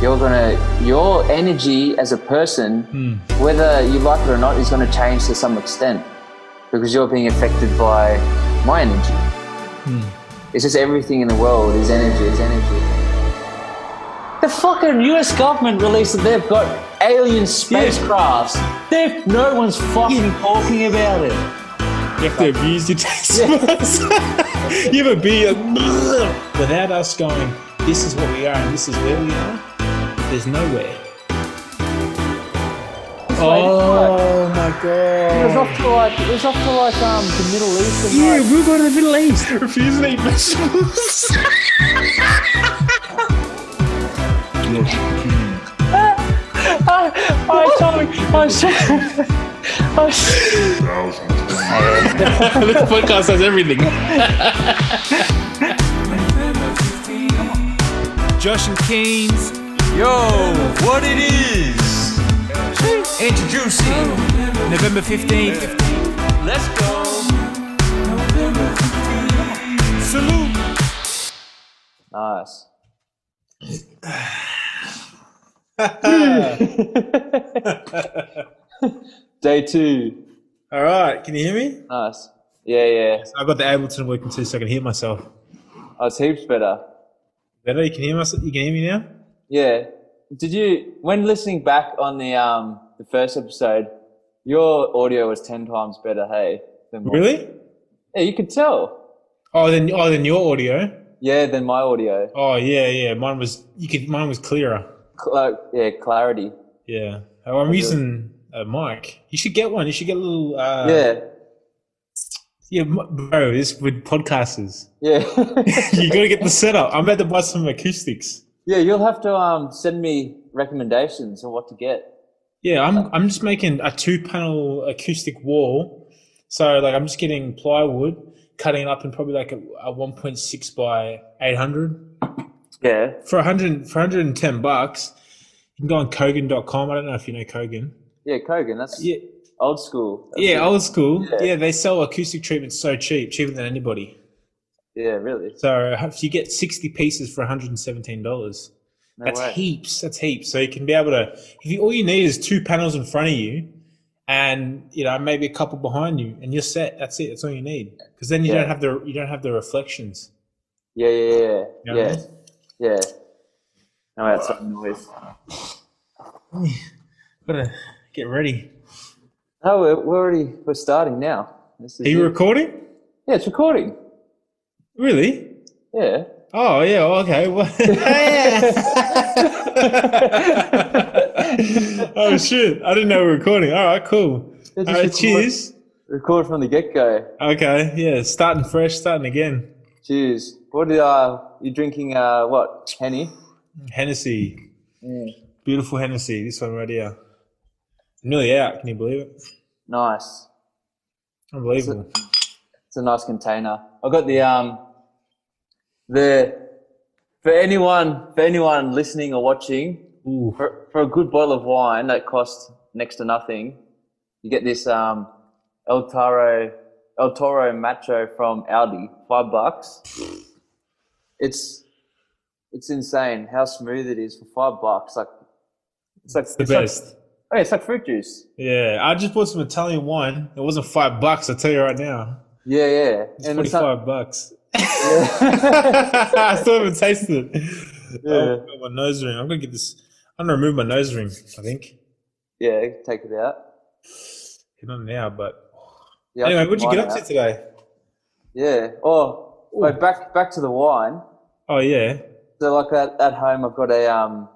you're gonna your energy as a person, whether you like it or not, is gonna change to some extent because you're being affected by my energy. Hmm. It's just everything in the world is energy, is energy. The fucking US government released that they've got alien spacecrafts. They've, no one's fucking talking about it. You have to abuse your taste buds. you have a beer without us going, this is what we are and this is where we are. There's nowhere. Oh my It was god. off to like it was off to like um the Middle East and Yeah, like, we'll go to the Middle East. Refuse to eat vegetables. I told I said I said- this podcast has everything. Josh and Keynes. Yo, what it is? Introducing November 15th. Let's go. Salute. Nice. Day two. All right, can you hear me? Nice. Yeah, yeah. I got the Ableton working too, so I can hear myself. Oh, it's heaps better. Better, you can hear myself. You can hear me now. Yeah. Did you when listening back on the um the first episode, your audio was ten times better, hey? Than mine. Really? Yeah, you could tell. Oh, then oh, then your audio. Yeah, than my audio. Oh yeah, yeah. Mine was you could. Mine was clearer. Cla- yeah, clarity. Yeah. Oh, I'm using a mic. You should get one. You should get a little. Uh, yeah. Yeah, m- bro. This with podcasters. Yeah. you gotta get the setup. I'm about to buy some acoustics. yeah, you'll have to um send me recommendations on what to get. Yeah, I'm. I'm just making a two-panel acoustic wall. So like, I'm just getting plywood, cutting it up in probably like a, a 1.6 by 800. Yeah. for 100 for 110 bucks you can go on kogan.com i don't know if you know kogan Yeah, Kogan, that's yeah old school. That's yeah it. old school Yeah. yeah. they sell acoustic treatments so cheap cheaper than anybody yeah, really. so if you get 60 pieces for 117 dollars No that's way. heaps that's heaps so you can be able to if you, all you need is two panels in front of you and you know maybe a couple behind you and you're set that's it that's all you need because then you Yeah. don't have the you don't have the reflections Yeah, yeah, yeah, You know yeah, what I yeah, mean? yeah. No outside noise. gotta get ready Oh, we're, we're already we're starting now. This is are you it. recording yeah, it's recording. really Yeah. Oh yeah, well, okay. Well- oh shit! I didn't know we were recording. All right, cool. All just right, record. cheers. Record from the get go. Okay, yeah, starting fresh, starting again. Cheers. What uh you drinking uh what? Henny? Hennessy, Mm. beautiful Hennessy. This one right here. Nearly out. Can you believe it? Nice. Unbelievable. It's a nice container. I've got the um the for anyone for anyone listening or watching, Ooh, for, for a good bottle of wine that costs next to nothing, you get this um, El Toro El Toro Macho from Aldi, five bucks. It's it's insane how smooth it is for five bucks. Like it's like the it's like- best. oh, it's like fruit juice. Yeah, I just bought some Italian wine. It wasn't five bucks. I tell you right now, Yeah, yeah. it's and it's not, forty-five bucks. I still haven't tasted it. Yeah. Oh, my nose ring. I'm gonna get this. I'm gonna remove my nose ring. I think. yeah, take it out. Not now, but Yeah, I anyway, took what'd you mine get up to out. today? Yeah. Oh, wait, back back to the wine. Oh yeah, So like at, at home, I've got a um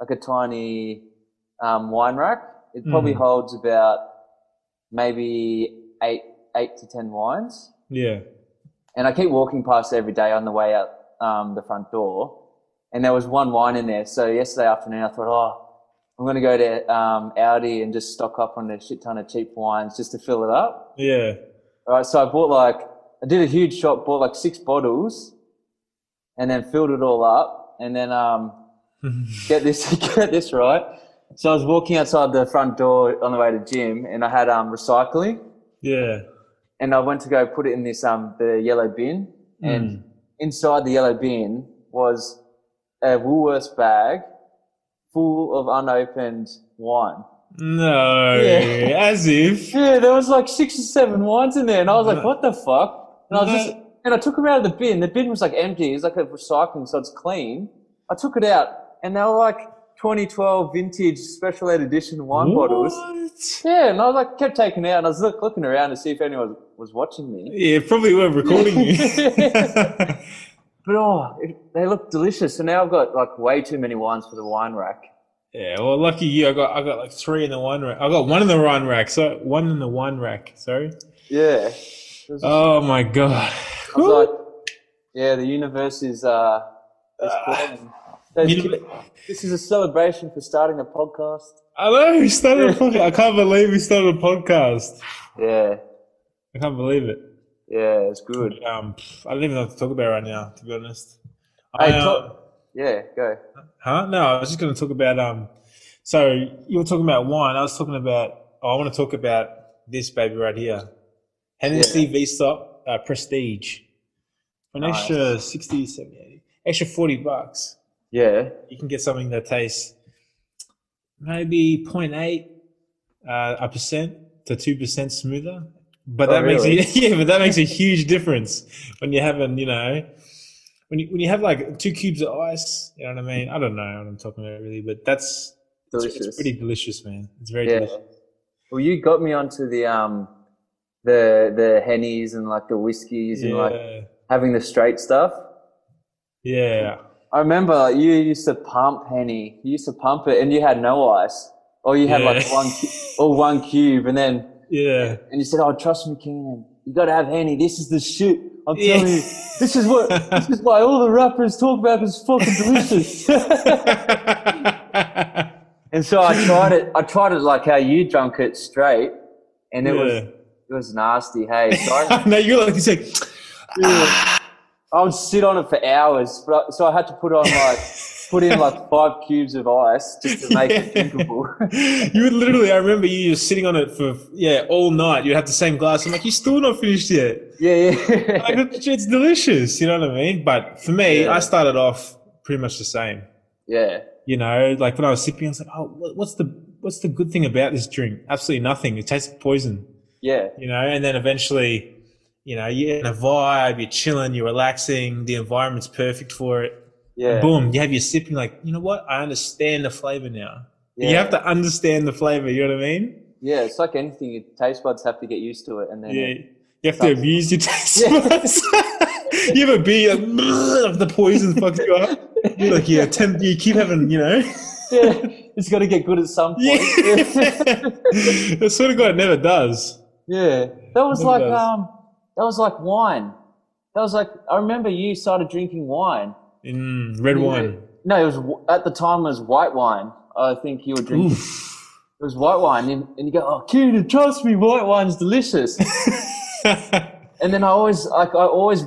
like a tiny um, wine rack. It probably Mhm. holds about maybe eight eight to ten wines. yeah. And I keep walking past every day on the way out um, the front door. And there was one wine in there. So yesterday afternoon, I thought, oh, I'm gonna go to um, Audi and just stock up on a shit ton of cheap wines just to fill it up. Yeah, All right, so I bought like I did a huge shop, bought like six bottles, and then filled it all up, and then um, get this, get this right. So I was walking outside the front door on the way to gym, and I had um recycling, yeah. and I went to go put it in this um the yellow bin, Mm. and inside the yellow bin was a Woolworths bag full of unopened wine. No, Yeah. as if. Dude, there was like six or seven wines in there, and I was like, "What the fuck?" And I was No. just, and I took them out of the bin. The bin was like empty. It's like a recycling, so it's clean. I took it out, and they were like 2012 vintage special ed edition wine bottles. What? Yeah, and I was like, kept taking it out, and I was look, looking around to see if anyone was watching me. Yeah, probably weren't recording you. But oh, it, they look delicious. So now I've got like way too many wines for the wine rack. yeah, well, lucky you. I got I got like three in the wine rack. I got one in the wine rack. So one in the wine rack. Sorry. Yeah. Oh my god. I was like, yeah, the universe is uh, is Ah. calling. So it's- Uni- this is a celebration for starting a podcast. I know we started. A podcast. I can't believe we started a podcast. Yeah, I can't believe it. yeah, it's good. Um, pff, I don't even know what to talk about right now. To be honest. Hey, I, uh, talk- Yeah, go. Huh? No, I was just going to talk about um. So you were talking about wine. I was talking about. I want to talk about this baby right here, Hennessy V Stop uh, Prestige, for an Nice. extra 60, 70, 80, extra forty bucks. Yeah, You can get something that tastes maybe 0.8 uh, a percent to two percent smoother. But Oh, that makes really? a, yeah, but that makes a huge difference when you're having you know when you when you have like two cubes of ice. You know what I mean? I don't know what I'm talking about really, but that's it's, it's delicious. pretty delicious, man. It's very yeah. delicious. Well, you got me onto the um, the the hennies and like the whiskies and like Yeah, having the straight stuff. yeah. I remember like, you used to pump henny. You used to pump it, and you had no ice, or you had like Yeah. one cu- or one cube, and then yeah. And you said, "Oh, trust me, Keenan. You got to have Henny. This is the shit. I'm telling Yeah. you, this is what. This is why all the rappers talk about is fucking delicious." and so I tried it. I tried it like how you drunk it straight, and it was Yeah. it was nasty. Hey, so I, no, you're like you said. I would sit on it for hours, but I, so I had to put on like put in like five cubes of ice just to make it Yeah. drinkable. you would literally, I remember you just sitting on it for, yeah, all night. You'd have the same glass. I'm like, you're still not finished yet. yeah, Like, yeah, it's, it's delicious. You know what I mean? But for me, Yeah. I started off pretty much the same. yeah. You know, like when I was sipping, I was like, oh, wha- what's the, what's the good thing about this drink? Absolutely nothing. It tastes like poison, Yeah, you know? And then eventually, you know, you're in a vibe, you're chilling, you're relaxing, the environment's perfect for it. yeah, Boom, you have your sip, you're like, you know what? I understand the flavor now. yeah. You have to understand the flavor. You know what I mean? yeah, it's like anything. Your taste buds have to get used to it, and then Yeah. You have to Sucks. abuse your taste Yeah. buds. you have a beer, like, "Bleh," the poison fucks you up. You're like, yeah, temp- you keep having, you know. yeah, it's got to get good at some Yeah. point. Yeah, the sort of guy never does. that was It like does. um, that was like wine. That was like I remember you started drinking wine. Mm, red You know- wine. No, it was w- at the time it was white wine. I think you were drinking. Oof. It was white wine, and, and you go, "Oh, Kieran, trust me, white wine's delicious." and then I always like I always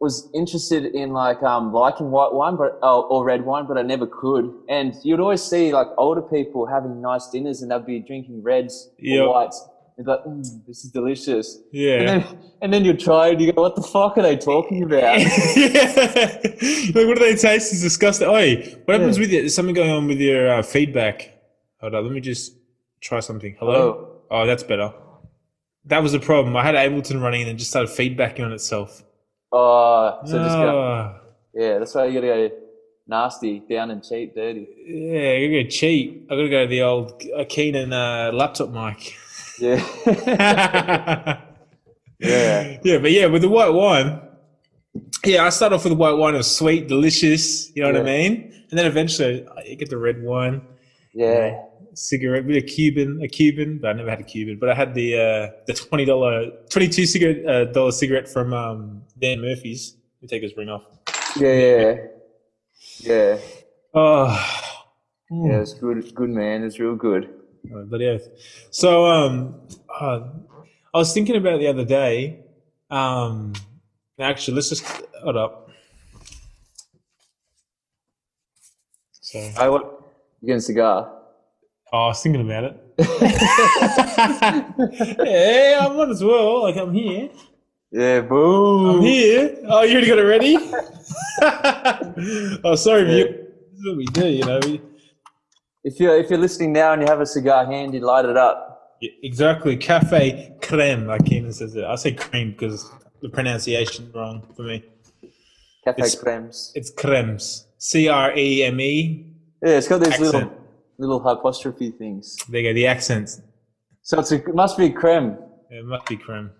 was interested in like um liking white wine, but oh, or red wine, but I never could. And you'd always see like older people having nice dinners, and they'd be drinking reds Yep. or whites. It's like, mm, this is delicious. yeah. And, then, and then you try it, you go, what the fuck are they talking about? yeah. Like, what do they taste? It's disgusting. Oi, what happens with you? There's something going on with your uh, feedback. Hold on, let me just try something. Hello? Oh, that's better. That was the problem. I had Ableton running and it just started feedbacking on itself. oh, so just go, Ah, yeah, that's why you gotta go nasty, down and cheap, dirty. yeah, I gotta go cheap. I gotta go to the old uh, Keenan uh, laptop mic. Yeah. yeah. Yeah, but yeah, with the white wine. Yeah, I started off with the white wine. It was sweet, delicious. You know what I Yeah. mean? And then eventually, uh, you get the red wine. Yeah. cigarette with a Cuban, a Cuban. But I never had a Cuban, but I had the uh, the twenty dollar, twenty two cigarette uh, dollar cigarette from um, Dan Murphy's. Let me take this ring off. Yeah, yeah. Yeah. Oh, Yeah, it's good good man, it's real good. Oh, bloody oath. So um, oh, I was thinking about it the other day. Um, actually, let's just hold up. So, I want you getting a cigar. oh, I was thinking about it. yeah, I might as well. Like I'm here. Yeah, boom. I'm here. Oh, you already got it ready? oh, sorry, Yeah. view. This is what we do, you know. We, If you're if you're listening now and you have a cigar handy, light it up. Yeah, exactly. Cafe creme, like Keenan says it. I say cream because the pronunciation's wrong for me. Cafe It's- cremes. It's cremes. C R E M E. Yeah, it's got these little Accent. little hypostrophe things. There you go, the accents. So it's a, it must be creme. It must be creme.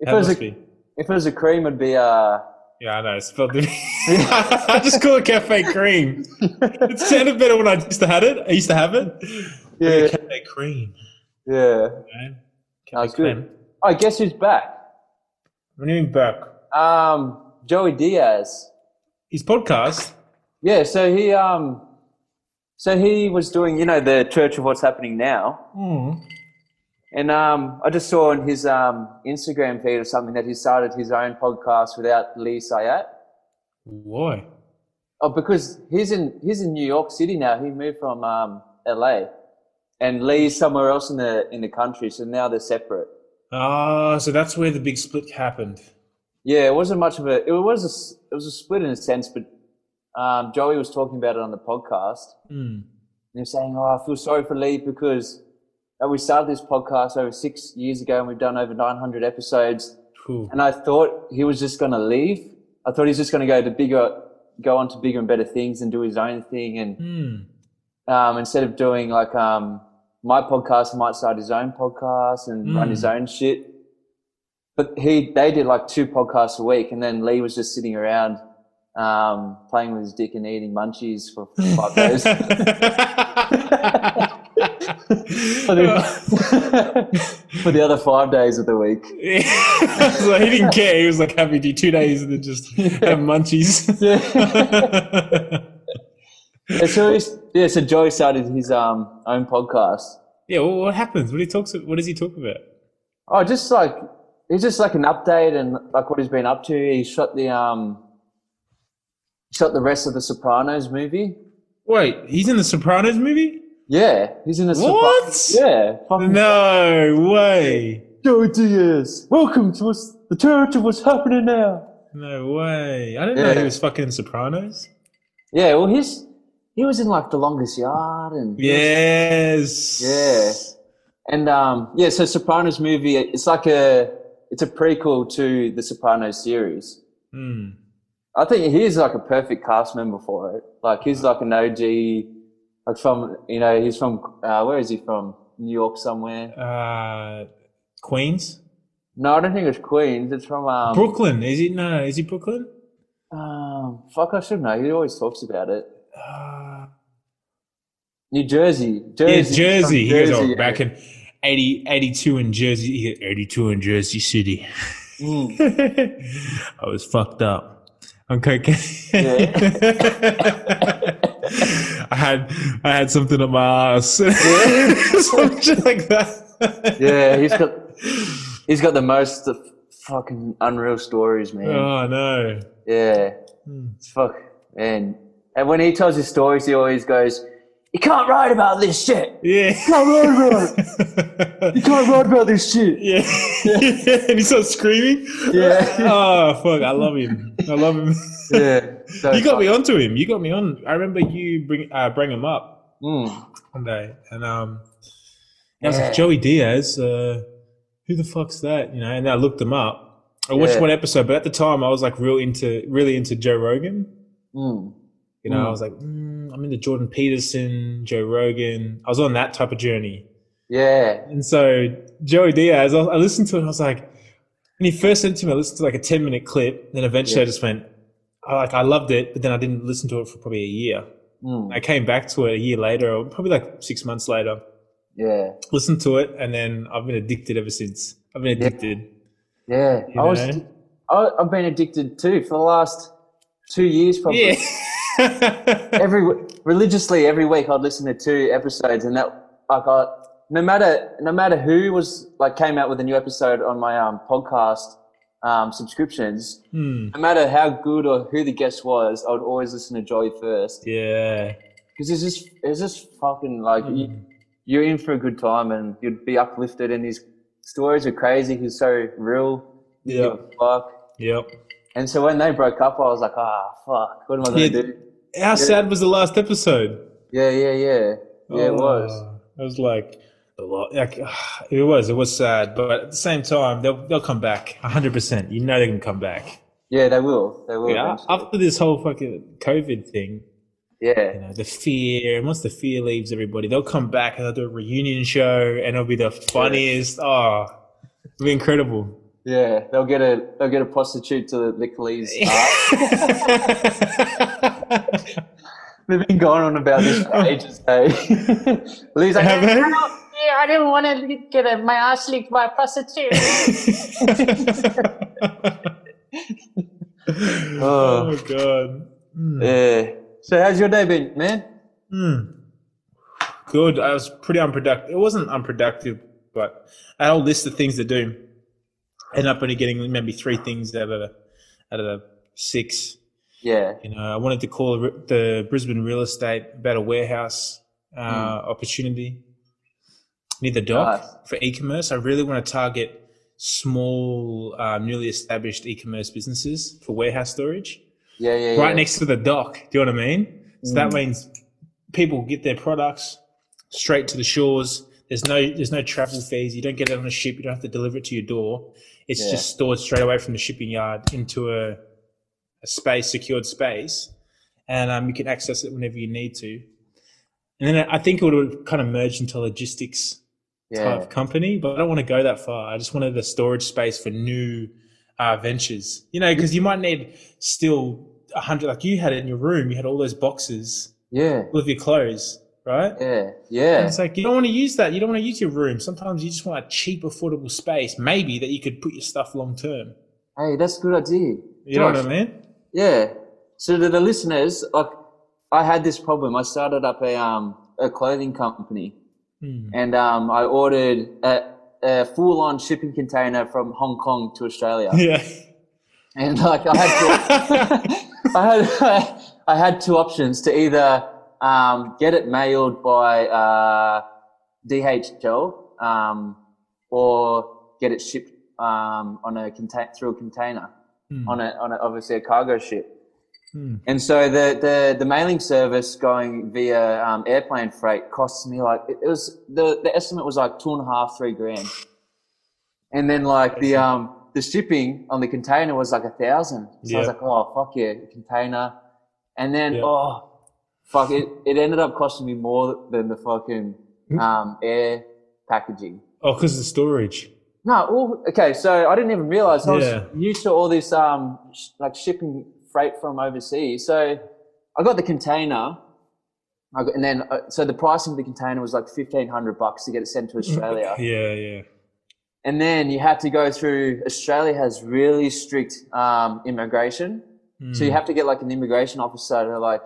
If That it was a must be. if it was a cream, it'd be uh. Yeah, I know. It's spelled. I just call it cafe cream. It sounded better when I used to had it. I used to have it. Yeah, Cafe cream. yeah. man. That was Cafe good. creme. I guess who's back? What do you mean back? Um, Joey Diaz. His podcast. Yeah, so he um, so he was doing you know the Church of What's Happening Now, Mm. and um, I just saw on his um Instagram feed or something that he started his own podcast without Lee Sayat. Why? Oh, because he's in he's in New York City now. He moved from um LA, and Lee's somewhere else in the in the country. So now they're separate. Ah, so that's where the big split happened. Yeah, it wasn't much of a. It was a, s- it was a split in a sense, but um, Joey was talking about it on the podcast. Mm. And he was saying, "Oh, I feel sorry for Lee because uh, we started this podcast over six years ago, and we've done over 900 episodes. Cool. And I thought he was just going to leave. I thought he was just going to go to bigger, go on to bigger and better things, and do his own thing. And Mm. um, instead of doing like um, my podcast, he might start his own podcast and run Mm. his own shit. But he, they did like two podcasts a week, and then Lee was just sitting around um, playing with his dick and eating munchies for five days. for, the, for the other five days of the week. so he didn't care. He was like happy to do two days and then just have munchies. And so he's, yeah, so Joey started his um, own podcast. yeah. Well, what happens? What he talks? What does he talk about? Oh, just like it's just like an update and like what he's been up to. He shot the um, shot the rest of the Sopranos movie. Wait, he's in the Sopranos movie? Yeah, he's in the What? Sopranos. Yeah, fucking No way. Joey Diaz. Welcome to us, the church of what's happening now. No way. I didn't know he Yeah. was fucking in Sopranos. Yeah, well, he's he was in like the longest yard and Yes. Yeah. And um, yeah, so Sopranos movie, it's like a it's a prequel to the Sopranos series. Hmm. I think he's like a perfect cast member for it. Like he's like an OG, like from you know he's from uh, where is he from? New York somewhere? Uh, Queens? No, I don't think it's Queens. It's from um, Brooklyn. Is he? No, is he Brooklyn? um fuck, I should know. He always talks about it. Uh, New Jersey, Jersey, yeah, He's from Jersey. He goes oh, yeah. back in 80, 82 in Jersey. He goes, 82 in Jersey City. Mm. I was fucked up on cocaine. I had I had something up my ass, some shit like that. Yeah, he's got he's got the most of fucking unreal stories, man. Oh no. Yeah. Hmm. It's fuck, man. And when he tells his stories, he always goes, "You can't write about this shit. Yeah. You can't write about it. You can't write about this shit." Yeah. and he starts screaming. Yeah. Oh fuck! I love him. I love him. yeah. So you got me onto him. You got me on. I remember you bring uh, bring him up Mm. one day, and um, I was Yeah. like Joey Diaz. Uh, who the fuck's that? You know, and I looked him up. I watched Yeah. one episode, but at the time I was like real into really into Joe Rogan. Mm. You know, I Mm. was like, mm, I'm into Jordan Peterson, Joe Rogan. I was on that type of journey. Yeah. And so Joey Diaz, I, I listened to it. And I was like, when he first sent it to me, I listened to like a ten minute clip. Then eventually, I Yeah. just went, I like, I loved it, but then I didn't listen to it for probably a year. Mm. I came back to it a year later, or probably like six months later. Yeah. Listened to it, and then I've been addicted ever since. I've been Yeah. addicted. Yeah. You I was. know? I, I've been addicted too for the last two years, probably. Yeah. Every religiously every week, I'd listen to two episodes, and that like I no matter no matter who was like came out with a new episode on my um podcast um subscriptions, Hmm. no matter how good or who the guest was, I would always listen to Joey first Yeah. because it's just it's just fucking like Mm. you, you're in for a good time and you'd be uplifted. And his stories are crazy. He's so real. He Yeah. gives a Fuck. Yep. And so when they broke up, I was like, ah, fuck, what am I gonna Yeah. do? How sad was the last episode? Yeah, yeah, yeah. Yeah, Oh. it was. It was like a lot. Like, ah, it was. It was sad, but at the same time, they'll they'll come back. hundred percent. You know they can come back. Yeah, they will. They will. You know, eventually. after this whole fucking COVID thing, you Yeah. know, the fear. And once the fear leaves everybody, they'll come back and they'll do a reunion show, and it'll be the funniest. Oh, it'll be incredible. Yeah. They'll get a they'll get a prostitute to lick Lee's ass. Have They've been going on about this for ages, hey. Lee's like, "I they? Yeah, I didn't want to get a, my ass licked by a prostitute. oh. god. Mm. Yeah. So how's your day been, man? Mm. Good. I was pretty unproductive. It wasn't unproductive, but I had a list of things to do. End up only getting maybe three things out of the, out of the six. Yeah. You know, I wanted to call the- the Brisbane real estate about a warehouse uh, opportunity near the dock Nice. for e-commerce. I really want to target small, uh, newly established e-commerce businesses for warehouse storage Yeah, yeah, yeah. Mm. right next to the dock. Do you know what I mean? So that means people get their products straight to the shores. There's no there's no travel fees. You don't get it on a ship. You don't have to deliver it to your door. It's Yeah. just stored straight away from the shipping yard into a a space secured space, and um, you can access it whenever you need to. And then I think it would have kind of merged into a logistics yeah. type company, but I don't want to go that far. I just wanted the storage space for new uh, ventures, you know, because you might need still a hundred, like you had in your room, you had all those boxes Yeah. full of your clothes, right? Yeah. And Yeah. it's like, you don't want to use that. You don't want to use your room. Sometimes you just want a cheap, affordable space, maybe that you could put your stuff long term. Hey, that's a good idea. You know what Josh, I mean? Yeah. So to the listeners, like I had this problem. I started up a um a clothing company, Hmm. and um I ordered a, a full on shipping container from Hong Kong to Australia, Hmm. Yeah. and like I had to, I had I had two options to either um get it mailed by uh DHL um or get it shipped um on a contain through a container Hmm. on a on a, obviously a cargo ship. Hmm. And so the, the, the mailing service going via um, airplane freight costs me like it, it was the, the estimate was like two and a half three grand, and then like the um the shipping on the container was like a thousand. So I was Yeah. like, oh fuck yeah, container, and then Yeah. oh fuck it, it ended up costing me more than the fucking Hmm. um, air packaging. Oh, because of the storage. No, all, okay. So I didn't even realize I was Yeah. used to all this um sh- like shipping freight from overseas. So I got the container, I got, and then uh, so the pricing of the container was like fifteen hundred bucks to get it sent to Australia, Yeah, yeah. and then you had to go through. Australia has really strict um, immigration, Hmm. so you have to get like an immigration officer to like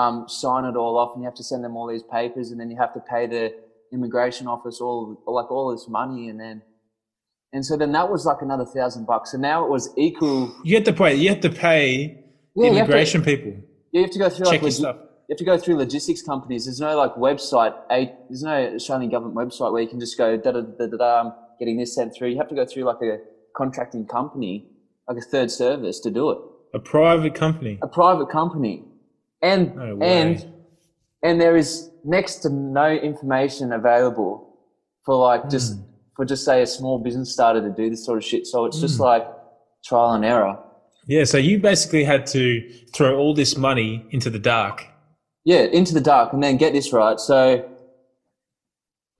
um, sign it all off, and you have to send them all these papers, and then you have to pay the immigration office all like all this money, and then and so then that was like another thousand bucks. So now it was equal. You have to pay. You have to pay Yeah, you have to- immigration people. You have to go through like Check your logi- stuff. you have to go through logistics companies. There's no like website. A, there's no Australian government website where you can just go da da da da da. I'm getting this sent through. You have to go through like a contracting company, like a third service to do it. A private company. A private company, and No way. and and there is next to no information available for like just Hmm. for just say a small business starter to do this sort of shit. So it's just Hmm. like trial and error. Yeah, so you basically had to throw all this money into the dark. Yeah, into the dark, and then get this right. So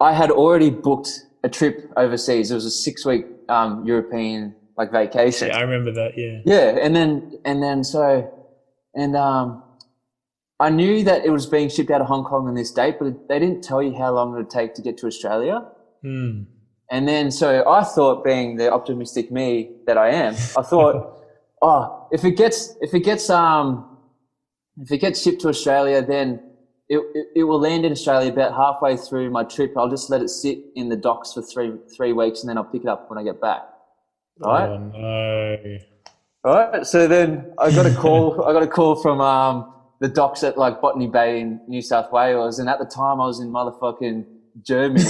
I had already booked a trip overseas. It was a six week um, European like vacation. Yeah, I remember that. Yeah. Yeah, and then and then so and um, I knew that it was being shipped out of Hong Kong on this date, but they didn't tell you how long it would take to get to Australia. Hmm. And then, so I thought, being the optimistic me that I am, I thought, oh, if it gets, if it gets, um, if it gets shipped to Australia, then it, it, it will land in Australia about halfway through my trip. I'll just let it sit in the docks for three, three weeks and then I'll pick it up when I get back. Right? Oh, no. Right. So then I got a call. I got a call from um, the docks at like Botany Bay in New South Wales, and at the time I was in motherfucking Germany.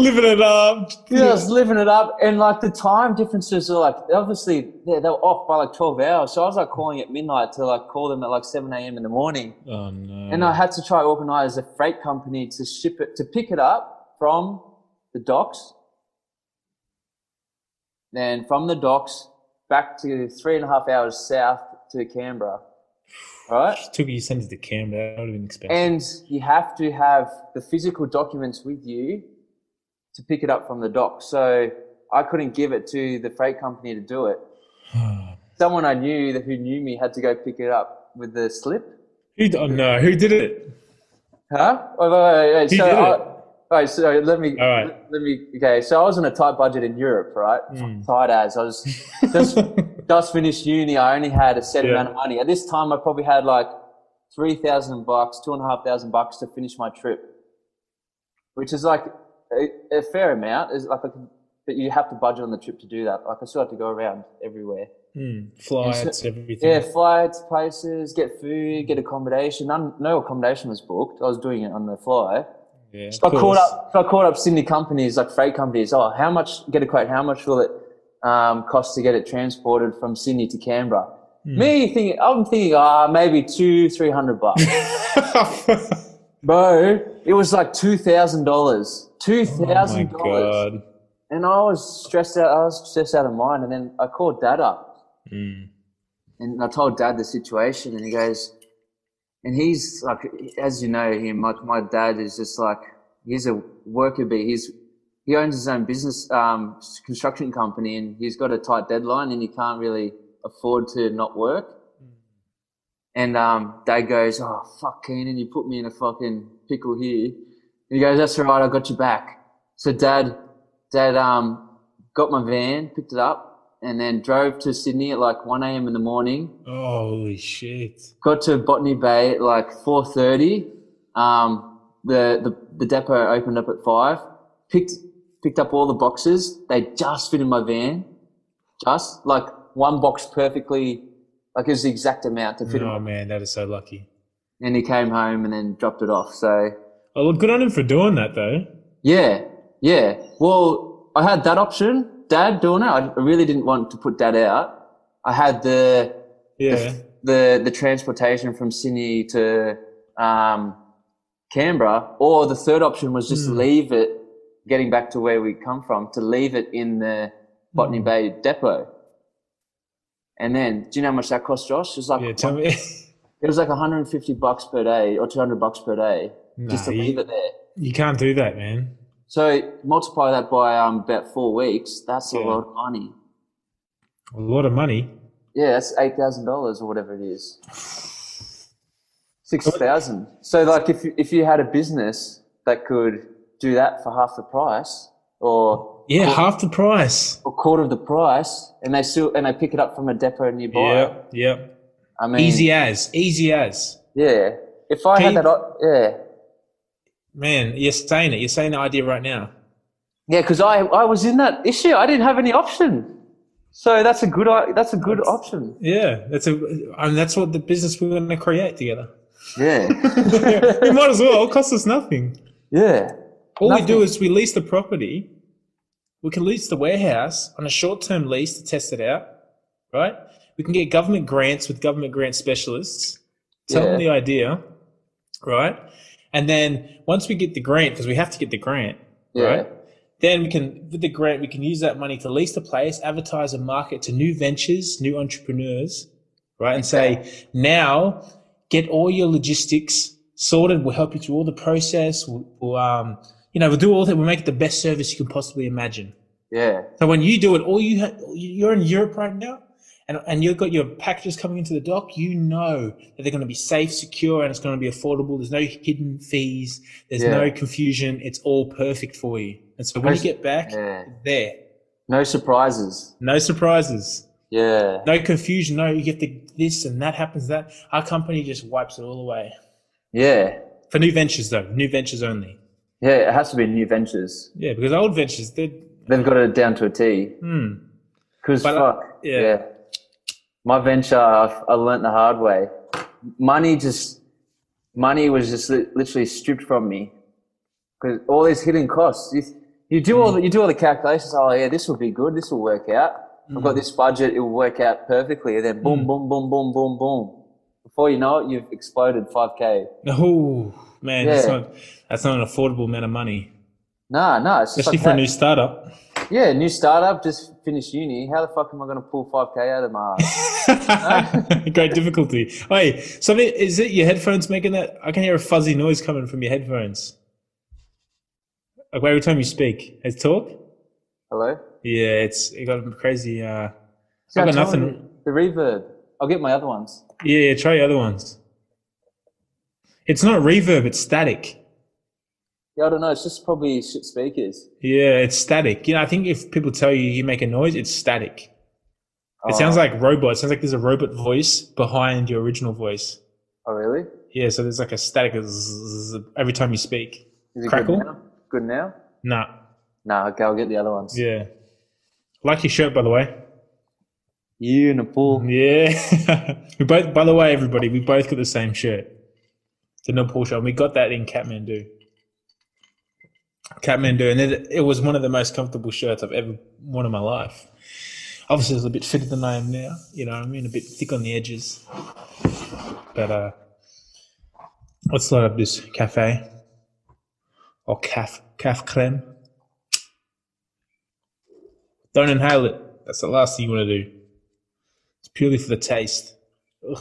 Living it up. Yeah, I was living it up, and like the time differences are like obviously yeah, they were off by like twelve hours. So I was like calling at midnight to like call them at like seven a.m. in the morning, Oh no. and I had to try to organize a freight company to ship it to pick it up from the docks, then from the docks back to three and a half hours south to Canberra, right? took you sent it to Canberra. That would have been expensive. And you have to have the physical documents with you to pick it up from the dock. So I couldn't give it to the freight company to do it. Someone I knew that who knew me had to go pick it up with the slip. who, d- oh, no, who did it? Huh? Wait, wait, wait, wait. He So, did I, it. alright, so let me, Alright. let, me, okay. So I was on a tight budget in Europe, right? Hmm. Tight as. I was just, just finished uni. I only had a set Yeah. amount of money. At this time, I probably had like 3,000 bucks, two and a half thousand bucks to finish my trip, which is like a, a fair amount. Is like, a, but you have to budget on the trip to do that. Like, I still have to go around everywhere. Hmm. Flights, everything. Yeah, flights, places, get food, get accommodation. None, no accommodation was booked. I was doing it on the fly. Yeah, of So I called course. up. So I called up Sydney companies like freight companies. Oh, how much? Get a quote. How much will it um, cost to get it transported from Sydney to Canberra? Hmm. Me thinking, I'm thinking, ah, maybe two, three hundred bucks, Oh, bro. It was like two thousand dollars, two oh my thousand dollars, god. and I was stressed out. I was stressed out of mind, and then I called Dad up, Mm. and I told Dad the situation, and he goes, and he's like, as you know, him, my, my dad is just like, he's a worker bee. He's, he owns his own business, um, construction company and he's got a tight deadline and he can't really afford to not work. And, um, dad goes, Oh, fuck Keenan, you put me in a fucking pickle here. And he goes, That's all right. I got you back. So dad, dad, um, got my van, picked it up and then drove to Sydney at like 1 a.m. in the morning Holy shit. got to Botany Bay at like 4:30. Um, the, the the depot opened up at five. Picked picked up all the boxes. They just fit in my van, just like one box perfectly. Like it was the exact amount to fit. in Oh my- man, that is so lucky. And he came home and then dropped it off. So Oh, look, good on him for doing that though. yeah, yeah. Well, I had that option. Dad doing it. I really didn't want to put dad out. I had the Yeah. the the transportation from Sydney to um, Canberra, or the third option was Hmm. just leave it, getting back to where we come from, to leave it in the Botany Hmm. Bay depot. And then, do you know how much that cost, Josh? It was like Yeah, tell me. it was like 150 bucks per day or 200 bucks per day just to Nah, you- leave it there. you can't do that, man. So multiply that by um, about four weeks. That's a lot of money. A lot of money. Yeah, that's eight thousand dollars or whatever it is. Six thousand. So like if you, if you had a business that could do that for half the price or Yeah, half the price. a quarter of the price, and they still and they pick it up from a depot nearby. Yep, yep. I mean, Easy as, easy as. yeah. If I Cheap. had that, o- yeah, Man, you're saying it. You're saying the idea right now. yeah, because I I was in that issue. I didn't have any option. So that's a good i- that's a good option. Yeah, that's a, and that's what the business we're going to create together. Yeah, we might as well. It costs us nothing. yeah, All we do Nothing. is we lease the property. We can lease the warehouse on a short-term lease to test it out, right? We can get government grants with government grant specialists. Tell them Yeah. the idea, right? And then once we get the grant, because we have to get the grant, yeah. right? Then we can, with the grant, we can use that money to lease the place, advertise and market to new ventures, new entrepreneurs, right? And say, now get all your logistics sorted. We'll help you through all the process. We'll, we'll um, you know, we'll do all that. We'll make it the best service you can possibly imagine. yeah. So when you do it, all you ha- you're in Europe right now, and and you've got your packages coming into the dock. You know that they're going to be safe, secure, and it's going to be affordable. There's no hidden fees. There's Yeah. no confusion. It's all perfect for you. And so when you get back, Yeah. there, No surprises. no surprises, Yeah. no confusion. No, you get the this and that happens. That our company just wipes it all away Yeah. for new ventures though. New ventures only. Yeah, it has to be new ventures. Yeah, because old ventures, they're They've got it down to a T. hmm. Because But, uh, fuck, yeah. yeah. My venture, I, I learnt the hard way. Money just, money was just li- literally stripped from me. because all these hidden costs. You, you do all the, you do all the calculations. Oh yeah, this will be good. This will work out. I've Mm. got this budget. It will work out perfectly. And then boom, boom, boom, boom, boom, boom. Before you know it, you've exploded five k. Oh man, that's Yeah. not that's not an affordable amount of money, Nah, nah. It's just especially like for a that. new startup. yeah, new startup. Just finished uni. How the fuck am I going to pull five k out of my ass? Great difficulty. Hey, something is it your headphones making that? I can hear a fuzzy noise coming from your headphones. Like every time you speak, it's talk. Hello. Yeah, it's it got a crazy. Uh, See, I've I got told nothing. you, The reverb. I'll get my other ones. Yeah, yeah, try your other ones. It's not reverb; it's static. Yeah, I don't know. It's just probably shit speakers. Yeah, it's static. You know, I think if people tell you you make a noise, it's static. It Oh. sounds like robot. It sounds like there's a robot voice behind your original voice. Oh really? Yeah, so there's like a static zzz every time you speak. Is it Crackle? good now? Good now? Nah. Nah. Okay, I'll get the other ones. Yeah. Like your shirt, by the way. You and a pool. Yeah. we both, by the way, everybody, we both got the same shirt. The Nepal shirt. And we got that in Kathmandu. Kathmandu. And it, it was one of the most comfortable shirts I've ever worn in my life. Obviously, it's a bit fitter than I am now. You know what I mean? A bit thick on the edges. But uh, let's light up this cafe or calf, calf creme. Don't inhale it. That's the last thing you want to do. It's purely for the taste. Ugh.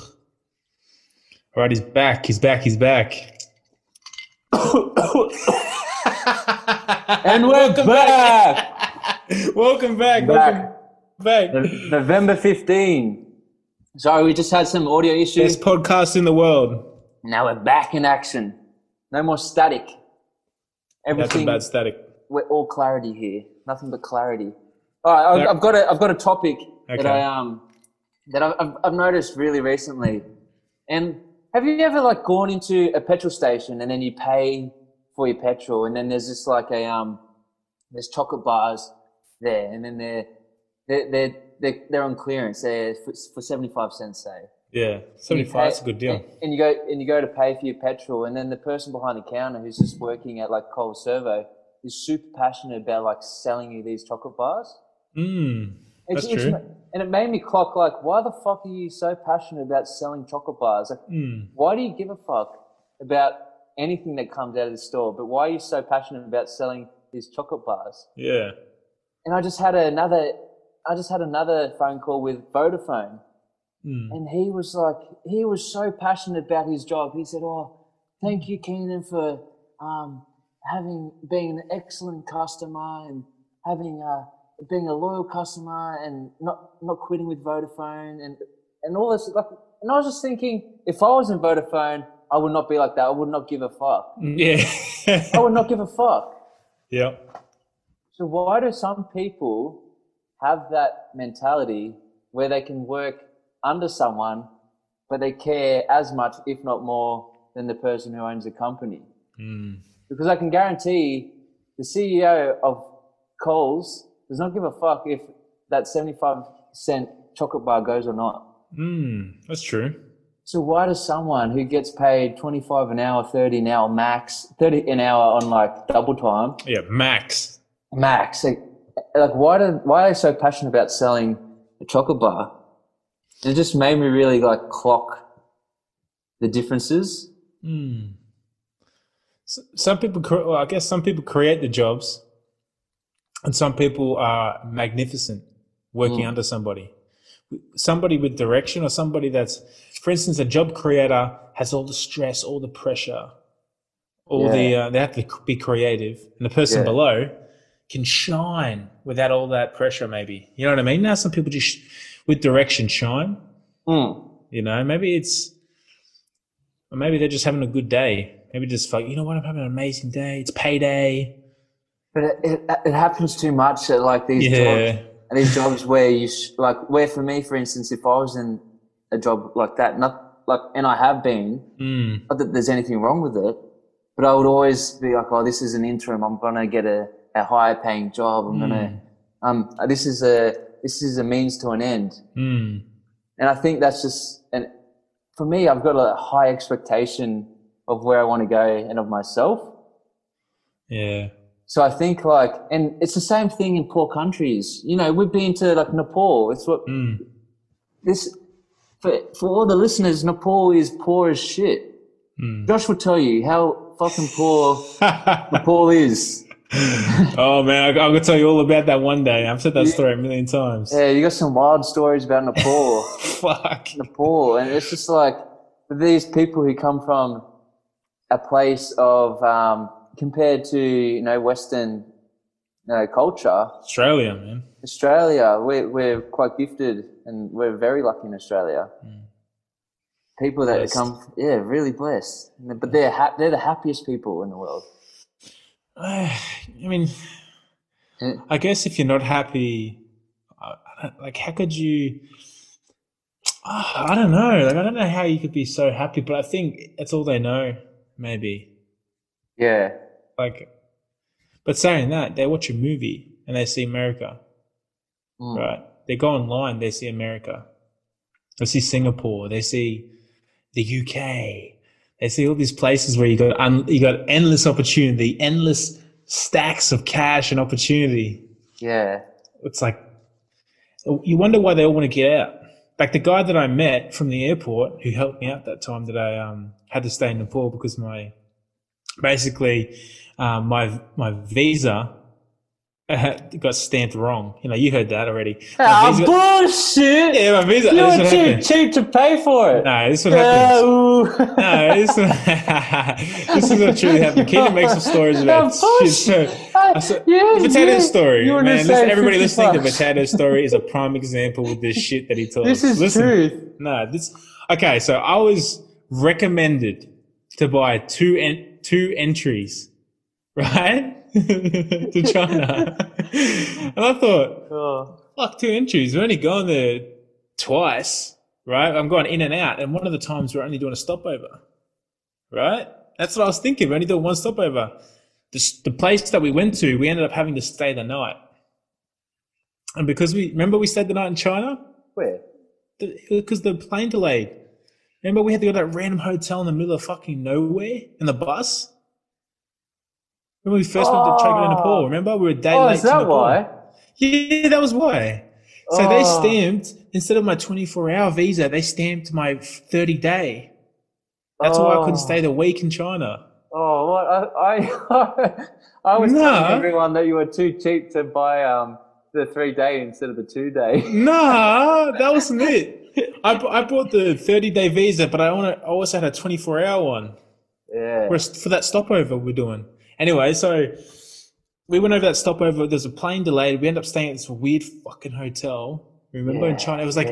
All right, he's back. He's back. He's back. Mm-hmm. And we're back. Welcome Back. back. Welcome back. No- November 15. Sorry, we just had some audio issues. Best podcast in the world. Now we're back in action. No more static. That's a Everything. bad static. We're all clarity here. Nothing but clarity. All right, I've, There- I've got a I've got a topic that Okay. I um that I've, I've- I've noticed really recently. And have you ever like gone into a petrol station and then you pay for your petrol and then there's just like a um there's chocolate bars there and then they're they're they're they're, they're on clearance they're for, for seventy five cents say. Yeah, And you pay- seventy-five. That's a good deal. And, and you go and you go to pay for your petrol, and then the person behind the counter who's just working at like Cold Servo is super passionate about like selling you these chocolate bars. Mm. It's, That's it's true. ma- and it made me clock like, why the fuck are you so passionate about selling chocolate bars? Like, Mm. why do you give a fuck about anything that comes out of the store? But why are you so passionate about selling these chocolate bars? Yeah. And I just had another, I just had another phone call with Vodafone. Mm. And he was like, he was so passionate about his job. He said, "Oh, thank you, Keenan, for um, having being an excellent customer and having uh, being a loyal customer and not not quitting with Vodafone and and all this." Like, and I was just thinking, if I was in Vodafone, I would not be like that. I would not give a fuck. I Yeah. would not give a fuck. yeah. So why do some people have that mentality where they can work under someone, but they care as much, if not more, than the person who owns the company? Mm. Because I can guarantee the CEO of Coles does not give a fuck if that 75 cent chocolate bar goes or not. Mm. That's true. So why does someone who gets paid 25 an hour, 30 an hour max, 30 an hour on like double time, Yeah, Max. Max, like, like why do why are they so passionate about selling a chocolate bar? It just made me really like clock the differences. Mm. S- Some people, cre- well, I guess, some people create the jobs, and some people are magnificent working under somebody, somebody with direction, or somebody that's, for instance, a job creator has all the stress, all the pressure, all the uh, they have to c- be creative, and the person Yeah. below can shine without all that pressure. Maybe you know what I mean. Now some people just sh- with direction shine. You know, maybe it's, or maybe they're just having a good day. Maybe just like, you know what, I'm having an amazing day. It's payday. But it, it, it happens too much at like these jobs, Yeah. at these jobs where you sh- like where for me, for instance, if I was in a job like that, not like and I have been, Mm. not that there's anything wrong with it, but I would always be like, oh, this is an interim. I'm gonna get a, a higher paying job. I'm gonna um this is a this is a means to an end. Mm. And I think that's just and for me, I've got a high expectation of where I want to go and of myself. Yeah. So I think like, and it's the same thing in poor countries. You know, we've been to like Nepal. It's what Mm. this for for all the listeners. Nepal is poor as shit. mm. Josh will tell you how fucking poor Nepal is. oh man, I, I'm gonna tell you all about that one day. I've said that story a million times. Yeah, you got some wild stories about Nepal. Fuck. Nepal, and it's just like these people who come from a place of um, compared to you know Western you know, culture, Australia, man. Australia. We're we're quite gifted, and we're very lucky in Australia. People that Mm. Blessed. come, yeah, really blessed. And- But they're ha- they're the happiest people in the world. I mean, Yeah. I guess if you're not happy, I, I don't, like how could you? Ah, I don't know. Like I don't know how you could be so happy, but I think that's all they know. Maybe Yeah, like, but saying that, they watch a movie and they see America, Mm. right? They go online, they see America, they see Singapore, they see the UK, they see all these places where you got un- you got endless opportunity, endless stacks of cash and opportunity. yeah, It's like you wonder why they all want to get out. Like the guy that I met from the airport who helped me out that time that I um, had to stay in Nepal because my basically um, my my visa uh, got stamped wrong. You know, you heard that already. My Ah, visa got- bullshit! yeah, my visa. you this were what too Oh. happened. cheap to pay for it. No, this is what Yeah, happens. ooh. No, this, this is what truly happened. Keenan makes some stories about Of course. shit. So, I- I saw- yeah, the potato yeah. story, You were man. just Listen, saying everybody 50 listening to bucks. potato story is a prime example with this shit that he told This us. is Listen, truth. No, this. Okay, so I was recommended to buy two en- two entries, right, to China, and I thought, Oh. fuck, two entries. We're only going there twice, right? I'm going in and out, and one of the times we're only doing a stopover, right? That's what I was thinking. We're only doing one stopover. The, s- the place that we went to, we ended up having to stay the night, and because we remember we stayed the night in China Where? because the plane delayed. Remember, we had to go to that random hotel in the middle of fucking nowhere in the bus. Remember, we first went to China Oh. and Nepal. Remember, we were a day Oh, late. is to that Nepal. why? Yeah, that was why. So they Oh. stamped instead of my twenty-four hour visa, they stamped my thirty-day. That's why I Oh. couldn't stay the week in China. Oh, what? I, I, I was No. telling everyone that you were too cheap to buy um the three day instead of the two day. Nah, that wasn't it. I, bu- I bought the thirty-day visa, but I wanna- I also had a twenty-four hour one. Yeah. for, for that stopover we're doing. Anyway, so we went over that stopover. There's a plane delayed. We ended up staying at this weird fucking hotel. Remember in China, it was like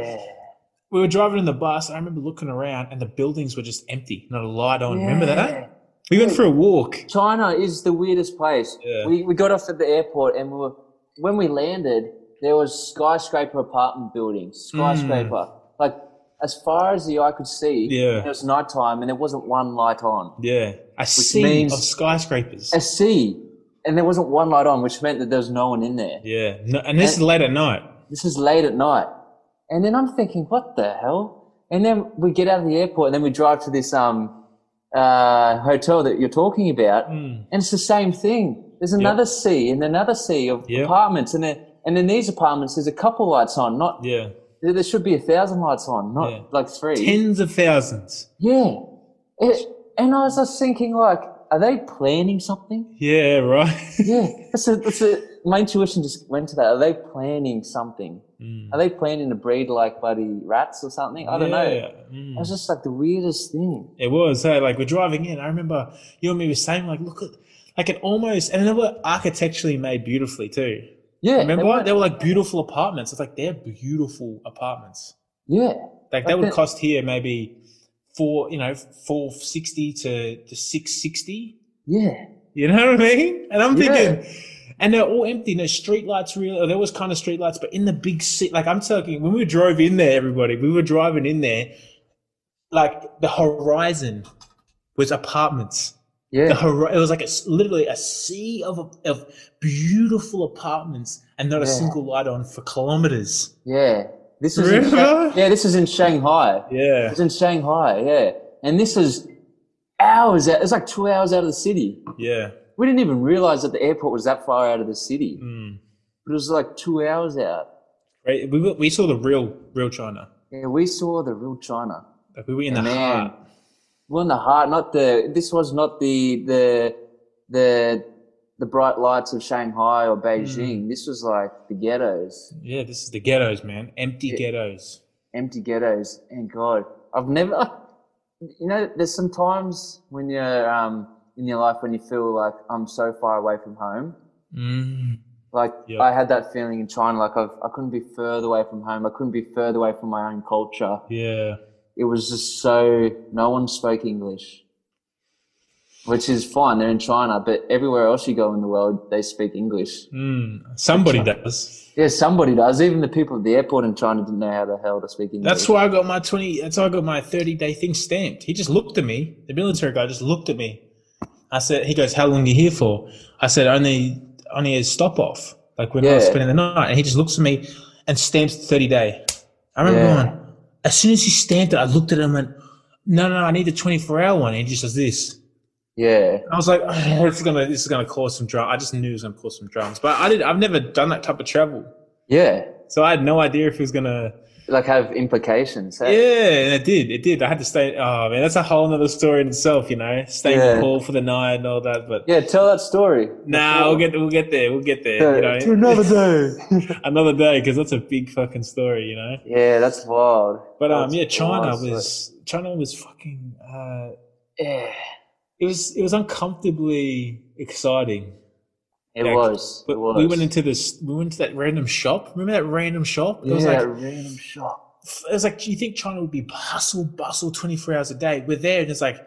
we were driving in the bus. I remember looking around, and the buildings were just empty, not a light on. Remember that? We went for a walk. China is the weirdest place. Yeah. We we got off at the airport and we were when we landed there was skyscraper apartment buildings, skyscraper like as far as the eye could see. Hmm. Yeah. It was nighttime and there wasn't one light on. Yeah, a sea means- of skyscrapers. a sea, and there wasn't one light on, which meant that there was no one in there. Yeah, no, and this is late at night. This is late at night, and then I'm thinking, what the hell? And then we get out of the airport, and then we drive to this um uh, hotel that you're talking about, Hmm. and it's the same thing. There's another sea and another sea of Yep. apartments, and then and in these apartments, there's a couple lights on. Not Yeah, there there should be a thousand lights on, not Yeah. like three. tens of thousands. Yeah, It- and I was just thinking, like, are they planning something? Yeah, right. Yeah, that's a, that's a, my intuition just went to that. Are they planning something? Are they planning to breed like bloody rats or something? I don't know. It Yeah, mm. was just like the weirdest thing. It was. Hey, like we're driving in. I remember you and me were saying, like, look at, like it almost, and they were architecturally made beautifully too. Yeah, they Remember, weren't- they were like beautiful apartments. It's like they're beautiful apartments. yeah, Like I that would think- cost here maybe four, you know, four sixty to to six sixty. yeah, You know what I mean? And I'm Yeah. thinking, and they're all empty. No street lights, really. Or there was kind of street lights, but in the big city, like I'm talking, when we drove in there, everybody, we were driving in there, like the horizon was apartments. The yeah, hor- it was like a s literally a sea of of beautiful apartments and not a Yeah. single light on for kilometers. yeah. This is in Sha- Remember? yeah, this is in Shanghai. Yeah, It's in Shanghai. Yeah, and this is hours out. It's like two hours out of the city. yeah. We didn't even realize that the airport was that far out of the city. Mm. It was like two hours out. Right? We, were- we saw the real real China. Yeah, we saw the real China. Like we were in the And then- heart. Well, in the heart, not the. This was not the the the the bright lights of Shanghai or Mm. Beijing. This was like the ghettos, Yeah, this is the ghettos, man. Empty ghettos. empty ghettos. And God, I've never. You know, there's some times when you're um, in your life when you feel like I'm so far away from home. Mm. Like Yeah. I had that feeling in China, like I've, I couldn't be further away from home. I couldn't be further away from my own culture. Yeah. it was just so no one spoke English, which is fine. They're in China, but everywhere else you go in the world, they speak English. Mm. Somebody does. Yeah, somebody does. Even the people at the airport in China didn't know how the hell to speak English. That's why I got my twenty. That's why I got my thirty day thing stamped. He just looked at me. The military guy just looked at me. I said, "He goes, how long are you here for?" I said, "Only, only a stop off. Like we're not Yeah. spending the night." And he just looks at me and stamps the thirty day. I remember Yeah. going. As soon as he stamped it, I looked at him and no, no, I need the twenty four hour one. And he just does this. yeah, I was like, "Oh, this is gonna, this is gonna cause some drama. I just knew it was gonna cause some dramas. But I did. I've never done that type of travel, yeah, so I had no idea if it was gonna. like have implications. eh? Yeah, and it did. It did. I had to stay. Oh man, that's a whole nother story in itself. You know, staying Yeah. in Paul for the night and all that. But yeah. Tell that story. nah, we'll get we'll get there. We'll get there. You know, day. another day because that's a big fucking story. You know, yeah, that's wild. but um, That's yeah, China wild. was China was fucking. Uh, yeah, it was it was uncomfortably exciting. it Yeah, was. But it was. we went into this. We went to that random shop. Remember that random shop? It was yeah, like random shop. it was like you think China would be hustle bustle twenty four hours a day. We're there and it's like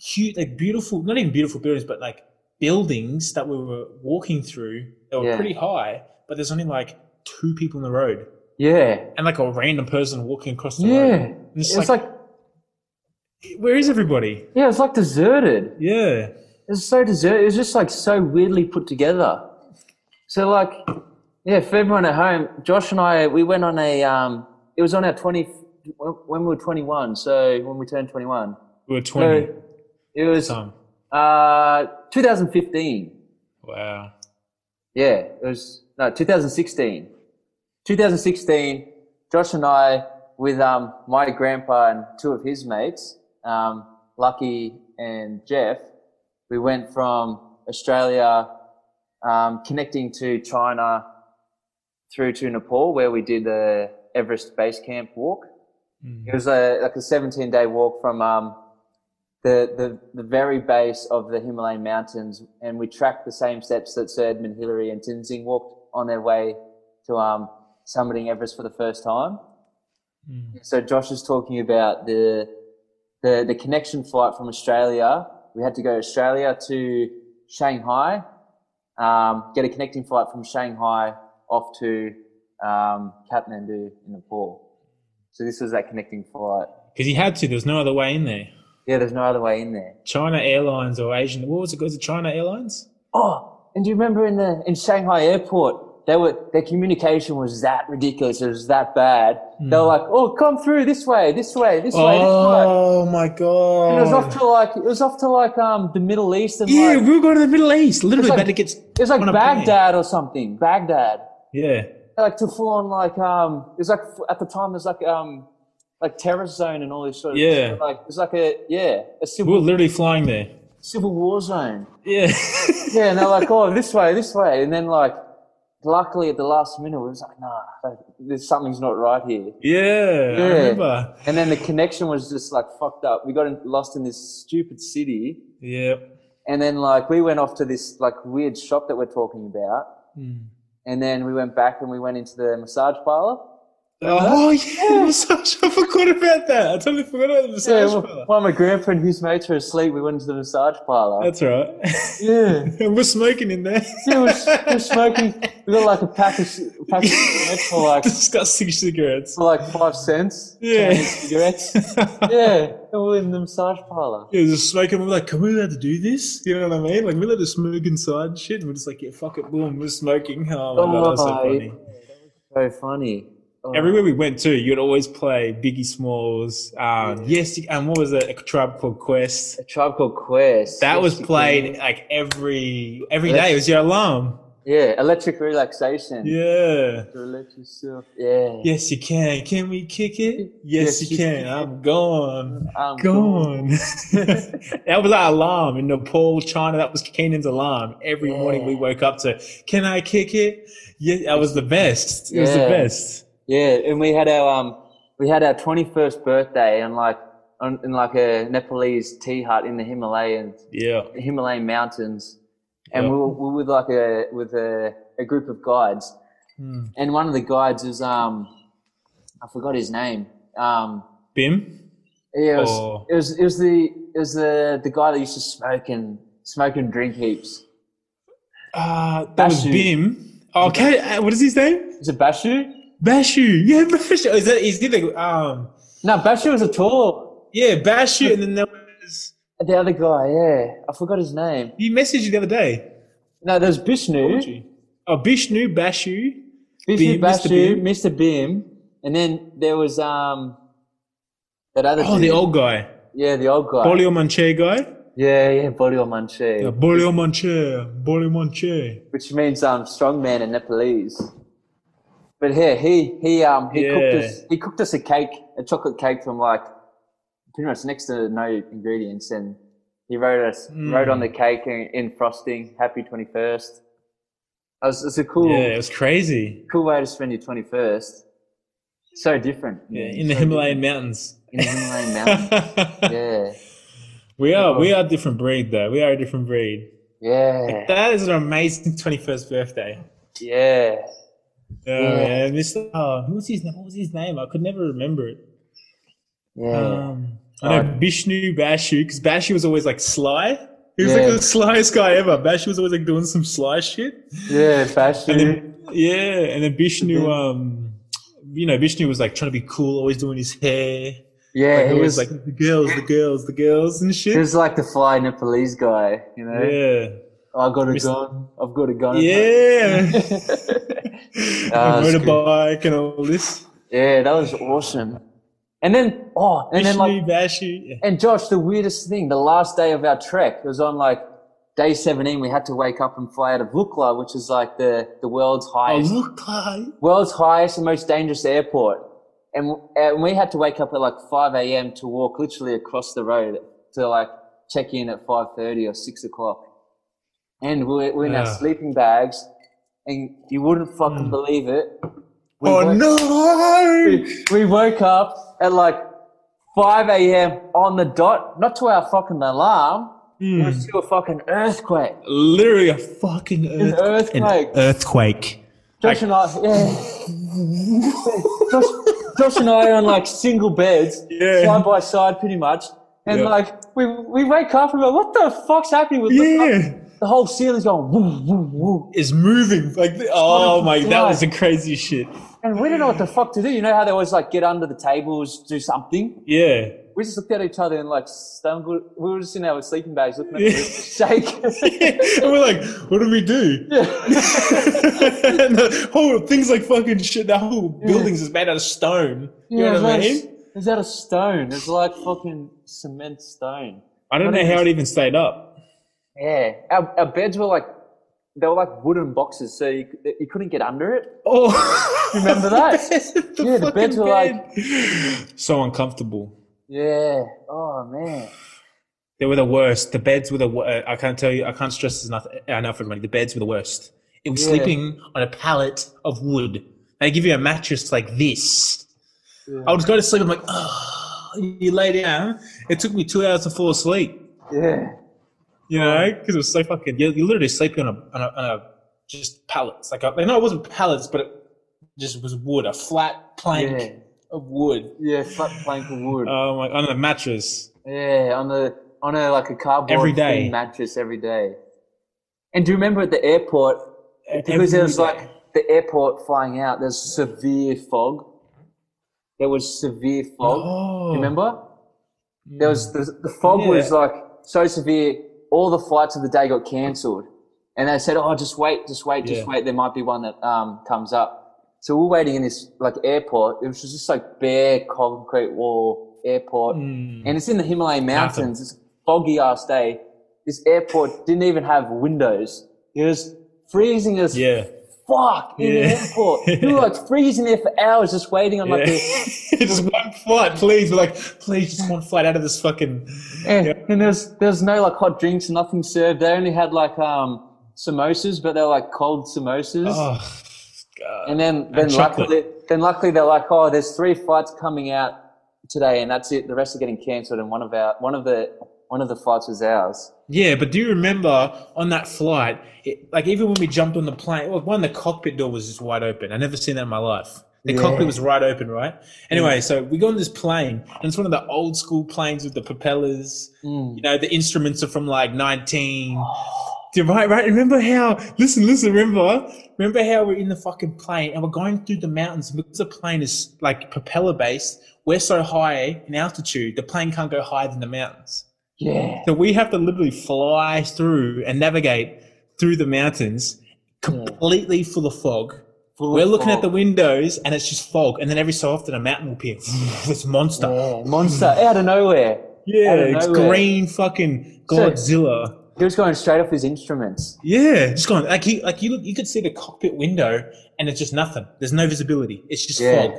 huge, like beautiful, not even beautiful buildings, but like buildings that we were walking through that were Yeah. pretty high, but there's only like two people in the road Yeah, and like a random person walking across the road. yeah. And it's, It's like, like where is everybody? yeah, it's like deserted. Yeah, It was so deserted. It was just like so weirdly put together. So like, yeah, for everyone at home, Josh and I, we went on a. Um, it was on our twenty when we were twenty one. So when we turned twenty one, we were twenty. So- it was Some. uh, two thousand fifteen. Wow. Yeah, it was no 2016. 2016, Josh and I, with um, my grandpa and two of his mates, um, Lucky and Jeff, we went from Australia, um, connecting to China, through to Nepal, where we did the Everest Base Camp walk. Mm. It was a, like a 17 day walk from um, the, the, the very base of the Himalayan mountains, and we tracked the same steps that Sir Edmund Hillary and Tenzing walked on their way to um, summiting Everest for the first time. Mm. So Josh is talking about the, the the connection flight from Australia. We had to go to Australia to Shanghai, um, get a connecting flight from Shanghai off to um, Kathmandu in Nepal. So this was that connecting flight. Because you had to. There was no other way in there. Yeah, there's no other way in there. China Airlines or Asian. What was it? Was it China Airlines? Oh, and do you remember in the in Shanghai airport, they were their communication was that ridiculous. It was that bad. They Hmm. were like, "Oh, come through this way, this way, this way, this way." Oh my god! And it was off to like it was off to like um the Middle East and Yeah, like we were going to the Middle East. Literally, like- but it gets. it was like on a plane. Baghdad or something. Baghdad, Yeah. like to full on like um it was like f- at the time it was like um like terrorist zone and all this sort of Yeah. like it was like a yeah a We were civil literally flying there. civil war zone. Yeah. Yeah, and they're like, oh, this way, this way. And then, like, luckily at the last minute, we was like, nah, like, there's something's not right here. yeah. I Yeah. remember. And then the connection was just like fucked up. We got in, lost in this stupid city. Yeah. And then, like, we went off to this, like, weird shop that we're talking about. And then we went back and we went into the massage parlor. Oh yeah, the massage. I forgot about that. I totally forgot about the Yeah, massage. parlour. while my grandpa and his mates were asleep, we went into the massage parlor. That's right. yeah. And we're smoking in there. Yeah, we're, we're smoking. We got like a pack of, pack of cigarettes for like, Disgusting cigarettes. for like five cents. Yeah. Chinese cigarettes. yeah, yeah, and we're in the massage parlor. just smoking. We're like, can we allowed to do this? You know what I mean? Like, we're allowed to smoke inside and shit. And we're just like, yeah, fuck it, boom, we're smoking. Oh my god, that was so Oh, funny. So funny. Everywhere we went to, you'd always play Biggie Smalls. Um, Yes, and what was it? A tribe called Quest. A Tribe Called Quest. That was Electric played Eel- like every every Let's- day. It was your alarm. Yeah, Electric Relaxation. Yeah. To relax yourself. Yeah. Yes, you can. Can we kick it? Yes, Yes, you you can. can. I'm gone. Um, Gone. that was our alarm in Nepal, China. That was Kenan's alarm. Every morning we woke up to, "Can I kick it?" Yeah, that was the best. It was the Yeah. best. Yeah, and we had our um, we had our twenty first birthday and like on, in like a Nepalese tea hut in the Himalayan Yeah. Himalayan mountains, and Yeah. we, were, we were with like a with a, a group of guides, Hmm. and one of the guides was um, I forgot his name. Um, Bim. yeah, it was, Oh. it was it was the it was the the guy that used to smoke and smoke and drink heaps. Uh, that was Bashu. Bim. Okay. uh, What is his name? Is it Bashu? Bashu. Yeah, Bashu. Oh, Is that? Is he the um? No, Bashu was a tall. Yeah, Bashu. And then there was. The other guy, yeah, I forgot his name. You messaged you the other day. No, there's Bishnu. Oh, Bishnu Bashu. Bishnu Bim, Mr. Bashu, Bim. Mr. Bim, and then there was um that other. Oh, the dude. old guy. yeah, the old guy. Bolio Manche guy. yeah, yeah, Bolio Manche, Yeah, Bolio Manche. Bolio Manche. which means um strongman in Nepalese. But here he he um he cooked Yeah. us he cooked us a cake a chocolate cake from like pretty much next to no ingredients and he wrote us Hmm. wrote on the cake in, in frosting happy twenty first. It was, it's a cool Yeah, it was crazy. cool way to spend your twenty first. So different. Yeah, man, in the so Himalayan mountains. different. in the Himalayan mountains. Yeah, we are we are a different breed though. We are a different breed. yeah, That is an amazing twenty first birthday. yeah. Yeah, Yeah. man. Mr. Oh, who was his name? What was his name? I could never remember it. Yeah, Um, I know Bishnu Bashu because Bashu was always like sly. He was like Yeah. the slyest guy ever. Bashu was always like doing some sly shit. yeah, fashion. And then, yeah, and then Bishnu, Mhm. um, you know, Bishnu was like trying to be cool, always doing his hair. yeah, like, he was always like the girls, the girls, the girls and he shit. was like the fly Nepalese guy, you know. Yeah, I got a Mis- gun. I've got a gun. yeah. Ah, I that's rode a good. bike and all this. yeah, that was awesome. And then oh, and then Bishnu, like Bashu. yeah. and Josh, the weirdest thing, the last day of our trek it was on like day seventeen. We had to wake up and fly out of Lukla, which is like the the world's Oh, highest look, Kai. world's highest and most dangerous airport. And, and we had to wake up at like 5 a.m. to walk literally across the road to like check in at 5.30 or 6 o'clock. And we're, we're in our Yeah. Hmm. sleeping bags and you wouldn't fucking believe it. We Oh woke- no! we- We woke up at like 5 a.m. on the dot, not to our fucking alarm, it Hmm. was to a fucking earthquake. Literally a fucking earth- earthquake. An earthquake. Josh and I, yeah. Josh, Josh and I are on like single beds, Yeah. side by side, pretty much. And Yeah. like we we wake up and we're like, what the fuck's happening? We look up, Yeah. the whole ceiling's going woo woo woo, Is moving like the- oh my that God. was the crazy shit. and we don't know what the fuck to do. You know how they always like get under the tables, do something. Yeah. We just looked at each other and like stumbled. We were just in our sleeping bags looking at each other, shake. and we're like, what do we do? and the whole thing's like fucking shit. The whole building's is made out of stone. You Yeah, know it's what I like- mean? It's out of stone. It's like fucking cement stone. I don't know how it even stayed up. Yeah, our, our beds were like they were like wooden boxes, so you, c- you couldn't get under it. Oh, Remember that? the Yeah, the fucking beds were like- bed. so uncomfortable. Yeah. Oh man. They were the worst. The beds were the. wo- uh, I can't tell you. I can't stress this enough, enough for everybody. The beds were the worst. It was Yeah. sleeping on a pallet of wood. They give you a mattress like this. I would go to sleep. I'm like, oh, you lay down. It took me two hours to fall asleep. Yeah. You know, because it was so fucking. You're, you're literally sleeping on a on a, on a just pallets. Like, I, no, it wasn't pallets, but it just was wood, a flat plank Yeah. of wood. Yeah. Flat plank of wood. Oh my! On a mattress. yeah. On a on a like a cardboard Every day. thin mattress every day. And do you remember at the airport because there was Every day. like the airport flying out? There's severe fog. There was severe fog. Oh. Hmm. Remember? There was the, the fog was Yeah. like so severe. All the flights of the day got cancelled, and they said, "Oh, just wait, just wait, just Yeah. wait. There might be one that um, comes up." So we're waiting in this like airport. It was just like bare concrete wall airport, Mm. and it's in the Himalayan Nothing. mountains. It's a foggy ass day. This airport didn't even have windows. It was freezing as Oh, Yeah. fuck in Yeah. the airport. We were like freezing there for hours, just waiting on like yeah. the just one flight, please. We're like, please, just one flight out of this fucking. And, Eh, and there's there's no like hot drinks, nothing served. They only had like um samosas, but they're like cold samosas. Oh, God. and then then chocolate. luckily then luckily they're like, oh, there's three flights coming out today, and that's it. The rest are getting cancelled, and one of our one of the one of the flights was ours. Yeah, but do you remember on that flight, it, like even when we jumped on the plane, well, one, the cockpit door was just wide open. I never seen that in my life. The cockpit was right open, right? Anyway, so we got on this plane, and it's one of the old school planes with the propellers. You know, the instruments are from like 19. Do you right, right? Remember how, listen, listen, remember, remember how we're in the fucking plane and we're going through the mountains and because the plane is like propeller based, we're so high in altitude, the plane can't go higher than the mountains. Yeah, So we have to literally fly through and navigate through the mountains completely full of fog. Full We're of looking at fog. the windows and it's just fog. And then every so often a mountain will appear. This monster. yeah, monster out of nowhere. Yeah, Out of it's nowhere. green fucking Godzilla. He was going straight off his instruments. yeah, just going like he like you look you could see the cockpit window and it's just nothing. There's no visibility. It's just Yeah. fog.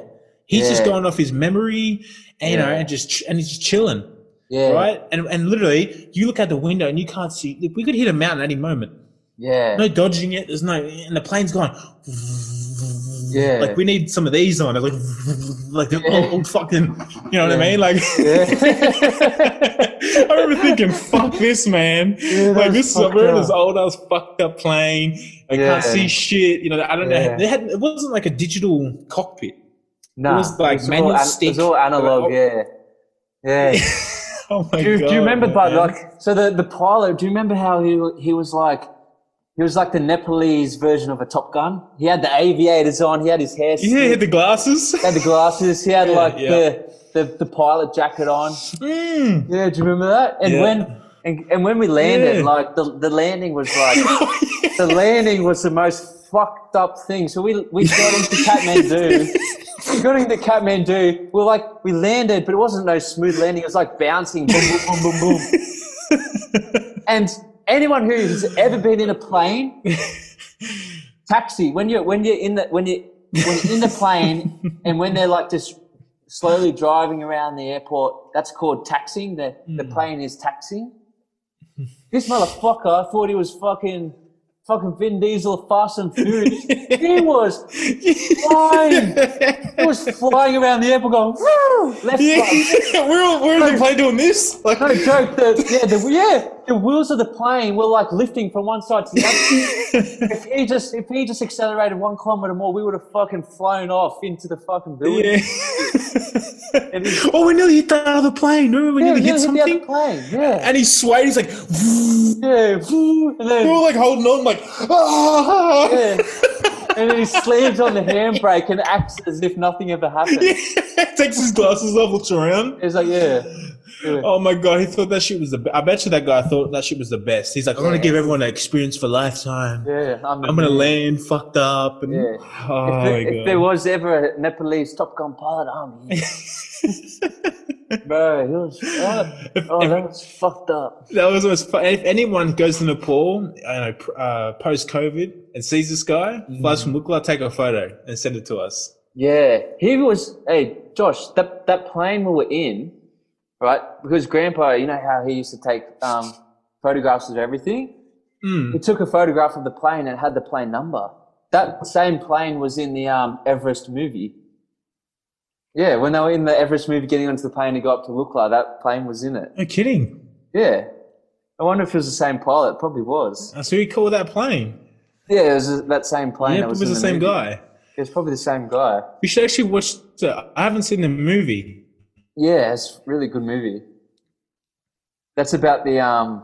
He's just Yeah. going off his memory, and, you know, Yeah. and just ch- and he's just chilling, Yeah, right? And and literally, you look out the window and you can't see. We could hit a mountain at any moment. Yeah, no dodging it. There's no, and the plane's gone. yeah. Like we need some of these on it, like like the Yeah. old, old fucking, you know what I Yeah. mean? Like, I remember thinking, "Fuck this, man! Yeah, that like was this is fucked we're in up. this old ass fucked up plane. I Yeah. can't see shit. You know, I don't know. Yeah. They had it wasn't like a digital cockpit. nah, was like all manual an- It stick. was all analog. Yeah, yeah. Oh my do, you- god! do you remember but man. like so the, the pilot do you remember how he he was like he was like the Nepalese version of a Top Gun. He had the aviators on. He had his hair. yeah, he had the glasses. he had the glasses. He had like yeah. the, the the pilot jacket on. Mm. Yeah, do you remember that? And Yeah. when and, and when we landed, Yeah. like the, the landing was like the landing was the most fucked up thing. So we we got into Kathmandu. we got into Kathmandu. We're like we landed, but it wasn't no smooth landing. It was like bouncing, boom, boom, boom, boom, boom. And anyone who's ever been in a plane, taxi, when you're when you're in the when you when you're in the plane and when they're like just slowly driving around the airport, that's called taxiing. The the plane is taxiing. This motherfucker thought he was fucking fucking Vin Diesel Fast and Furious. he was flying. He was flying around the airport going, Woo! left, right, Yeah, we're all, we're in the plane doing this. Like, no joke. The, yeah, the, yeah, the wheels of the plane were like lifting from one side to the other. if he just if he just accelerated one kilometer more, we would have fucking flown off into the fucking building. Yeah. oh, we nearly hit the other plane. Remember, we Yeah, nearly yeah, hit hit the other something. plane. Yeah, And he swayed. He's like, yeah, woo, and we were then like holding on, like, ah. yeah. and then he slams on the handbrake and acts as if nothing ever happened. Takes his glasses off, looks around. It's like yeah, Oh my god, he thought that shit was the. Be- I bet you that guy thought that shit was the best. He's like, I want to give everyone an experience for lifetime. yeah. I'm, I'm gonna land fucked up. And, Yeah. Oh if, my if god. there was ever a Nepalese Top Gun pilot, I'm here. Bro, he was, If- oh, if- that was fucked up. That was always fun. If anyone goes to Nepal, I know, pr- uh, post COVID, and sees this guy, Mm. flies from Wukla, take a photo and send it to us. Yeah, he was. Hey, Josh, that that plane we were in, right? Because Grandpa, you know how he used to take um, photographs of everything. Hmm. He took a photograph of the plane and had the plane number. That same plane was in the um, Everest movie. Yeah, when they were in the Everest movie, getting onto the plane to go up to Lukla, that plane was in it. No kidding. Yeah, I wonder if it was the same pilot. Probably was. That's who Uh, he called that plane. Yeah, it was that same plane. Yeah, that it was in the same movie. guy. It was probably the same guy. We should actually watch. The, I haven't seen the movie. Yeah, it's a really good movie. That's about the um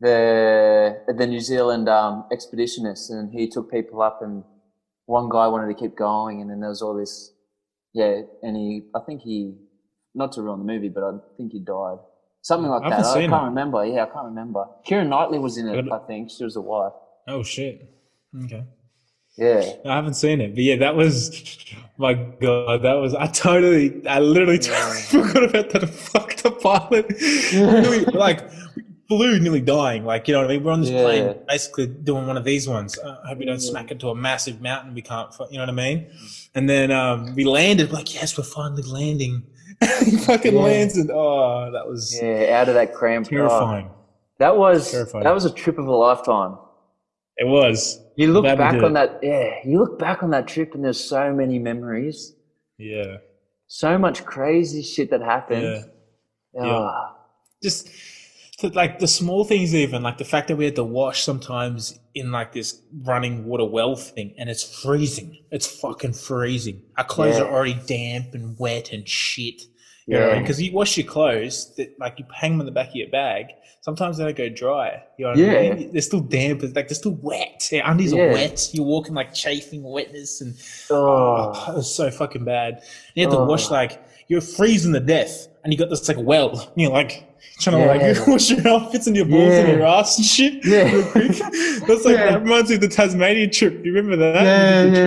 the the New Zealand um expeditionist and he took people up and one guy wanted to keep going and then there was all this yeah, and he I think he not to ruin the movie, but I think he died. Something like I that. haven't I seen can't it. uh, remember. Yeah, I can't remember. Kieran Knightley was in it, Good. I think. She was the wife. Oh shit. Oh, Okay. Yeah. I haven't seen it, but yeah, that was my god. That was I totally, I literally totally forgot about that fucked up pilot. Really, like we flew, nearly dying. Like you know what I mean? We're on this Yeah. plane, basically doing one of these ones. Uh, I hope we don't smack into a massive mountain. We can't, fu- you know what I mean? And then um, we landed. Like yes, we're finally landing. he fucking Yeah. lands, and oh, that was Yeah, out of that cramped. oh. terrifying. that was Terrifying. that was a trip of a lifetime. It was. You look Glad we back did on that, it. yeah. You look back on that trip, and there's so many memories, Yeah. so much crazy shit that Yeah. happened. Ah. Yeah, just th- like the small things even like the fact that we had to wash sometimes in like this running water well thing and it's freezing it's fucking freezing our clothes Yeah. are already damp and wet and shit Yeah. because you wash your clothes that like you hang them in the back of your bag sometimes they don't go dry you know what Yeah. I mean? they're still damp it's like they're still wet your undies are Yeah. wet you're walking like chafing wetness and Oh. it was so fucking bad. You had to Oh. wash like you're freezing to death, and you got this like well, and you're like trying to Yeah. like wash your outfits and your balls and Yeah. your ass and shit. Yeah. real quick. That's like that reminds me of the Tasmania trip. You remember that? Yeah, The yeah,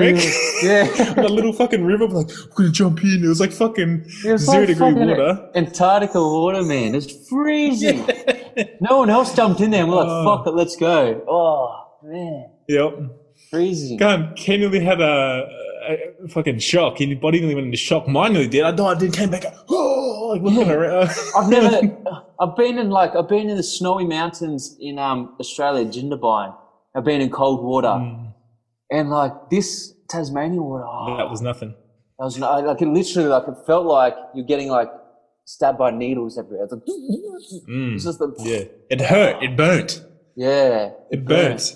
trick? yeah. the little fucking river, like we're gonna jump in. It was like fucking It was zero like degree fucking water. Antarctica water, man. It's freezing. No one else jumped in there, and we're like, Oh. "Fuck it, let's go." Oh man, Yep. freezing. Gun, Ken nearly had a, a fucking shock. His body nearly went into shock. Mine nearly did. I died, then came back. Oh, like looking around. I've never. I've been in like I've been in the snowy mountains in um Australia, Jindabyne. I've been in cold water, and like this Tasmania water. oh, Hmm. that was nothing. that was no- like it literally like it felt like you're getting like stabbed by needles everywhere. It's like, Mm. it's just the, Yeah, it hurt. It burnt. yeah, It burnt.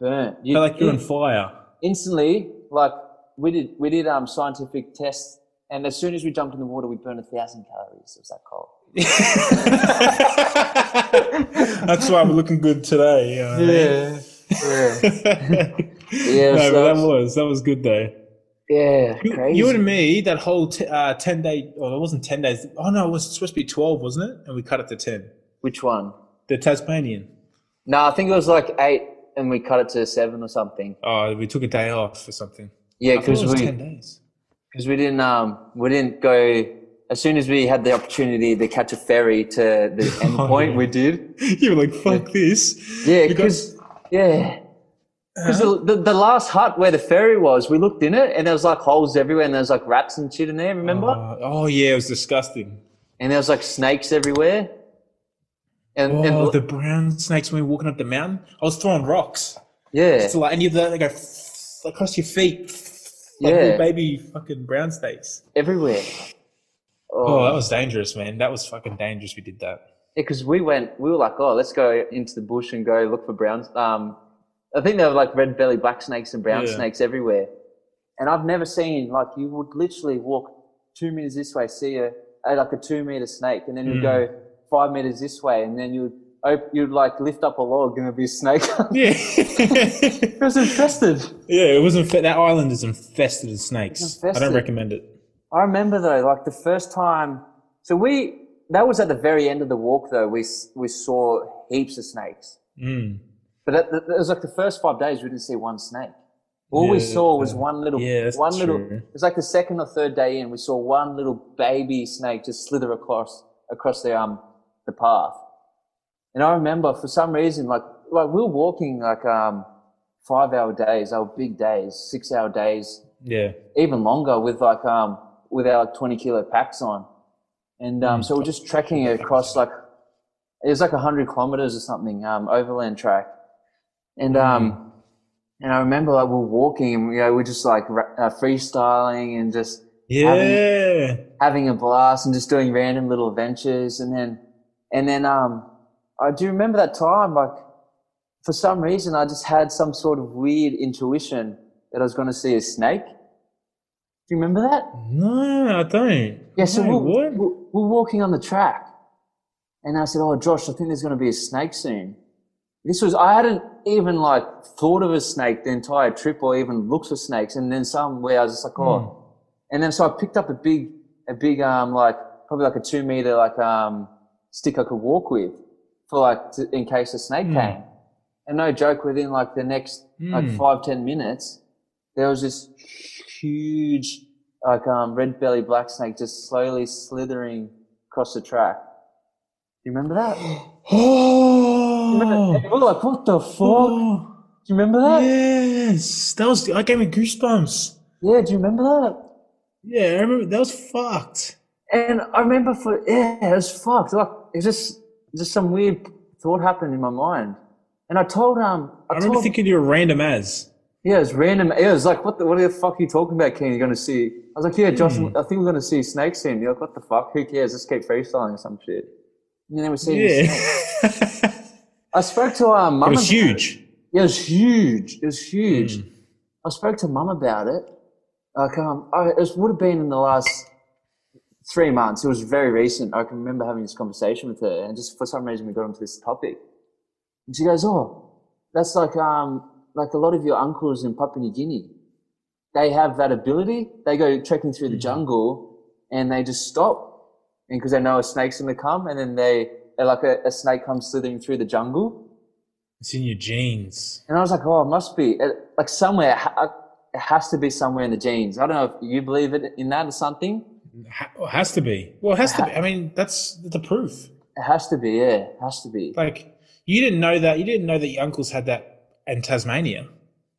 burnt. You, Felt like you're on fire. instantly like we did we did um scientific tests, and as soon as we jumped in the water, we burned a thousand calories. It was that cold. That's why we're looking good today. you know what I mean? Yeah. Yeah. no, Yeah, but so- that was that was good though. Yeah, You, crazy. you and me, that whole t- uh, ten day. Well, it wasn't ten days. Oh no, it was supposed to be twelve, wasn't it? And we cut it to ten. Which one? The Tasmanian. No, I think it was like eight, and we cut it to seven or something. Oh, we took a day off for something. Yeah, I thought it because was ten we days. because we didn't um we didn't go as soon as we had the opportunity to catch a ferry to the end Oh, point. yeah. We did. you were like, "Fuck this." Yeah, We got- Uh-huh. because yeah. Because the, the, the last hut where the ferry was, we looked in it and there was like holes everywhere and there was like rats and shit in there, remember? Uh, oh yeah, it was disgusting. and there was like snakes everywhere. And, Oh, and the brown snakes when we were walking up the mountain. I was throwing rocks. yeah, So like, and you they go across your feet. Like Yeah. little baby fucking brown snakes. everywhere. Oh, that was dangerous, man. That was fucking dangerous. We did that. because we went, we were like, oh, let's go into the bush and go look for brown. Um, I think there were like red belly black snakes and brown Yeah. snakes everywhere. And I've never seen like you would literally walk two meters this way, see a a- like a two meter snake, and then you'd go five meters this way, and then you'd op- you'd like lift up a log and there'd be a snake. it Yeah, was infested. yeah. It was infe- that island is infested with snakes. I don't infested. recommend it. I remember though, like the first time. So we that was at the very end of the walk though. We s- we saw heaps of snakes. Mm. But that, that, that was like the first five days we didn't see one snake. All we Yeah, saw was yeah. one little, Yeah, that's one little. true. It was like the second or third day in, we saw one little baby snake just slither across across the um the path. And I remember for some reason, like like we were walking like um five hour days, our big days, six hour days, Yeah, even longer with like um with our like 20 kilo packs on and um so we're just trekking across like it was like 100 kilometers or something um overland track and um and i remember like we're walking and you know we're just like ra- uh, freestyling and just yeah. having a blast and just doing random little adventures and then and then um I do remember that time like for some reason I just had some sort of weird intuition that I was going to see a snake. Do you remember that? No, I don't. Yeah, so Wait, we're, what? we're- we're walking on the track. And I said, Oh, Josh, I think there's going to be a snake soon. This was, I hadn't even like thought of a snake the entire trip or even looked for snakes. And then somewhere I was just like, Oh. And then so I picked up a big, a big, um, like probably like a two meter, like, um, stick I could walk with for like, to, in case a snake came. And no joke, within like the next like five, ten minutes, there was this huge, like, um, red belly black snake just slowly slithering across the track. Do you remember that? Oh, Remember- We're like, what the fuck? oh, Do you remember that? Yeah. yes. That was. I gave me goosebumps. do you remember that? Yeah, I remember. That was fucked. And I remember for yeah, it was fucked. Like it was just just some weird thought happened in my mind. And I told um I, I remember told, thinking you were random as. yeah, it was random. Yeah, it was like what the what the fuck are you talking about, King? You're gonna see I was like, Yeah, Josh, Hmm. I think we're gonna see snakes soon. You're like, what the fuck? Who cares? Let's keep freestyling or some shit. And then we see Yeah. I spoke to um mum it was about it. huge. Yeah, it was huge. It was huge. I spoke to mum about it. Like, um, I, it would have been in the last three months. It was very recent. I can remember having this conversation with her, and just for some reason we got onto this topic. And she goes, "Oh, that's like um, like a lot of your uncles in Papua New Guinea. They have that ability. They go trekking through the jungle, and they just stop, and because they know a snake's going to come, and then they they're like a, a snake comes slithering through the jungle." It's in your genes. And I was like, oh, it must be it, like somewhere. it ha- uh, It has to be somewhere in the genes. I don't know if you believe it in that or something. Ha- It has to be. Well, it has to be. I mean, that's the proof. It has to be. Yeah, it has to be. Like, you didn't know that. You didn't know that your uncles had that in Tasmania.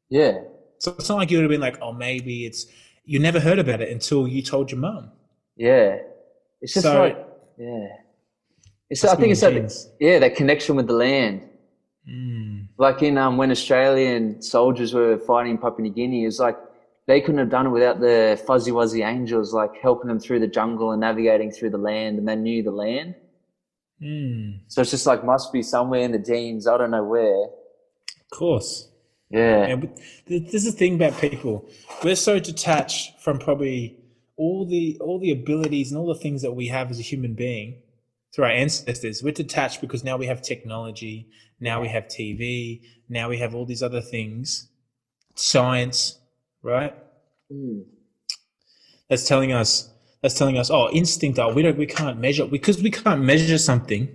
Yeah, So it's not like you would have been like, oh, maybe it's. You never heard about it until you told your mum. yeah. It's just So- like yeah. It's I think in it's that genes. yeah that connection with the land. Mm. Like in um, when Australian soldiers were fighting in Papua New Guinea, it's like they couldn't have done it without the fuzzy wuzzy angels like helping them through the jungle and navigating through the land, and they knew the land. Mm, So it's just like must be somewhere in the genes. I don't know where. of course. Yeah. And there's a thing about people. We're so detached from probably all the all the abilities and all the things that we have as a human being through our ancestors. We're detached because now we have technology, now we have TV, now we have all these other things, science, right? Mm. That's telling us that's telling us, oh, instinct, oh, we don't we can't measure because we can't measure something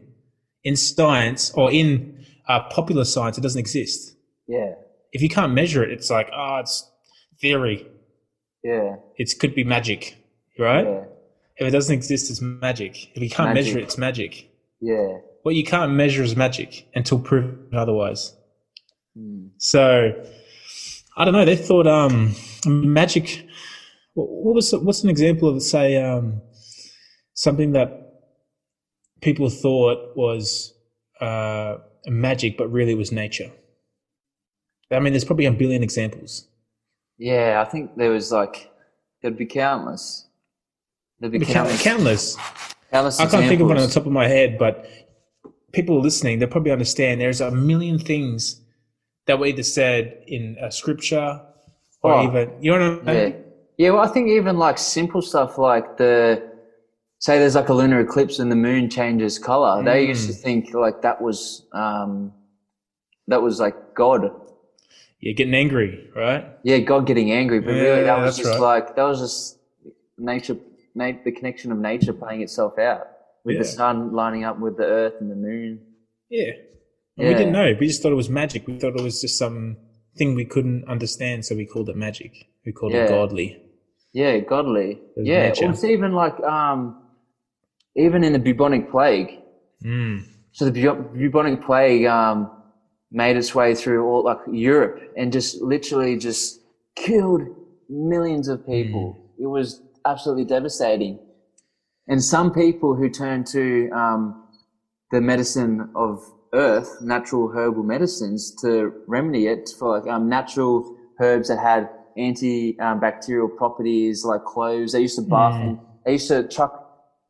in science or in uh, popular science, it doesn't exist. Yeah. if you can't measure it, it's like, ah, it's theory. Yeah. It could be magic, right? Yeah. If it doesn't exist, it's magic. If you can't Magic. measure it, it's magic. Yeah. What you can't measure is magic until proven otherwise. Mm. So, I don't know. They thought um, magic. wh- What was what's an example of say um, something that people thought was uh, magic, but really it was nature. I mean, there's probably a billion examples. Yeah. I think there was like there'd be countless. There'd be Countless. countless. countless. countless I can't think of one on the examples. top of my head, but people listening, they probably understand there's a million things that were either said in uh, scripture or Oh. even, you know what I mean? Yeah. Yeah. Well, I think even like simple stuff like the say there's like a lunar eclipse and the moon changes color. They used to Mm. think like that was um that was like God. You're getting angry, right? Yeah, God getting angry, but really that Yeah, was that's just right. like that was just nature, na- the connection of nature playing itself out with the Yeah. sun lining up with the earth and the moon. Yeah. And We didn't Yeah. know. We just thought it was magic. We thought it was just some thing we couldn't understand, so we called it magic. We called Yeah. it godly. Yeah, godly. There's yeah, nature. or it's even like um, even in the bubonic plague. Mm. So the bu- bubonic plague um, made its way through all like Europe and just literally just killed millions of people. Mm. It was absolutely devastating. And some people who turned to um, the medicine of earth, natural herbal medicines, to remedy it for like um, natural herbs that had antibacterial properties, like cloves. They used to bath. in- They used to chuck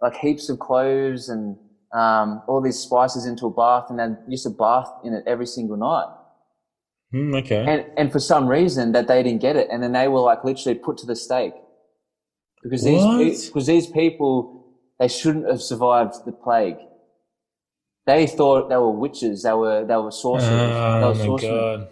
like heaps of cloves and um, all these spices into a bath, and then used to bath in it every single night. Mm, okay. And and for some reason that they didn't get it, and then they were like literally put to the stake because these What? because these people they shouldn't have survived the plague. They thought they were witches. They were they were sorcerers. they oh were my sorcemen. god.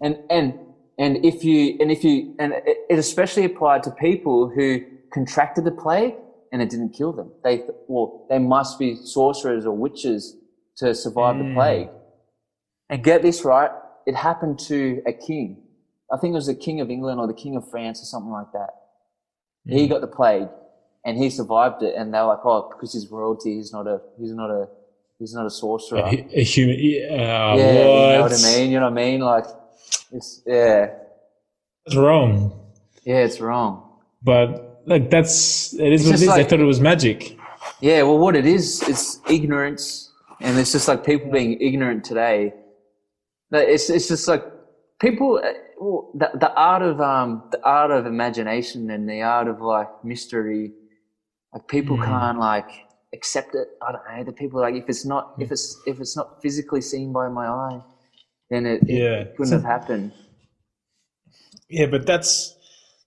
And and and if you and if you and it it especially applied to people who contracted the plague and it didn't kill them. They th- well they must be sorcerers or witches to survive the plague. And get this right, it happened to a king, I think it was the King of England or the King of France or something like that. He got the plague, and he survived it. And they were like, "Oh, because he's royalty, he's not a, he's not a, he's not a sorcerer." A, hu- a human. yeah, Yeah, you know what? what I mean. You know what I mean? Like, it's yeah, That's wrong. yeah, it's wrong. But like that's it is what it just is. I like- thought it was magic. Yeah, well, what it is, it's ignorance, and it's just like people being ignorant today. Like, It's it's just like people. uh, well, The, the art of um the art of imagination and the art of like mystery, like people Hmm. can't like accept it. I don't know. The people like if it's not if it's if it's not physically seen by my eye, then it, it Yeah. couldn't have happened. Yeah, but that's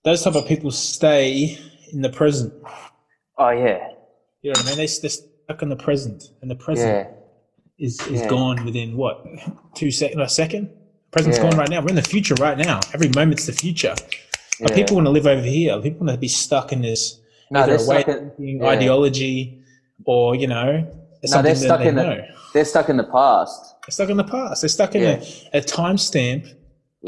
those type of people stay in the present. Oh yeah, You know what I mean? They they're stuck in the present, and the present yeah, is is Yeah. gone within what two second a second. Present's Yeah. gone right now. We're in the future right now. Every moment's the future. But Yeah. people want to live over here. People want to be stuck in this No, either they're a way stuck of in- thinking, yeah. ideology, or you know, no, something they're that stuck they in know. the they're stuck in the past. They're stuck in the past. They're stuck in a, a timestamp of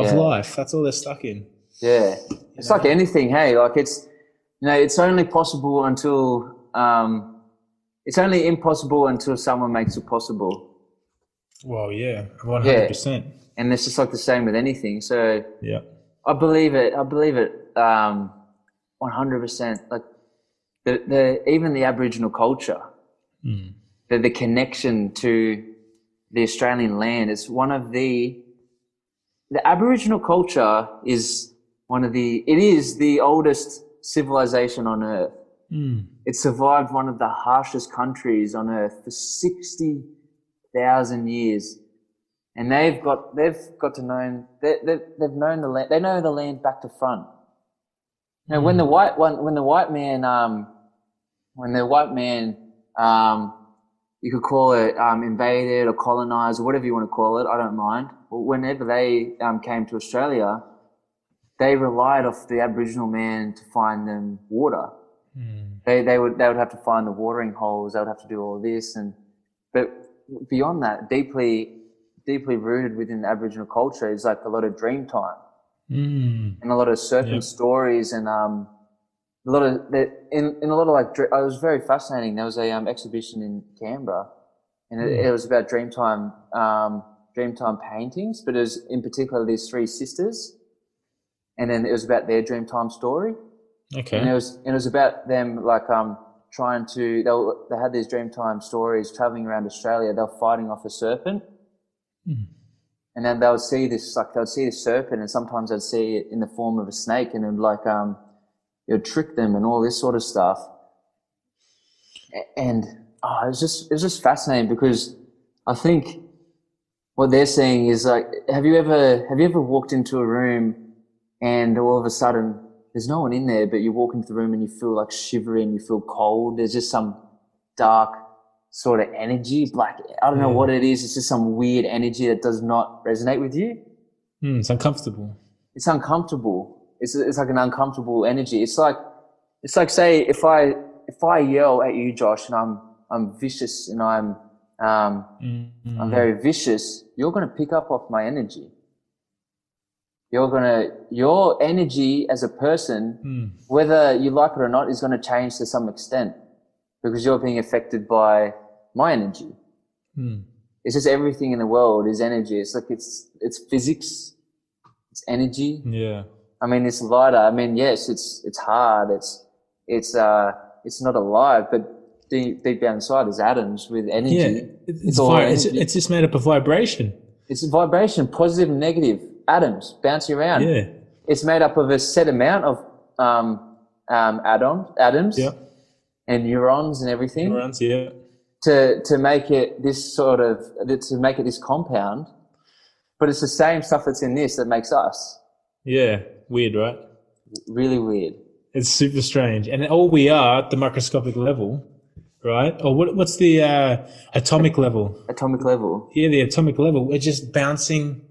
Yeah. life. That's all they're stuck in. Yeah. It's like anything, hey, like it's you know, it's only possible until um it's only impossible until someone makes it possible. Well, yeah, one hundred percent. And it's just like the same with anything. So Yeah, I believe it. I believe it. Um, one hundred percent. Like the, the even the Aboriginal culture, the the connection to the Australian land is one of the the Aboriginal culture is one of the it is the oldest civilization on earth. Hmm. It survived one of the harshest countries on earth for sixty thousand years and they've got they've got to know they, they, they've known the land they know the land back to front. Now, when the white one when the white man um, when the white man um, you could call it um, invaded or colonized or whatever you want to call it, I don't mind. But whenever they um, came to Australia, they relied off the Aboriginal man to find them water. Hmm. They they would they would have to find the watering holes. They would have to do all this and but beyond that, deeply deeply rooted within Aboriginal culture is like a lot of dream time Hmm, and a lot of certain stories and um, a lot of that in, in a lot of like dr- I was very fascinating. There was a um, exhibition in Canberra, and it, it was about Dreamtime um, Dreamtime paintings, but it was in particular these three sisters, and then it was about their Dreamtime story okay. and it was and it was about them like um trying to they were, they had these dreamtime stories traveling around Australia. They were fighting off a serpent, and then they would see this like they would see this serpent, and sometimes they'd see it in the form of a snake, and it would like um it would trick them and all this sort of stuff. A- And oh, it was just it was just fascinating because I think what they're seeing is like have you ever have you ever walked into a room and all of a sudden there's no one in there but you walk into the room and you feel like shivery and you feel cold there's just some dark sort of energy like i don't know what it is it's just some weird energy that does not resonate with you Hmm, it's uncomfortable. it's uncomfortable it's, it's like an uncomfortable energy it's like it's like say if i if i yell at you josh and i'm i'm vicious and i'm um, Hmm, I'm very vicious, you're going to pick up off my energy. You're going to, your energy as a person, hmm, whether you like it or not, is going to change to some extent because you're being affected by my energy. hmm, It's just everything in the world is energy. It's like it's, it's physics, it's energy. Yeah. I mean, it's lighter. I mean, yes, it's, it's hard. It's, it's, uh, it's not alive, but deep, deep down inside is atoms with energy. Yeah, it- it's, It's all vi- it's, energy. it's just made up of vibration. It's vibration, positive and negative atoms bouncing around. Yeah, It's made up of a set amount of um, um, atom, atoms yeah, and neurons and everything neurons. Yeah, to, to make it this sort of, to make it this compound. But it's the same stuff that's in this that makes us yeah. Weird, right? really weird. It's super strange. And all we are at the microscopic level, right? Or what, what's the uh, atomic level? Atomic level. Yeah, the atomic level. We're just bouncing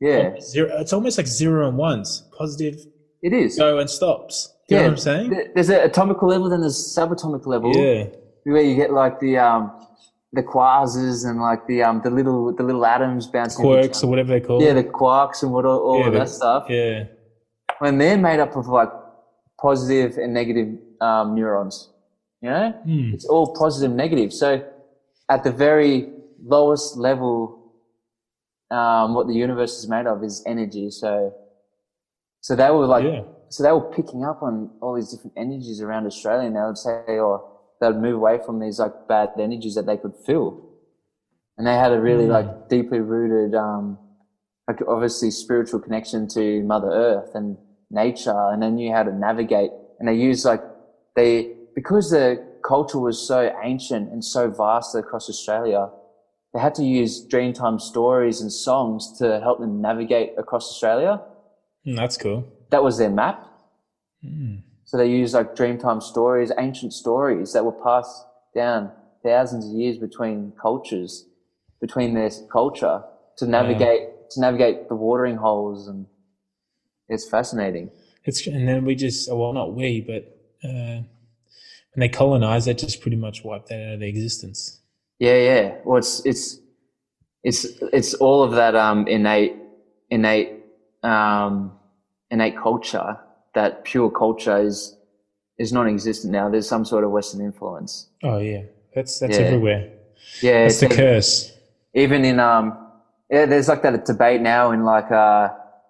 Yeah, zero. It's almost like zero and ones, positive, it is. go and stops. You yeah. know what I'm saying? Th- There's an atomic level, then there's subatomic level Yeah, where you get like the, um, the quasars and like the um the little the little atoms bouncing off each Quirks or other. whatever they call yeah it. the quarks and what all, all of the- that stuff Yeah. when they're made up of like positive and negative um, neurons. You know, Hmm. it's all positive and negative. So at the very lowest level, um, what the universe is made of is energy. So, so they were like, Yeah. so they were picking up on all these different energies around Australia, and they would say, or they would move away from these like bad energies that they could feel. And they had a really like deeply rooted, um, like obviously spiritual connection to Mother Earth and nature, and they knew how to navigate. And they used like they because the culture was so ancient and so vast across Australia, they had to use Dreamtime stories and songs to help them navigate across Australia. Mm, that's cool. Mm. That was their map. So they used like Dreamtime stories, ancient stories that were passed down thousands of years between cultures, between their culture to navigate to navigate the watering holes, and it's fascinating. It's and then we just well not we but uh, when they colonized, that just pretty much wiped that out of their existence. Yeah, yeah. Well, it's it's it's it's all of that um, innate innate um, innate culture that pure culture is is non-existent now. There's some sort of Western influence. Oh yeah, that's that's Yeah. everywhere. Yeah, That's the it's- curse. even in um yeah, there's like that debate now in like uh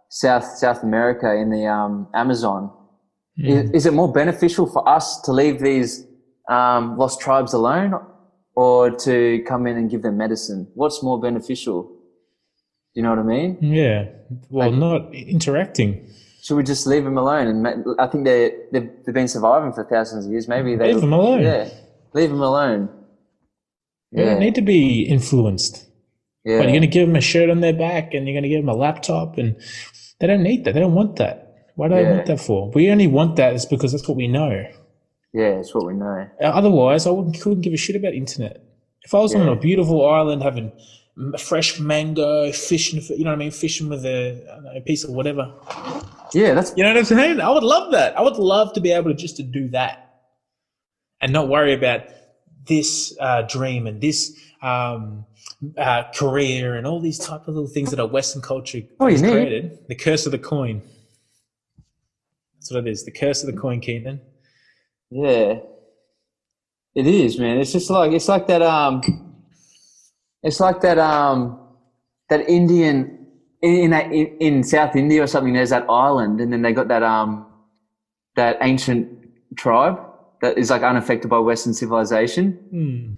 South South America in the um Amazon. Hmm. I- Mm. Is, it more beneficial for us to leave these um, lost tribes alone or to come in and give them medicine? What's more beneficial? Do you know what I mean? Yeah. Well, not interacting. Should we just leave them alone? And ma- I think they they've, they've been surviving for thousands of years. Maybe they Leave them alone. Yeah, leave them alone. They don't need to be influenced. yeah. But you're going to give them a shirt on their back and you're going to give them a laptop and they don't need that. They don't want that. Why do they Yeah. want that for? We only want that is because that's what we know. yeah, it's what we know. Uh, Otherwise, I wouldn't, couldn't give a shit about internet. If I was on Yeah. a beautiful island having m- fresh mango, fishing, for- you know what I mean, fishing with a, I don't know, a piece of whatever. Yeah, that's You know what I'm saying? I would love that. I would love to be able to just to do that and not worry about this uh, dream and this um, uh, career and all these type of little things that our Western culture All you has need. created. The curse of the coin. That's what it is. The curse of the coin, Keaton. Yeah. It is, man. It's just like it's like that um it's like that um that Indian in in, that, in in South India or something there's that island and then they got that um that ancient tribe that is like unaffected by western civilization.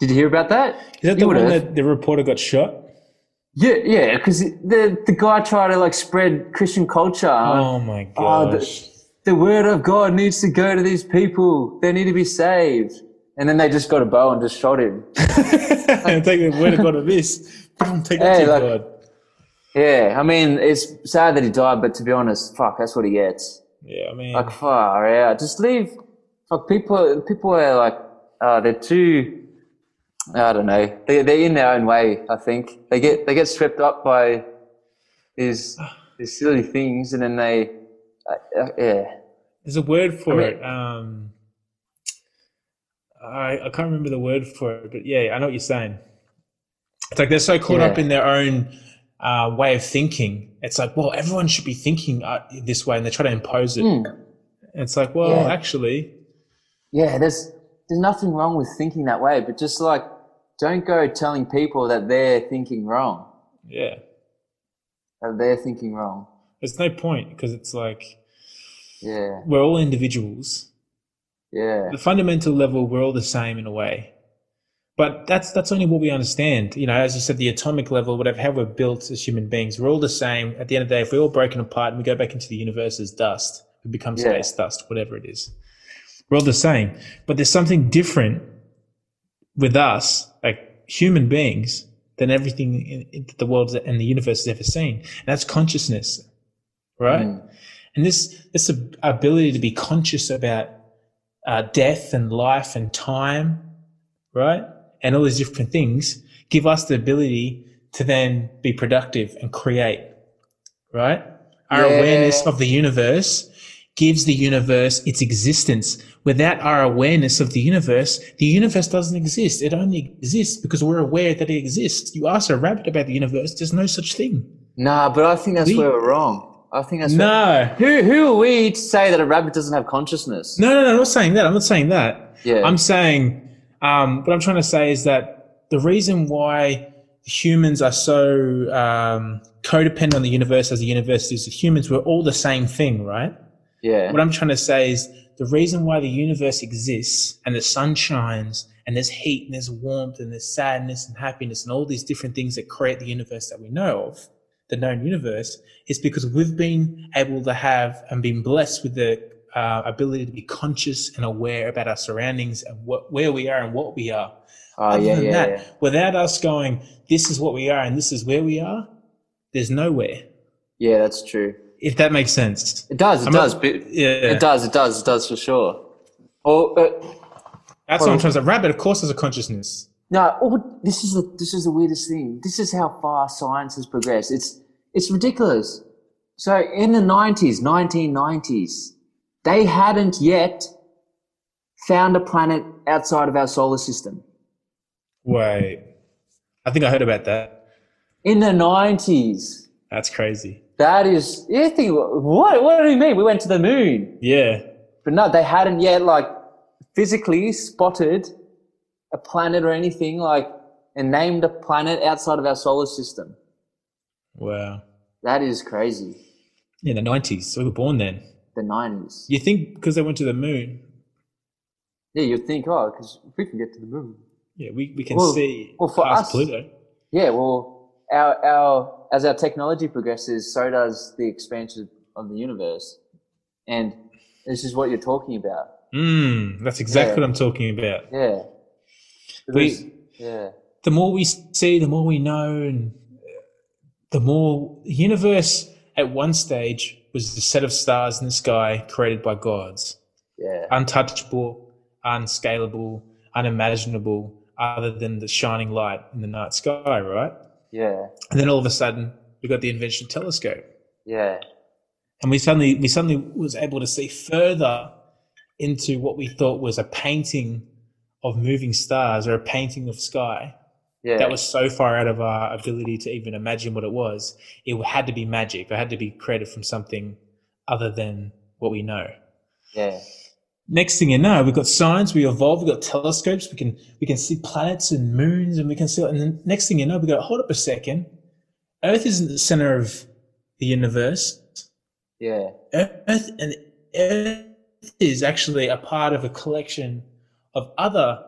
Did you hear about that? Hmm. Is that You the would one have. that the reporter got shot? Yeah, yeah, cuz the the guy tried to like spread Christian culture. Oh my Oh, the- gosh. the word of God needs to go to these people. They need to be saved. And then they just got a bow and just shot him. Take the word of God of this. Take that Hey, to like- God. Yeah, I mean, it's sad that he died, but to be honest, fuck, that's what he gets. Yeah, I mean, Like, far out. Just leave. Fuck, people, people are like, uh, they're too, I don't know. They, they're in their own way, I think. They get, they get swept up by these, these silly things and then they, uh, uh, yeah. there's a word for mean- it. Um, I, I can't remember the word for it, but yeah, I know what you're saying. It's like they're so caught up Yeah. in their own uh, way of thinking. It's like, well, everyone should be thinking uh, this way, and they try to impose it. It's like, well, Hmm. Yeah. actually, yeah, there's there's nothing wrong with thinking that way, but just like don't go telling people that they're thinking wrong. yeah, That they're thinking wrong. there's no point because it's like Yeah, we're all individuals. yeah, the fundamental level we're all the same in a way but that's that's only what we understand you know as you said the atomic level whatever how we're built as human beings we're all the same at the end of the day if we're all broken apart and we go back into the universe as dust we become Yeah. space dust whatever it is we're all the same but there's something different with us like human beings than everything in, in the world and the universe has ever seen and that's consciousness right Mm. and this this ab- ability to be conscious about uh, death and life and time, right? And all these different things give us the ability to then be productive and create, right? Our Yeah. awareness of the universe gives the universe its existence. Without our awareness of the universe, the universe doesn't exist. It only exists because we're aware that it exists. You ask a rabbit about the universe, there's no such thing. Nah, but I think that's We- where we're wrong. I think that's No. where, who who are we to say that a rabbit doesn't have consciousness? No, no, no, I'm not saying that. I'm not saying that. Yeah. I'm saying, um, what I'm trying to say is that the reason why humans are so um, codependent on the universe as the universe is humans, we're all the same thing, right? Yeah. What I'm trying to say is the reason why the universe exists and the sun shines and there's heat and there's warmth and there's sadness and happiness and all these different things that create the universe that we know of, the known universe, is because we've been able to have and been blessed with the uh, ability to be conscious and aware about our surroundings and what, where we are and what we are. Oh yeah, than yeah, that, yeah. without us going, this is what we are and this is where we are, there's nowhere. Yeah, that's true. If that makes sense. It does. It I'm not- does. but- Yeah. It does. It does. It does for sure. Or uh, That's what I'm trying to say. Rabbit, of course, has a consciousness. No, oh, but this is the this is the weirdest thing. This is how far science has progressed. It's it's ridiculous. So in the nineties, nineteen nineties, they hadn't yet found a planet outside of our solar system. Wait. I think I heard about that. In the nineties, That's crazy. that is you think what what do you mean? We went to the moon, Yeah. but no, they hadn't yet like physically spotted a planet or anything like and named a planet outside of our solar system. Wow. That is crazy. In the 90s. So we were born then. The nineties. You think because they went to the moon, Yeah, you'd think, oh, because we can get to the moon. yeah, we, we can Well- see well, for past us- Pluto. Yeah, well, our our as our technology progresses, so does the expansion of the universe, and this is what you're talking about. Mm, that's exactly Yeah. what I'm talking about. Yeah, Because- We, yeah, the more we see, the more we know, and uh, the more the universe at one stage was the set of stars in the sky created by gods. yeah, untouchable, unscalable, unimaginable, other than the shining light in the night sky, right? yeah, And then all of a sudden, we got the invention of telescope, yeah, and we suddenly we suddenly was able to see further into what we thought was a painting of moving stars or a painting of sky yeah. that was so far out of our ability to even imagine what it was. It had to be magic. It had to be created from something other than what we know. yeah, next thing you know, we've got science, we evolve, we've got telescopes, we can we can see planets and moons, and we can see. And then next thing you know, we go, hold up a second, Earth isn't the center of the universe. yeah, Earth and Earth is actually a part of a collection of other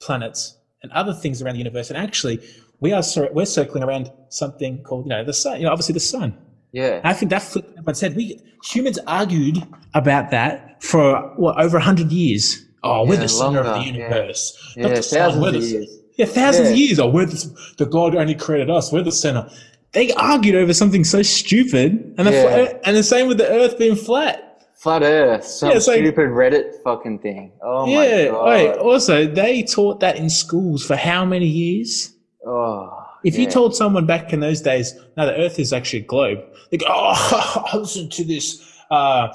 planets and other things around the universe. And actually, we are cir- we're circling around something called you know the sun. You know, obviously the sun. yeah, I think that flipped up on its head. We humans argued about that for what over hundred years. Oh, we're Yeah, the center of the longer, yeah. universe. yeah. Not the sun, Thousands we're of the- years. Yeah, thousands of Yeah. years. Oh, we're the, the God only created us. We're the center. They argued over something so stupid, and the Yeah. fl- and the same with the Earth being flat. Flat Earth, some Yeah, it's like- stupid Reddit fucking thing. Oh my yeah. god. Wait. Also, they taught that in schools for how many years? Oh, If you yeah. told someone back in those days, no, the Earth is actually a globe, they go, oh, listen to this, uh,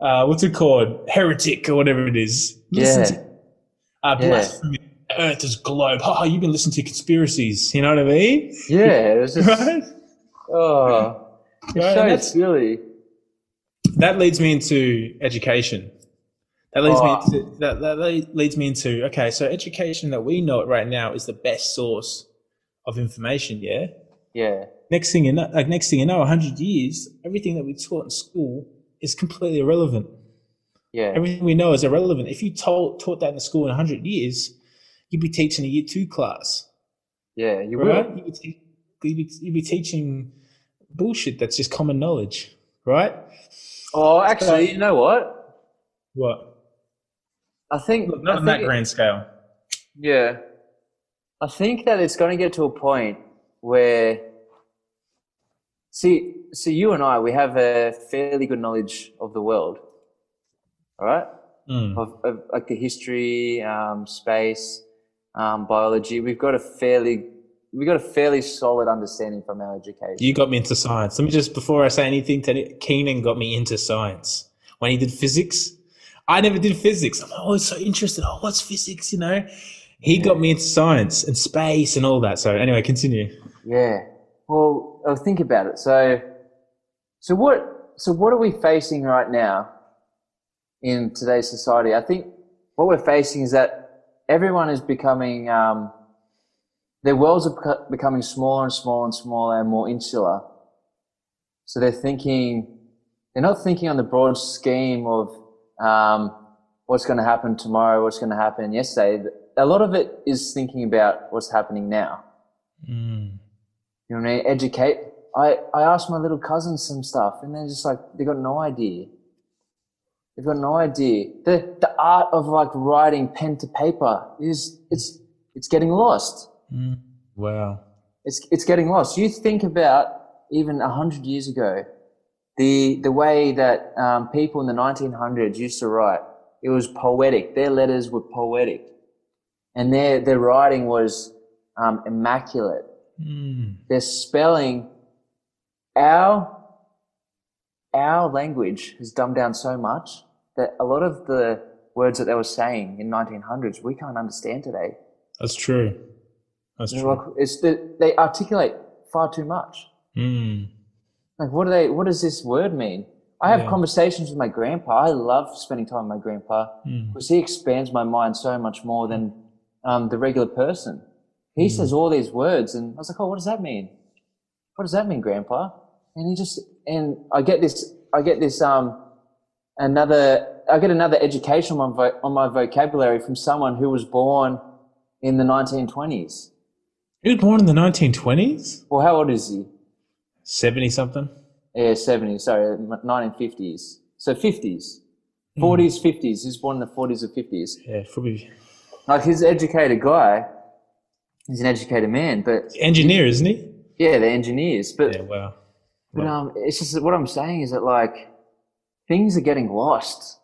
uh, what's it called? Heretic or whatever it is. Listen Yeah. to uh, Yeah. blasphemy. The Earth is globe. Oh, you've been listening to conspiracies. You know what I mean? yeah, it was just Right? oh, Right, and so that's- silly. that leads me into education. That leads Oh. me into, that, that le- leads me into okay. So education that we know it right now is the best source of information. Yeah. Yeah, next thing you know, like next thing you know, 100 years, everything that we taught in school is completely irrelevant. yeah. Everything we know is irrelevant. If you told, taught that in school in 100 years, you'd be teaching a year two class, Yeah, you right? will. You'd be, te- you'd, be, you'd be teaching bullshit that's just common knowledge, right? Oh, actually, you know what? What? I think Not I on that think- grand scale. Yeah, I think that it's going to get to a point where, see, so you and I, we have a fairly good knowledge of the world, all right? Mm. Of, of like the history, um, space, um, biology. We've got a fairly, we've got a fairly solid understanding from our education. You got me into science. Let me just, before I say anything, to any- Keenan got me into science. when he did physics. I never did physics. I'm always so interested. Oh, what's physics? You know, he got me into science and space and all that. So anyway, continue. Yeah. Well, oh, think about it. So, so what? So what are we facing right now in today's society? I think what we're facing is that everyone is becoming um, their worlds are beco- becoming smaller and smaller and smaller and more insular. So they're thinking they're not thinking on the broad scheme of um, what's going to happen tomorrow, what's going to happen yesterday. A lot of it is thinking about what's happening now. Hmm. Mm. You know what I mean? Educate. I, I asked my little cousins some stuff and they're just like, they got no idea. They've got no idea. The, the art of like writing pen to paper is, it's, it's getting lost. Mm. Wow. It's, it's getting lost. You think about even a hundred years ago, the the way that um, people in the 1900s used to write it was poetic their letters were poetic and their their writing was um, immaculate mm. their spelling our our language has dumbed down so much that a lot of the words that they were saying in 1900s we can't understand today that's true that's They're true like- it's the, they articulate far too much mm. like what do they what does this word mean i have Yeah. conversations with my grandpa i love spending time with my grandpa Mm. because he expands my mind so much more than um, the regular person he says all these words and i was like oh what does that mean what does that mean grandpa and he just and i get this i get this um another i get another education on, vo- on my vocabulary from someone who was born in the 1920s He was born in the 1920s, well how old is he 70 something. Yeah, 70s, sorry, 1950s. So 50s, 40s, 50s. He's born in the 40s or 50s. Yeah, probably Like, he's an educated guy. He's an educated man, but engineer, isn't he? yeah, they're engineers. But, Yeah, wow. but um, it's just that what I'm saying is that, like, things are getting lost.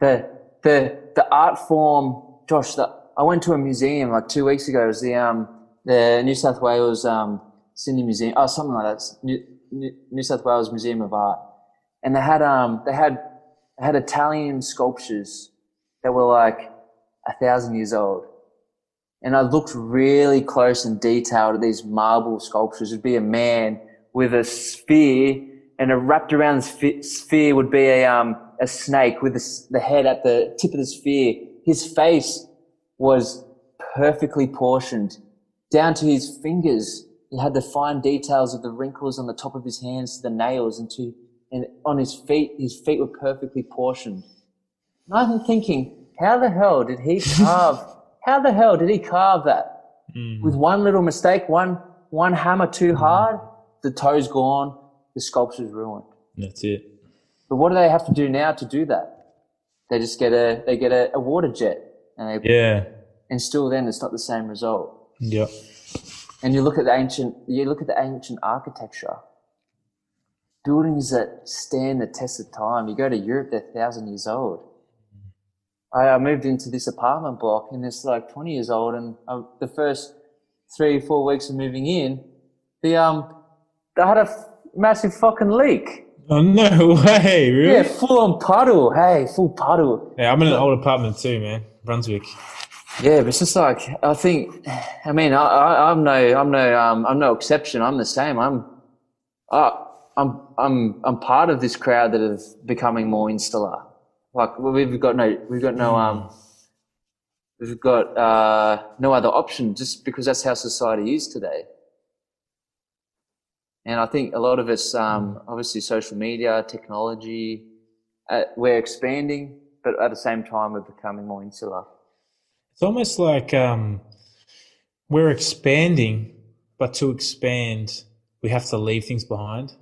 The, the, the art form, Josh, the, I went to a museum like two weeks ago. It was the, um, the New South Wales um, Sydney Museum, oh, something like that. New, New, New South Wales Museum of Art. and they had um they had they had Italian sculptures that were like a thousand years old. And I looked really close and detailed at these marble sculptures. It'd be a man with a spear, and a wrapped around the sphe- sphere would be a um a snake with the, s- the head at the tip of the sphere. His face was perfectly portioned down to his fingers. He had the fine details of the wrinkles on the top of his hands to the nails and to, and on his feet, his feet were perfectly portioned. And I'm thinking, how the hell did he carve, how the hell did he carve that? Hmm. With one little mistake, one, one hammer too hard, the toe's gone, the sculpture's ruined. That's it. But what do they have to do now to do that? They just get a, they get a, a water jet and they, Yeah. and still then it's not the same result. Yep. and you look at the ancient you look at the ancient architecture buildings that stand the test of time you go to europe they're 1000 years old I, I moved into this apartment block and it's like 20 years old and um, the first three four weeks of moving in the um they had a f- massive fucking leak Oh no way, really? yeah full on puddle hey full puddle Yeah, I'm in an old apartment too, man. Brunswick. Yeah, but it's just like I think. I mean, I, I, I'm no, I'm no, um, I'm no exception. I'm the same. I'm, I, I'm, I'm, I'm part of this crowd that is becoming more insular. Like we've got no, we've got no, um, we've got uh, no other option, just because that's how society is today. And I think a lot of it's um, obviously social media, technology. Uh, we're expanding, but at the same time, we're becoming more insular. It's almost like um, we're expanding, but to expand, we have to leave things behind.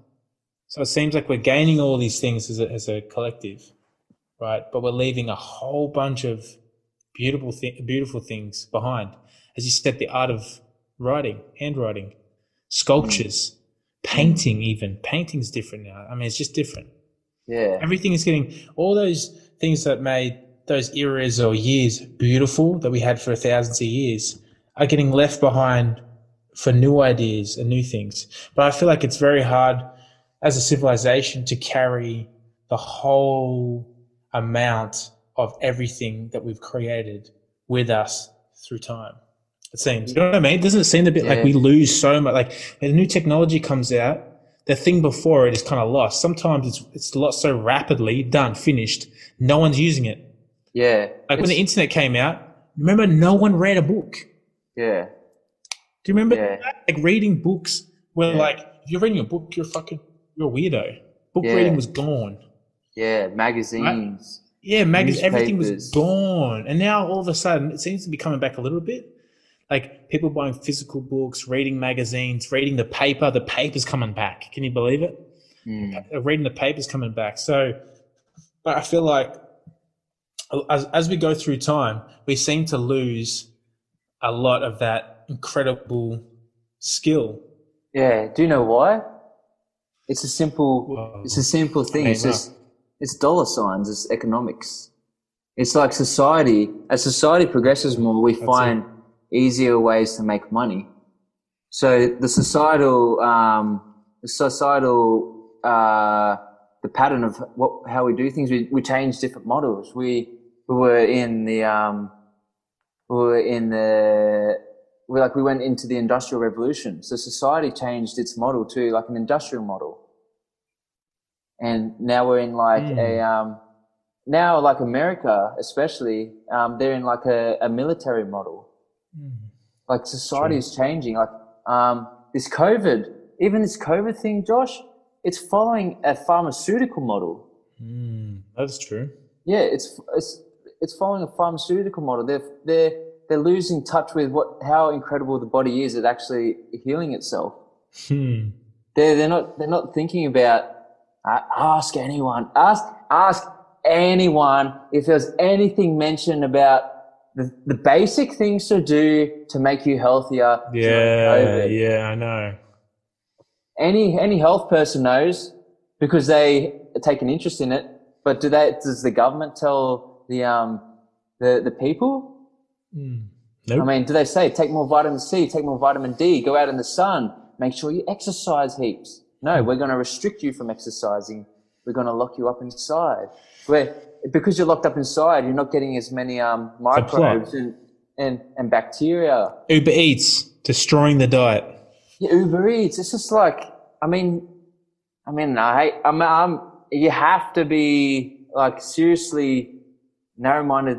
So it seems like we're gaining all these things as a, as a collective, right? But we're leaving a whole bunch of beautiful thi- beautiful things behind. As you said, the art of writing, handwriting, sculptures, painting, even painting's different now. I mean, it's just different. Yeah. everything is getting all those things that made those eras or years beautiful that we had for thousands of years are getting left behind for new ideas and new things. But I feel like it's very hard as a civilization to carry the whole amount of everything that we've created with us through time. It seems. You know what I mean? Doesn't it seem a bit like Yeah. we lose so much? Like when new technology comes out, the thing before it is kind of lost. Sometimes it's it's lost so rapidly, done, finished. No one's using it. Yeah. Like when It's- the internet came out, remember no one read a book. yeah. Do you remember Yeah. that? like reading books where Yeah. like if you're reading a book, you're fucking you're a weirdo. Book Yeah. reading was gone. Yeah. Magazines. Yeah, magazines, everything was Newspapers. gone. And now all of a sudden, it seems to be coming back a little bit. Like people buying physical books, reading magazines, reading the paper. The paper's coming back. Can you believe it? Mm. Uh, Reading the paper's coming back. So, but I feel like as, as we go through time, we seem to lose a lot of that incredible skill. Yeah. Do you know why? It's a simple. Whoa. It's a simple thing. mean, it's just. It's dollar signs. It's economics. It's like society. As society progresses more, we find easier ways to make money. So the societal, um, the societal, uh, the pattern of what how we do things, we, we change different models. We we were in the um, we were in the we like we went into the industrial revolution. So society changed its model to like an industrial model, and now we're in like a um, now like America, especially um, they're in like a, a military model. Hmm. Like society is changing. Like um, this COVID, even this COVID thing, Josh, it's following a pharmaceutical model. Hmm. That's true. Yeah, it's it's it's following a pharmaceutical model. They're they're they're losing touch with what how incredible the body is at actually healing itself. Hmm. They're they're not they're not thinking about uh, ask anyone ask ask anyone if there's anything mentioned about the, the basic things to do to make you healthier. during Yeah, COVID. yeah, I know. any any health person knows because they take an interest in it. But do they? Does the government tell the um the the people? Hmm. Nope. I mean, do they say take more vitamin C, take more vitamin D, go out in the sun, make sure you exercise heaps? No, we're going to restrict you from exercising. We're going to lock you up inside. Where because you're locked up inside, you're not getting as many um a plot. microbes and, and and bacteria. Uber Eats destroying the diet. Yeah, Uber Eats. It's just like I mean, I mean, I I'm, I'm you have to be like seriously narrow-minded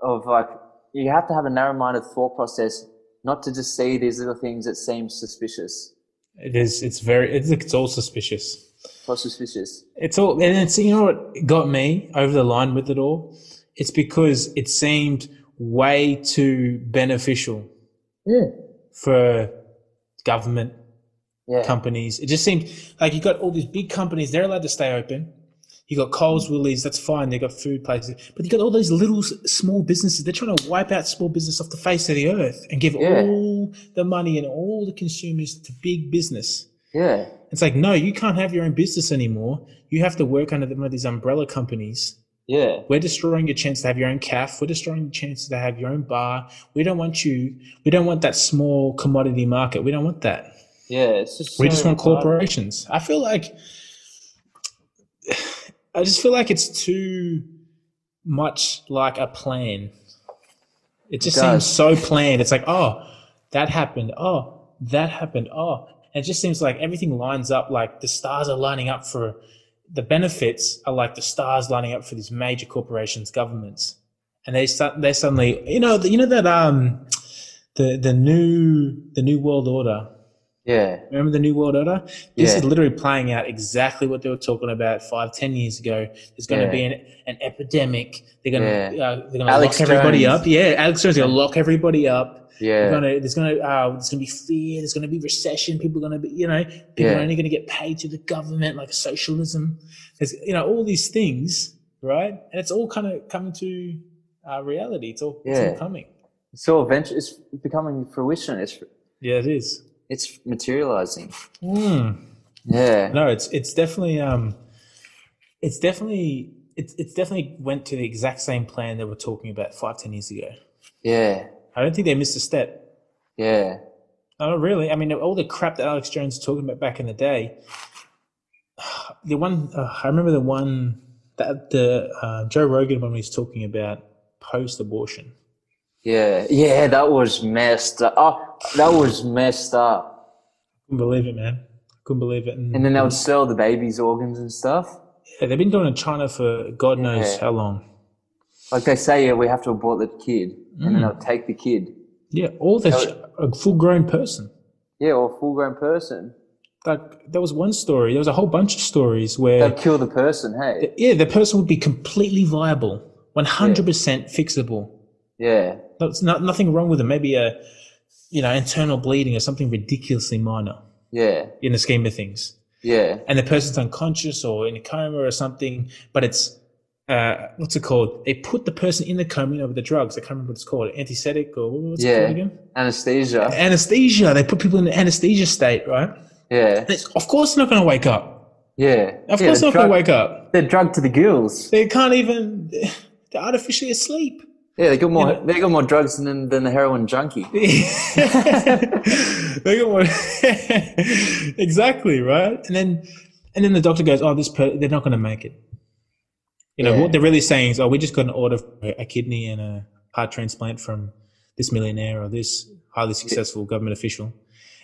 of like you have to have a narrow-minded thought process not to just see these little things that seem suspicious It is. It's very. It's, it's all suspicious. or suspicious. It's all, and it's you know what got me over the line with it all. It's because it seemed way too beneficial Yeah. for government Yeah. companies. It just seemed like you got all these big companies; they're allowed to stay open. You got Mm. Coles, Woolies, that's fine. They got food places, but you got all these little s- small businesses. They're trying to wipe out small business off the face of the earth and give Yeah. all the money and all the consumers to big business. yeah. It's like, no, you can't have your own business anymore. You have to work under the- one of these umbrella companies. Yeah. We're destroying your chance to have your own calf. We're destroying your chance to have your own bar. We don't want you. We don't want that small commodity market. We don't want that. Yeah. It's just We so just want hard. corporations. I feel like, I just feel like it's too much like a plan. It just seems does. so planned. It's like, oh, that happened. Oh, that happened. Oh, and it just seems like everything lines up. Like the stars are lining up for the benefits are like the stars lining up for these major corporations, governments, and they su- they suddenly, you know, you know that um, the the new the new world order. Yeah. Remember the New World Order? This Yeah. is literally playing out exactly what they were talking about five, ten years ago. There's going to Yeah. be an, an epidemic. They're going to Yeah. uh, they're going to lock Alex everybody Jones. up. Yeah, Alex Jones going to lock everybody up. They're Yeah. Gonna, there's going to uh, there's going to be fear. There's going to be recession. People are going to be you know people Yeah. are only going to get paid to the government like socialism. There's you know all these things right, and it's all kind of coming to uh, reality. It's all, it's Yeah. all coming. So eventually, it's becoming fruition. It's Yeah, it is. it's materializing. Mm. Yeah. No, it's it's definitely um, it's definitely it's it's definitely went to the exact same plan they were talking about five ten years ago. Yeah. I don't think they missed a step. Oh, Yeah. No, not really. I mean, all the crap that Alex Jones was talking about back in the day, the one uh, I remember the one that the uh, Joe Rogan when he was talking about post-abortion. Yeah, yeah, that was messed up. Oh, that was messed up. Couldn't believe it, man. Couldn't believe it. And then they would sell the baby's organs and stuff. Yeah, they've been doing it in China for God knows Yeah. how long. Like they say, yeah, we have to abort the kid, and Mm. then they'll take the kid. Yeah, all that sh- a full-grown person. Yeah, or a full-grown person. Like there was one story. There was a whole bunch of stories where They'll kill the person. Hey, yeah, the person would be completely viable, one hundred percent fixable. yeah, That's not nothing wrong with them. Maybe a you know internal bleeding or something ridiculously minor yeah, in the scheme of things. yeah, and the person's unconscious or in a coma or something, but it's uh, what's it called? They put the person in the coma you know, with the drugs. I can't remember what it's called. Antisthetic or what- what's it yeah. called again? Anesthesia. Anesthesia. They put people in an anesthesia state, right? Yeah, And it's, of course, they're not going to wake up. yeah. Of yeah, they're course, they're not going drug- to wake up. They're drugged to the gills. They can't even. They're artificially asleep. Yeah, they got more. know- They got more drugs than than the heroin junkie. they got one. exactly right, and then and then the doctor goes, "Oh, this per- they're not going to make it." You know Yeah. what they're really saying is, "Oh, we just got an order for a kidney and a heart transplant from this millionaire or this highly successful government official,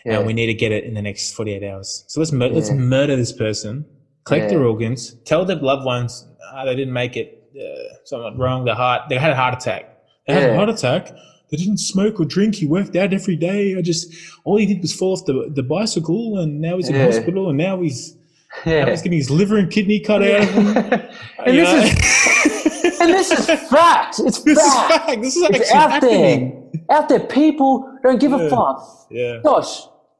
Yeah, and Uh, we need to get it in the next forty-eight hours. So let's mur- let's Yeah. murder this person, collect their Yeah. organs, tell their loved ones ah, they didn't make it, uh, something wrong. The heart, they had a heart attack. They had a Yeah. heart attack. They didn't smoke or drink. He worked out every day. I just all he did was fall off the, the bicycle, and now he's in Yeah. hospital, and now he's now yeah. he's getting his liver and kidney cut out. Of him. and You this know? is and this is fact. It's this is fact. fact. This is actually It's out there. happening. Out there, people don't give Yeah. a fuck. Yeah, Josh,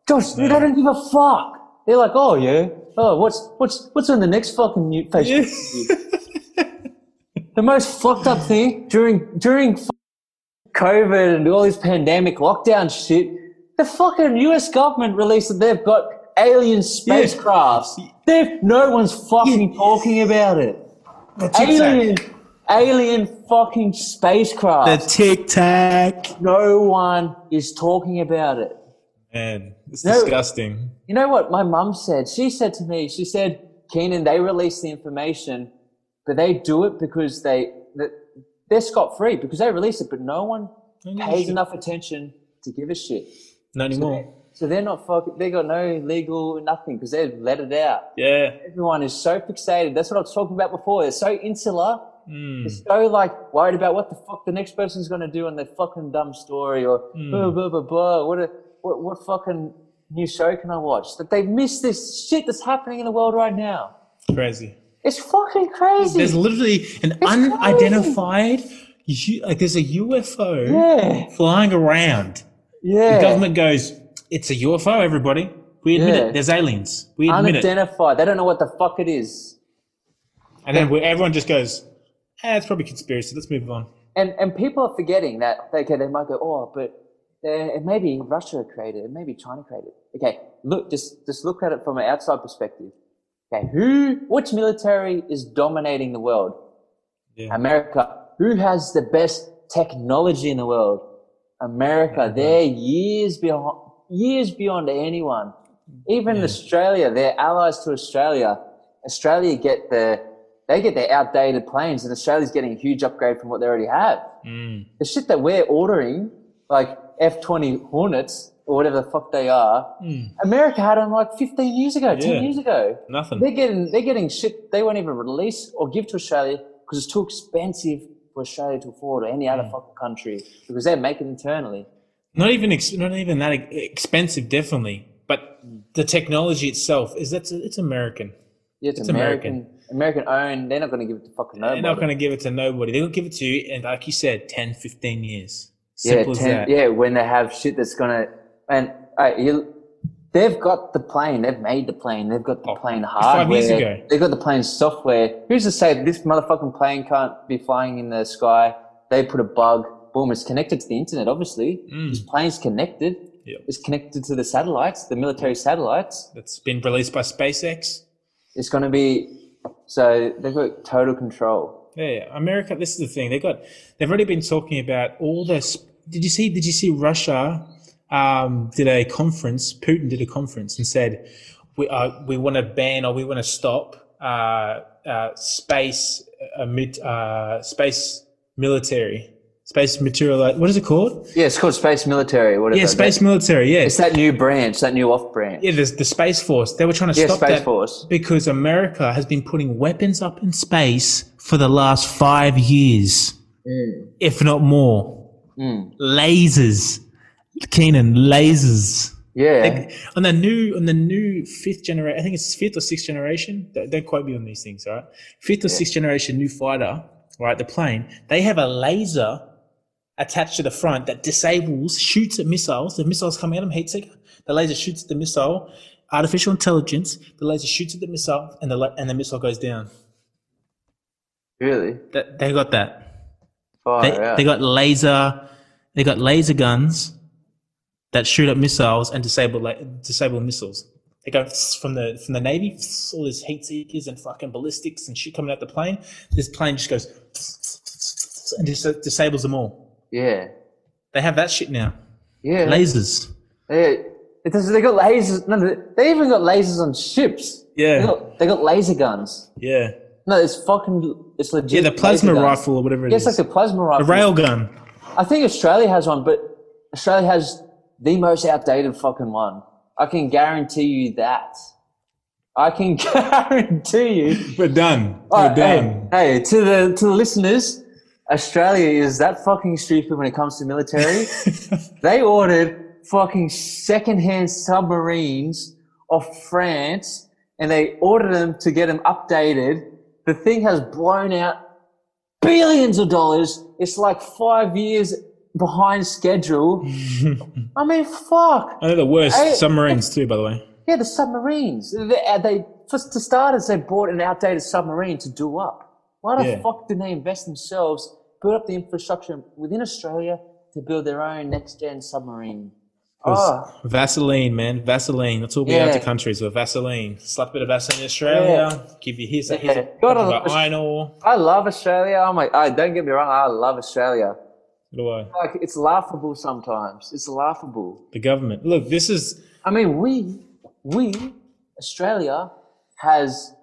Josh, they don't give a fuck. They're like, oh yeah, oh what's what's what's on the next fucking new Yeah. Facebook? The most fucked up thing during during f- COVID and all this pandemic lockdown shit, the fucking U.S. government released that they've got alien spacecrafts. They've no one's fucking talking about it. The Alien, tic alien fucking spacecraft. tac. The tic tac. no one is talking about it. Man, it's No. disgusting. You know what my mum said? She said to me, she said, Keenan, they release the information, but they do it because they, that- they're scot free because they release it, but no one pays enough attention to give a shit. Not anymore. So they're not fucking, they got no legal, nothing because they've let it out. Yeah. Everyone is so fixated. That's what I was talking about before. They're so insular. Mm. They're so like worried about what the fuck the next person's going to do on their fucking dumb story or blah, blah, blah, blah. What, a, what, what fucking new show can I watch? That they miss this shit that's happening in the world right now. Crazy. It's fucking crazy. There's literally an Hmm. crazy. unidentified, U- like there's a UFO yeah. flying around. Yeah. The government goes, it's a UFO, everybody. We admit Yeah. it. There's aliens. We admit it. Unidentified. They don't know what the fuck it is. And then we, everyone just goes, eh, it's probably conspiracy. Let's move on. And, and people are forgetting that, okay, they might go, oh, but uh, it may be Russia created, it may be China created. Okay, look, just, just look at it from an outside perspective. Okay, who, which military is dominating the world? Yeah. America. Who has the best technology in the world? America. They're years beyond, years beyond anyone. Even Australia, they're allies to Australia. Australia get the, they get their outdated planes and Australia's getting a huge upgrade from what they already have. Hmm, The shit that we're ordering, like F-20 Hornets or whatever the fuck they are, America had them like 15 years ago, 10 Hmm. Yeah. years ago. Nothing. They're getting they're getting shit they won't even release or give to Australia because it's too expensive for Australia to afford or any Hmm. other fucking country because they make it internally. not even ex- not even that e- expensive, definitely. But the technology itself is that's it's American. Yeah, it's, It's American American owned. They're not going to give it to fucking nobody. They're not going to give it to nobody. They'll give it to you, and like you said, 10, 15 years. yeah, Simple ten- as that. yeah. When they have shit that's going to and uh, you, they've got the plane. They've made the plane. They've got the Oh, plane hardware. five years ago. They've got the plane software. Who's to say this motherfucking plane can't be flying in the sky? They put a bug. Boom! It's connected to the internet. Obviously, this plane's connected. Hmm. Yep. It's connected to the satellites, the military satellites. That's been released by SpaceX. It's going to be so they've got total control. Yeah, America. This is the thing. They got. They've already been talking about all this. Did you see? Did you see Russia um, did a conference? Putin did a conference and said, we uh, we want to ban or we want to stop uh, uh, space amid uh, space military space material. What is it called? Yeah, it's called Space Military. Whatever. Yeah, space military. Yeah, It's that new branch, that new off branch. yeah. There's the space force. They were trying to Yeah, stop Space that Force. because America has been putting weapons up in space for the last five years, Mm. if not more. Lasers, Keenan, lasers. Yeah. on the new on the new fifth generation, I think it's fifth or sixth generation. Don't, don't quote me on these things, all right? Fifth or sixth generation new fighter, right? The plane they have a laser attached to the front that disables, shoots at missiles. The missiles come at them, heat seeker. The laser shoots at the missile. Artificial intelligence. The laser shoots at the missile, and the la- and the missile goes down. Really? That, they got that. Far They, out. they got laser. They got laser guns that shoot at missiles and disable la- disable missiles. They go from the from the navy, all these heat seekers and fucking ballistics and shit coming out the plane. This plane just goes and dis- disables them all. yeah. They have that shit now. Yeah. Lasers. Yeah, it does, they got lasers. No, they- they even got lasers on ships. Yeah. they got, they got laser guns. Yeah. No, it's fucking, it's legit. Yeah, the plasma laser guns. rifle or whatever it Yeah, is. it's like the plasma a rifle. rail gun. I think Australia has one, but Australia has the most outdated fucking one. I can guarantee you that. I can guarantee you. We're done. Alright, Hey, hey, to the to the listeners, Australia is that fucking stupid when it comes to military. They ordered fucking secondhand submarines off France and they ordered them to get them updated. The thing has blown out billions of dollars. It's like five years behind schedule. I mean, fuck. I know the worst Hey. submarines too, by the way. Yeah, the submarines. They, uh, they first to starters, they bought an outdated submarine to do up. Why the Yeah. fuck didn't they invest themselves, build up the infrastructure within Australia to build their own next gen submarine? Oh, Vaseline, man, Vaseline. That's all we Yeah. have to countries with Vaseline. Slap a bit of Vaseline in Australia. Give you here's a here's a Yeah. Got bunch a- of iron ore. I love Australia. Oh my, I don't get me wrong. I love Australia. What do I- Like it's laughable sometimes. It's laughable. The government. Look, this is I mean, we, we, Australia has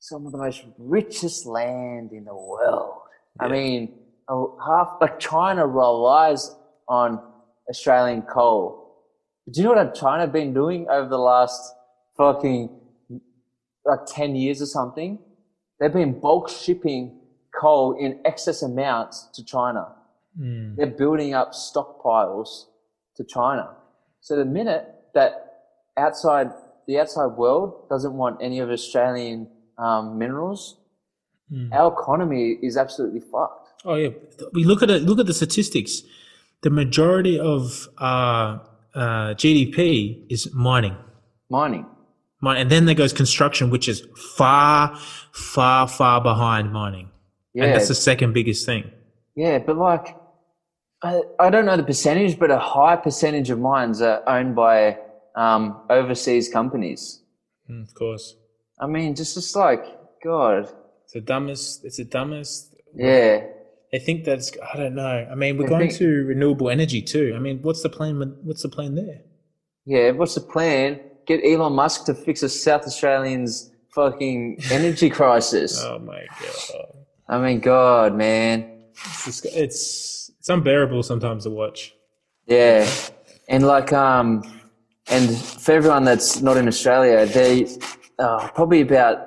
some of the most richest land in the world. I mean, oh, half like China relies on Australian coal. Do you know what China been doing over the last fucking like ten years or something? They've been bulk shipping coal in excess amounts to China. hmm. They're building up stockpiles to China. So the minute that outside the outside world doesn't want any of Australian um, minerals, our economy is absolutely fucked. oh yeah. We look at it look at the statistics. The majority of uh, uh, GDP is mining. Mining. Mine, and then there goes construction, which is far, far, far behind mining. Yeah, And that's the second biggest thing. yeah, but like, I, I don't know the percentage, but a high percentage of mines are owned by um, overseas companies. Mm, of course. I mean, just just like God, It's the dumbest. It's the dumbest. yeah, I think that's. I don't know. I mean, we're going think- to renewable energy too. I mean, what's the plan? with- What's the plan there? yeah. What's the plan? Get Elon Musk to fix a South Australians fucking energy crisis. Oh my god, I mean, God, man. it's disg- it's it's unbearable sometimes to watch. Yeah, and like um, and for everyone that's not in Australia, they uh, probably about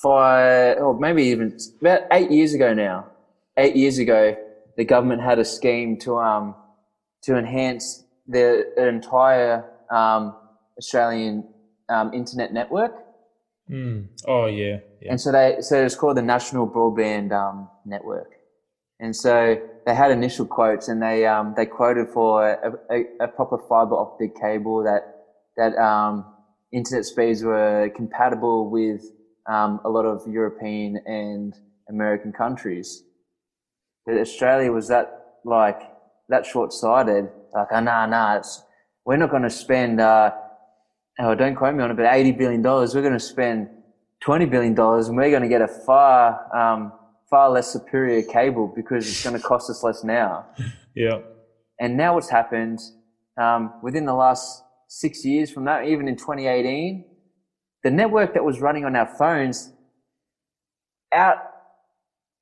five or maybe even about eight years ago now. Eight years ago, the government had a scheme to um to enhance their, their entire um, Australian um, internet network, Mm. Oh yeah, yeah. and so they so it's called the National Broadband um, Network. And so they had initial quotes, and they um, they quoted for a, a, a proper fiber optic cable that that um, internet speeds were compatible with um, a lot of European and American countries. But Australia was that like that short sighted. Like, oh, nah, nah, it's, we're not going to spend. Uh, oh, don't quote me on it, but eighty billion dollars. We're going to spend twenty billion dollars, and we're going to get a far um, far less superior cable because it's going to cost us less now. yeah. And now what's happened um, within the last six years from now, even in 2018, the network that was running on our phones out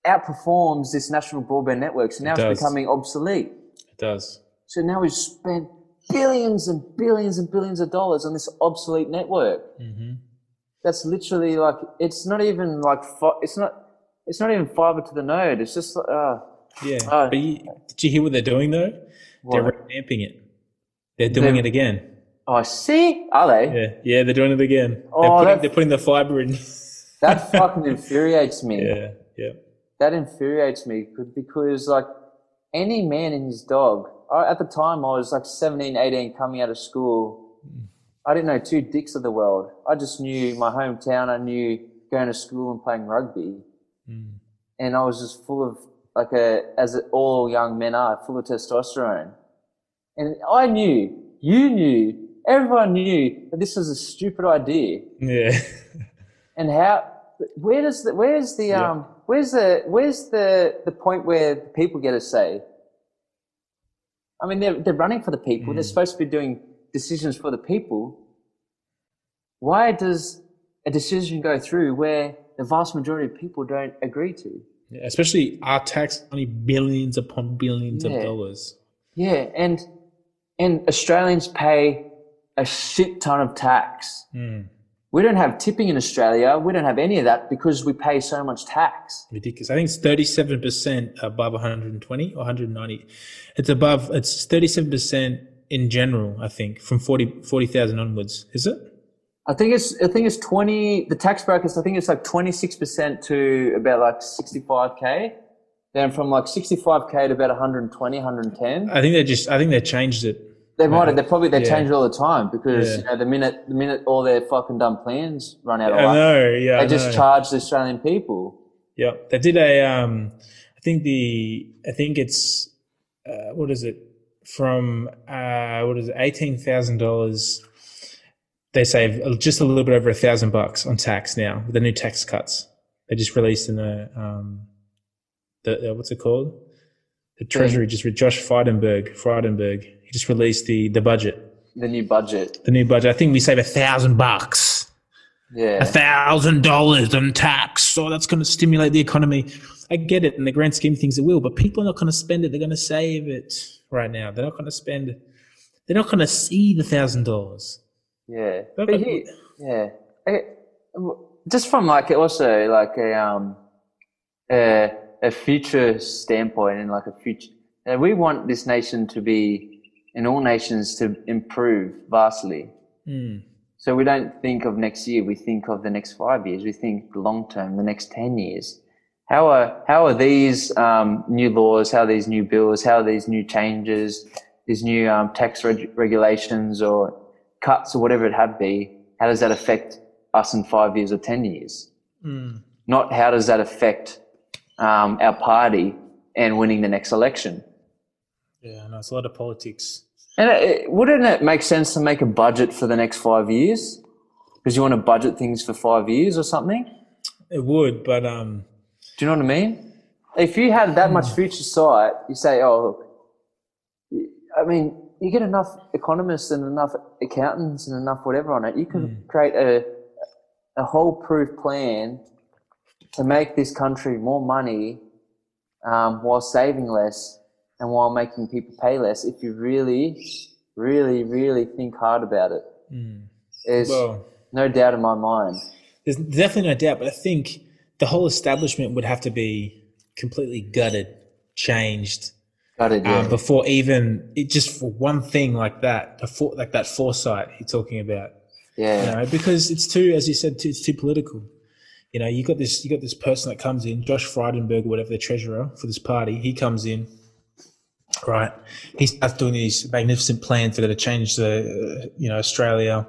outperforms this national broadband network. So now It it's does. becoming obsolete. It does. So now we've spent billions and billions and billions of dollars on this obsolete network. Mm-hmm. That's literally like it's not even like fi- it's not it's not even fiber to the node. It's just uh, Yeah. Uh, but you, did you hear what they're doing though? They're What? revamping it. They're doing They're- it again. oh, see, are they? Yeah. Yeah. They're doing it again. Oh, they're, putting, that's- they're putting the fiber in. That fucking infuriates me. yeah. Yeah. that infuriates me c- because like any man and his dog I, at the time i was like 17 18 coming out of school i didn't know two dicks of the world i just knew my hometown i knew going to school and playing rugby Mm. and i was just full of like a as all young men are full of testosterone and i knew you knew everyone knew that this was a stupid idea Yeah. and how where does the where's the Yeah. um where's the where's the the point where the people get a say i mean they're, they're running for the people they're supposed to be doing decisions for the people why does a decision go through where the vast majority of people don't agree to Yeah, Especially our tax money, billions upon billions Yeah. of dollars. yeah and and australians pay a shit ton of tax Mm. we don't have tipping in australia we don't have any of that because we pay so much tax ridiculous. I think it's thirty-seven percent above one hundred and twenty or one hundred and ninety. It's above. It's thirty-seven percent in general. I think from 40 40,000 onwards. Is it? I think it's I think it's twenty. The tax brackets. I think it's like twenty six percent to about like sixty five k. Then from like sixty five k to about 120, 110. I think they just. I think they changed it. They might have. They probably they Yeah. change it all the time because Yeah. you know the minute the minute all their fucking dumb plans run out of I luck, know. Yeah. I they just know. charge the Australian people. Yeah, they did a. Um, I think the. I think it's. Uh, what is it? From uh, what is it? Eighteen thousand dollars. They save just a little bit over a thousand bucks on tax now with the new tax cuts. They just released in the um, the uh, what's it called? The Treasury just re- Josh Frydenberg. Frydenberg. He just released the the budget, The new budget. the new budget. I think we save a thousand bucks a Yeah. thousand dollars in tax. So that's going to stimulate the economy. I get it in the grand scheme of things, it will, but people are not going to spend it. They're going to save it right now. They're not going to spend. They're not going to see the thousand dollars. Yeah. But- But he, yeah. I- just from like also like a um a, a future standpoint and like a future uh, we want this nation to be and all nations to improve vastly. Hmm, So we don't think of next year, we think of the next five years, we think long term, the next ten years. How are how are these um, new laws, how are these new bills, how are these new changes, these new um, tax reg- regulations or cuts or whatever it had be, how does that affect us in five years or ten years? hmm. Not how does that affect um, our party and winning the next election? Yeah, no, it's a lot of politics. And it, it- wouldn't it make sense to make a budget for the next five years? Because you want to budget things for five years or something? It would, but um, Do you know what I mean? Hmm. If you had that much future sight, you say, oh, look, I mean, you get enough economists and enough accountants and enough whatever on it, you can create a, a whole proof plan to make this country more money um, while saving less and while making people pay less if you really, really, really think hard about it. There's hmm. well, no doubt in my mind. there's definitely no doubt. But I think the whole establishment would have to be completely gutted, changed, Got it, yeah. um, before even it just for one thing like that, before like that foresight you're talking about. yeah. you know, because it's too, as you said, too, it's too political. You know, you got this, you got this person that comes in, Josh Frydenberg, whatever the treasurer for this party, he comes in, right? He starts doing these magnificent plans that are to change the, uh, you know, Australia,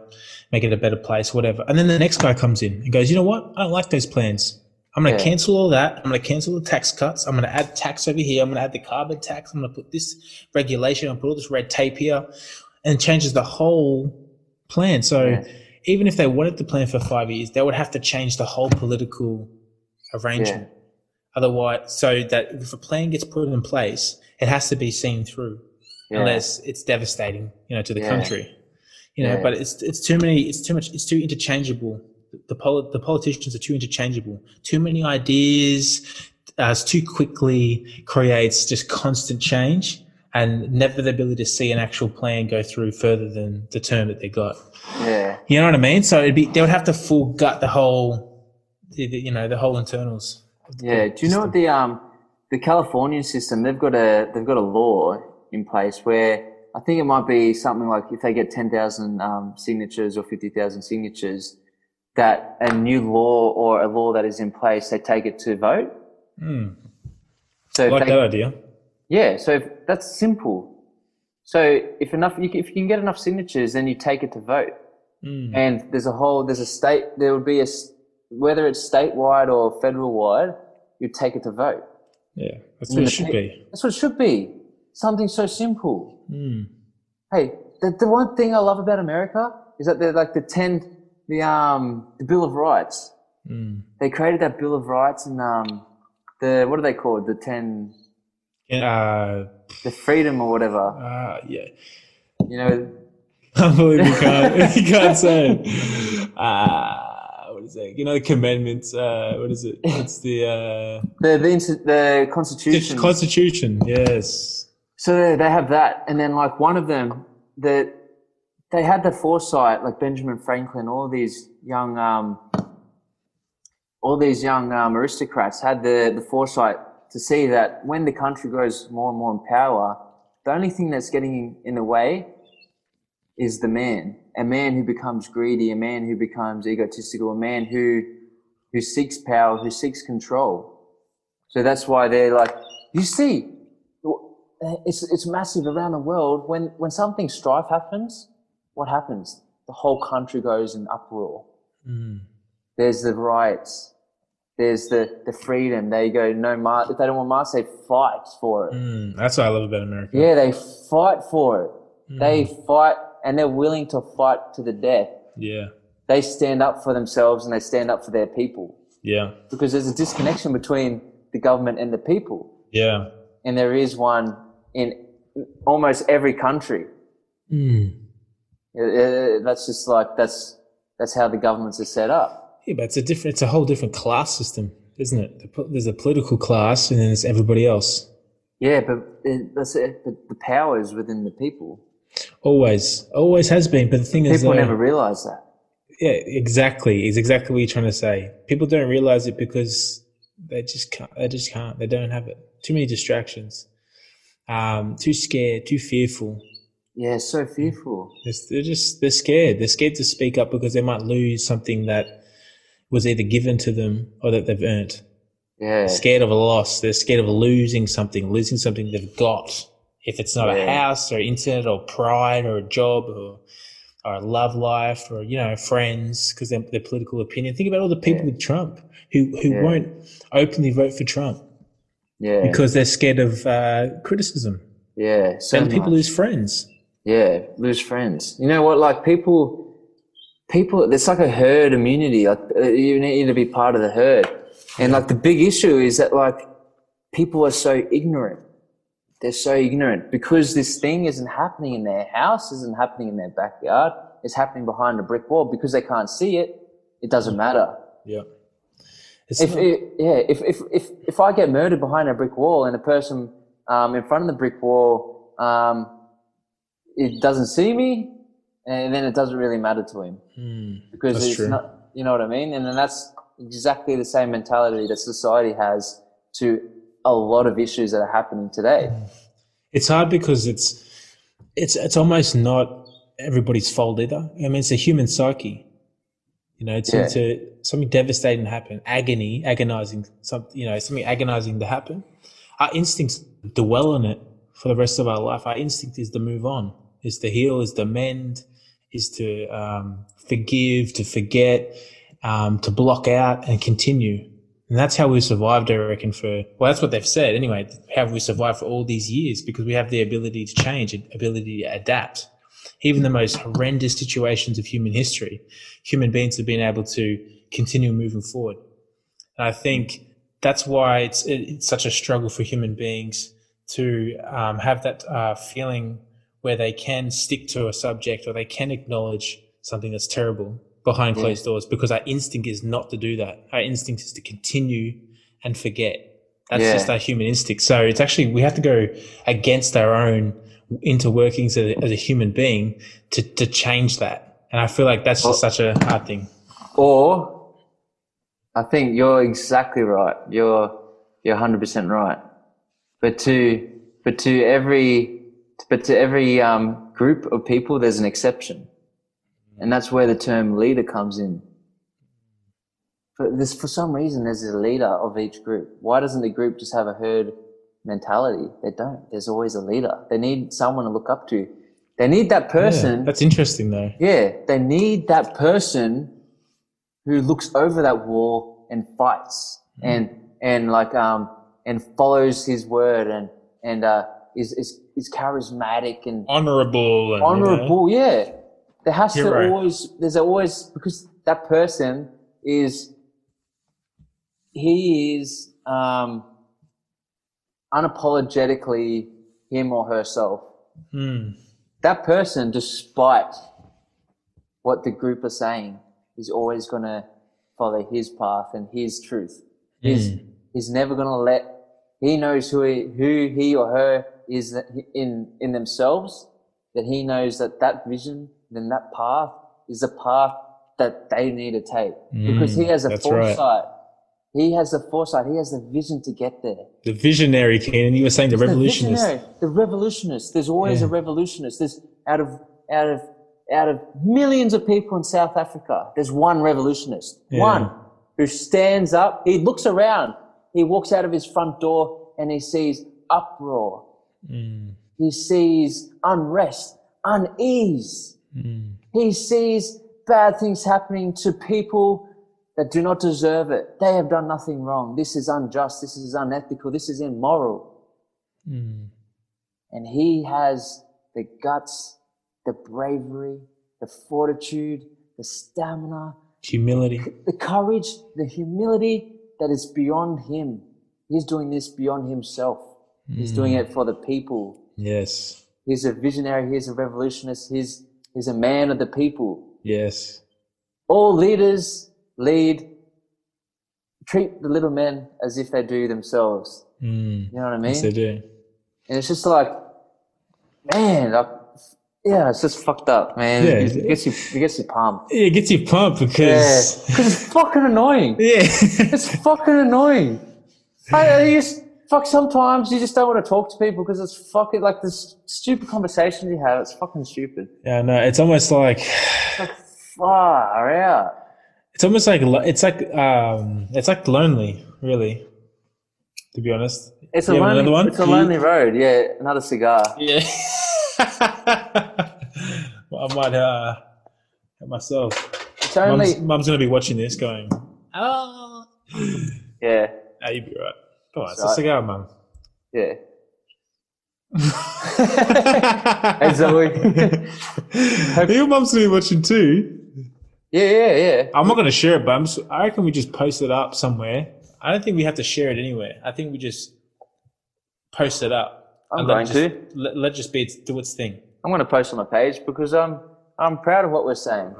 make it a better place, whatever. And then the next guy comes in and goes, you know what? I don't like those plans. I'm going to Yeah. cancel all that. I'm going to cancel the tax cuts. I'm going to add tax over here. I'm going to add the carbon tax. I'm going to put this regulation. I'll put all this red tape here, and it changes the whole plan. So Yeah. even if they wanted the plan for five years, they would have to change the whole political arrangement. Otherwise, so that if a plan gets put in place, it has to be seen through, yeah. unless it's devastating, you know, to the Yeah. country. you know. Yeah. But it's it's too many. It's too much. It's too interchangeable. The poli- the politicians are too interchangeable. Too many ideas. Uh, it's too quickly creates just constant change and never the ability to see an actual plan go through further than the term that they got. Yeah. You know what I mean? So it'd be they would have to full gut the whole, the- the- you know, the whole internals. Yeah. Do you know what the um the Californian system? They've got a they've got a law in place where I think it might be something like if they get ten thousand um, signatures or fifty thousand signatures, that a new law or a law that is in place, they take it to vote. So Hmm, I if like they, that idea. yeah, so if, that's simple. So if enough, you, if you can get enough signatures, then you take it to vote. Hmm, And there's a whole, there's a state, there would be a, s- whether it's statewide or federal wide, you take it to vote. Yeah, that's what it should be. Hmm, That's what it should be. Something so simple. Hey, the, the one thing I love about America is that they're like the 10, the, um, the Bill of Rights. hmm. They created that Bill of Rights and, um, the, what are they called? The 10, Uh, the freedom or whatever. uh, yeah, You know, I believe you can't, you can't say it. Uh, what is it? You know, the commandments. Uh, what is it? It's the uh, the, the, insti- the it's Constitution. Constitution. Yes. So they- they have that, and then like one of them that they had the foresight, like Benjamin Franklin, all these young, um, all these young um, aristocrats had the the foresight to see that when the country grows more and more in power, the only thing that's getting in the way is the man, a man who becomes greedy, a man who becomes egotistical, a man who who seeks power, who seeks control. So that's why they're like, you see, it's it's massive around the world. When when something strife happens, what happens? The whole country goes in uproar. Hmm, There's the riots. There's the the freedom. They go no mask. If they don't want masks, they fight for it. Mm, that's what I love about America. Hmm, Yeah, they fight for Mm. it. They fight, and they're willing to fight to the death. Yeah. They stand up for themselves and they stand up for their people Yeah. because there's a disconnection between the government and the people Yeah. and there is one in almost every country. Hmm. Uh, uh, that's just like that's that's how the governments are set up. Yeah, but it's a different. It's a whole different class system, isn't it? The po- There's a political class, and then there's everybody else. Yeah, but it, that's it. But the power is within the people. Always, always has been. But the thing is, People though- never realize that. yeah, exactly, is exactly what you're trying to say. People don't realize it because they just can't. They just can't. They don't have it. Too many distractions. Um, too scared. Too fearful. Yeah, so fearful. It's, they're just they're scared. They're scared to speak up because they might lose something that was either given to them or that they've earned. Yeah, scared of a loss. They're scared of losing something, losing something they've got. If it's not a Yeah. house or internet or pride or a job or or a love life or you know friends because their, their political opinion. Think about all the people with Trump who who Yeah. won't openly vote for Trump yeah, because they're scared of uh, criticism yeah. So and people much. lose friends. yeah lose friends. You know what? Like people, people. It's like a herd immunity. Like uh, you need to be part of the herd. And like the big issue is that like people are so ignorant. They're so ignorant because this thing isn't happening in their house, isn't happening in their backyard. It's happening behind a brick wall because they can't see it. It doesn't matter. Yeah. It's If not- it, yeah, if, if if if I get murdered behind a brick wall and the person um, in front of the brick wall um, it doesn't see me, and then it doesn't really matter to him Hmm. because that's it's true. not. You know what I mean? And then that's exactly the same mentality that society has to a lot of issues that are happening today. It's hard because it's it's it's almost not everybody's fault either. I mean, it's a human psyche. You know, it's Yeah. into something devastating to happen, agony, agonizing, some you know, something agonizing to happen. Our instincts dwell on it for the rest of our life. Our instinct is to move on, is to heal, is to mend, is to um, forgive, to forget, um, to block out and continue. And that's how we survived, I reckon, for, well, that's what they've said anyway, how we survived for all these years because we have the ability to change and ability to adapt. Even the most horrendous situations of human history, human beings have been able to continue moving forward. And I think that's why it's, it, it's such a struggle for human beings to um, have that uh, feeling where they can stick to a subject or they can acknowledge something that's terrible behind closed doors because our instinct is not to do that. Our instinct is to continue and forget. That's Yeah. just our human instinct. So it's actually, we have to go against our own interworkings as a, as a human being to, to change that. And I feel like that's just such a hard thing. Or I think you're exactly right. You're you're hundred percent right. But to but to every but to every um, group of people, there's an exception, and that's where the term leader comes in. But this, for some reason, there's a leader of each group. Why doesn't the group just have a herd mentality? They don't. There's always a leader. They need someone to look up to. They need that person. Yeah, that's interesting though. Yeah, they need that person who looks over that wall and fights and and like um and follows his word and and uh is is, is charismatic and Honorable. And, you know. honorable. Yeah, there has Hero. to always there's always because that person is he is um unapologetically him or herself. Hmm. That person, despite what the group are saying, is always going to follow his path and his truth. He's Mm. he's never going to let. He knows who he, who he or her is in in themselves. That he knows that that vision, then that path is the path that they need to take because he has a Mm, that's right. foresight. He has the foresight. He has the vision to get there. The visionary, Keenan. You were saying the revolutionist. The visionary, the revolutionist. There's always a Yeah. revolutionist. There's out of out of out of millions of people in South Africa, there's one revolutionist. Yeah. One who stands up, he looks around, he walks out of his front door and he sees uproar. He sees unrest, unease. Hmm, He sees bad things happening to people that do not deserve it. They have done nothing wrong. This is unjust. This is unethical. This is immoral hmm. and he has the guts, the bravery, the fortitude, the stamina, Humility. the courage, the humility that is beyond him. He's doing this beyond himself. He's doing it for the people. Yes. He's a visionary. He's a revolutionist. He's, he's a man of the people. Yes. All leaders lead, treat the little men as if they do themselves. Mm. You know what I mean? Yes, they do. And it's just like, man, like, yeah, it's just fucked up, man. Yeah. It, gets you, it gets you pumped. Yeah, it gets you pumped Yeah, because. because it's fucking annoying. Yeah. It's fucking annoying. I, I just fuck. Sometimes you just don't want to talk to people because it's fucking like this stupid conversation you have. It's fucking stupid. yeah, no, it's almost like Far out. it's almost like lo- it's like um it's like lonely, really. To be honest. It's You a have lonely. another one? It's a lonely road. Yeah, another cigar. Yeah. well, I might uh help myself. It's only. Mum's, Mum's gonna be watching this, going, Yeah, "Ah, you'll be right." Come on, it's Right. a cigar, Mum. yeah. hey Zoe. Your mum's gonna be watching too. Yeah, yeah, yeah. I'm not gonna share it, but I'm, s- I reckon we just post it up somewhere. I don't think we have to share it anywhere. I think we just post it up. I'm and let going it to. just, Let, let it just be its, do its thing. I'm going to post on my page because I'm I'm proud of what we're saying.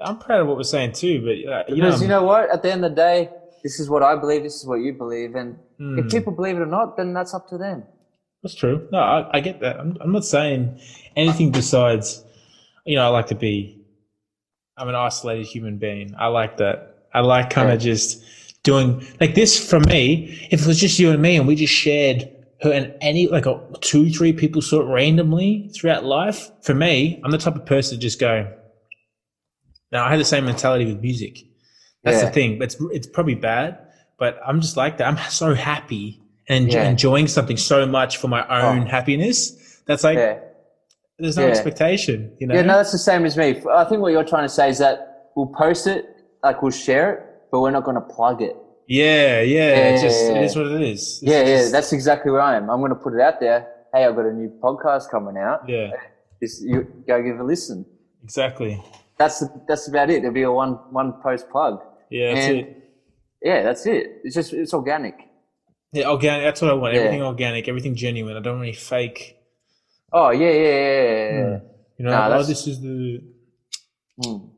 I'm proud of what we're saying too, but uh, you know, Because you know what? At the end of the day, this is what I believe. This is what you believe, and Hmm. if people believe it or not, then that's up to them. that's true. No, I, I get that. I'm, I'm not saying anything besides, you know, I like to be. I'm an isolated human being. I like that. I like kind Yeah. of just doing like this for me. If it was just you and me, and we just shared her and any like a, two, three people saw it randomly throughout life. For me, I'm the type of person to just go. Now I had the same mentality with music. That's Yeah. the thing. It's it's probably bad, but I'm just like that. I'm so happy and enj- Yeah. enjoying something so much for my own happiness. That's like Oh. Yeah, there's no Yeah. expectation, you know. yeah. No, that's the same as me. I think what you're trying to say is that we'll post it, like we'll share it, but we're not going to plug it. yeah, yeah, It's just Yeah. it is what it is. It's yeah, yeah. just- That's exactly where I am. I'm going to put it out there. Hey, I've got a new podcast coming out. yeah, This, you go give a listen. exactly. That's that's about it. It'll be a one one post plug. Yeah, that's And- it. Yeah, that's it. It's just it's organic. Yeah, organic. That's what I want. Yeah. Everything organic, everything genuine. I don't want any fake Oh yeah, yeah, yeah, yeah, yeah. You know, Nah, oh, that's- this is the Hmm. Mm.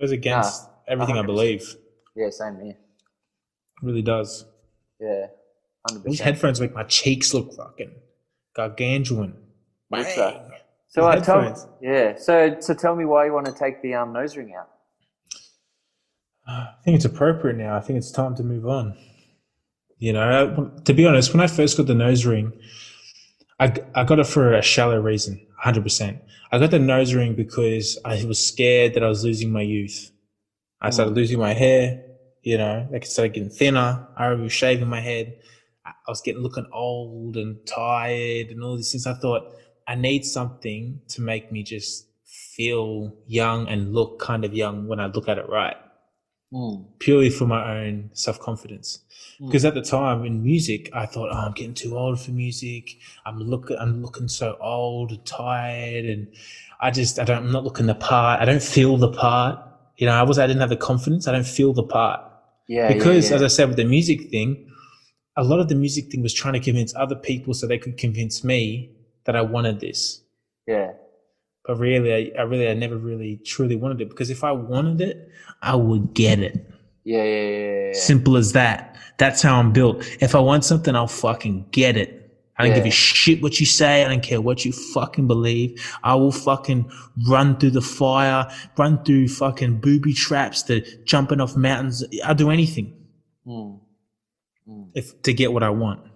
goes against everything I 100%. believe. Yeah, same here. really does. Yeah, hundred These percent. headphones make my cheeks look fucking gargantuan. Looks Bang. like- So These I tell, headphones. yeah. So so tell me why you want to take the um, nose ring out. I think it's appropriate now. I think it's time to move on. You know, I- to be honest, when I first got the nose ring, I, I got it for a shallow reason, 100%. I got the nose ring because I was scared that I was losing my youth. I started losing my hair, you know, like it started getting thinner. I remember shaving my head. I I was getting looking old and tired and all these things. I thought I need something to make me just feel young and look kind of young when I look at it right purely for my own self confidence. Hmm. Because at the time in music, I thought, oh, I'm getting too old for music. I'm look, I'm looking so old and tired, and I just, I don't, I'm not looking the part. I don't feel the part. You know, I was, I didn't have the confidence. I don't feel the part Yeah, yeah, because, yeah. as I said with the music thing, a lot of the music thing was trying to convince other people so they could convince me that I wanted this yeah, but really I, I really i never really truly wanted it because if i wanted it i would get it yeah, yeah, yeah, yeah. simple as that that's how i'm built if i want something i'll fucking get it I don't give a Yeah. shit what you say. I don't care what you fucking believe. I will fucking run through the fire, run through fucking booby traps, the jumping off mountains. I'll do anything Mm. if to get what I want. Hmm.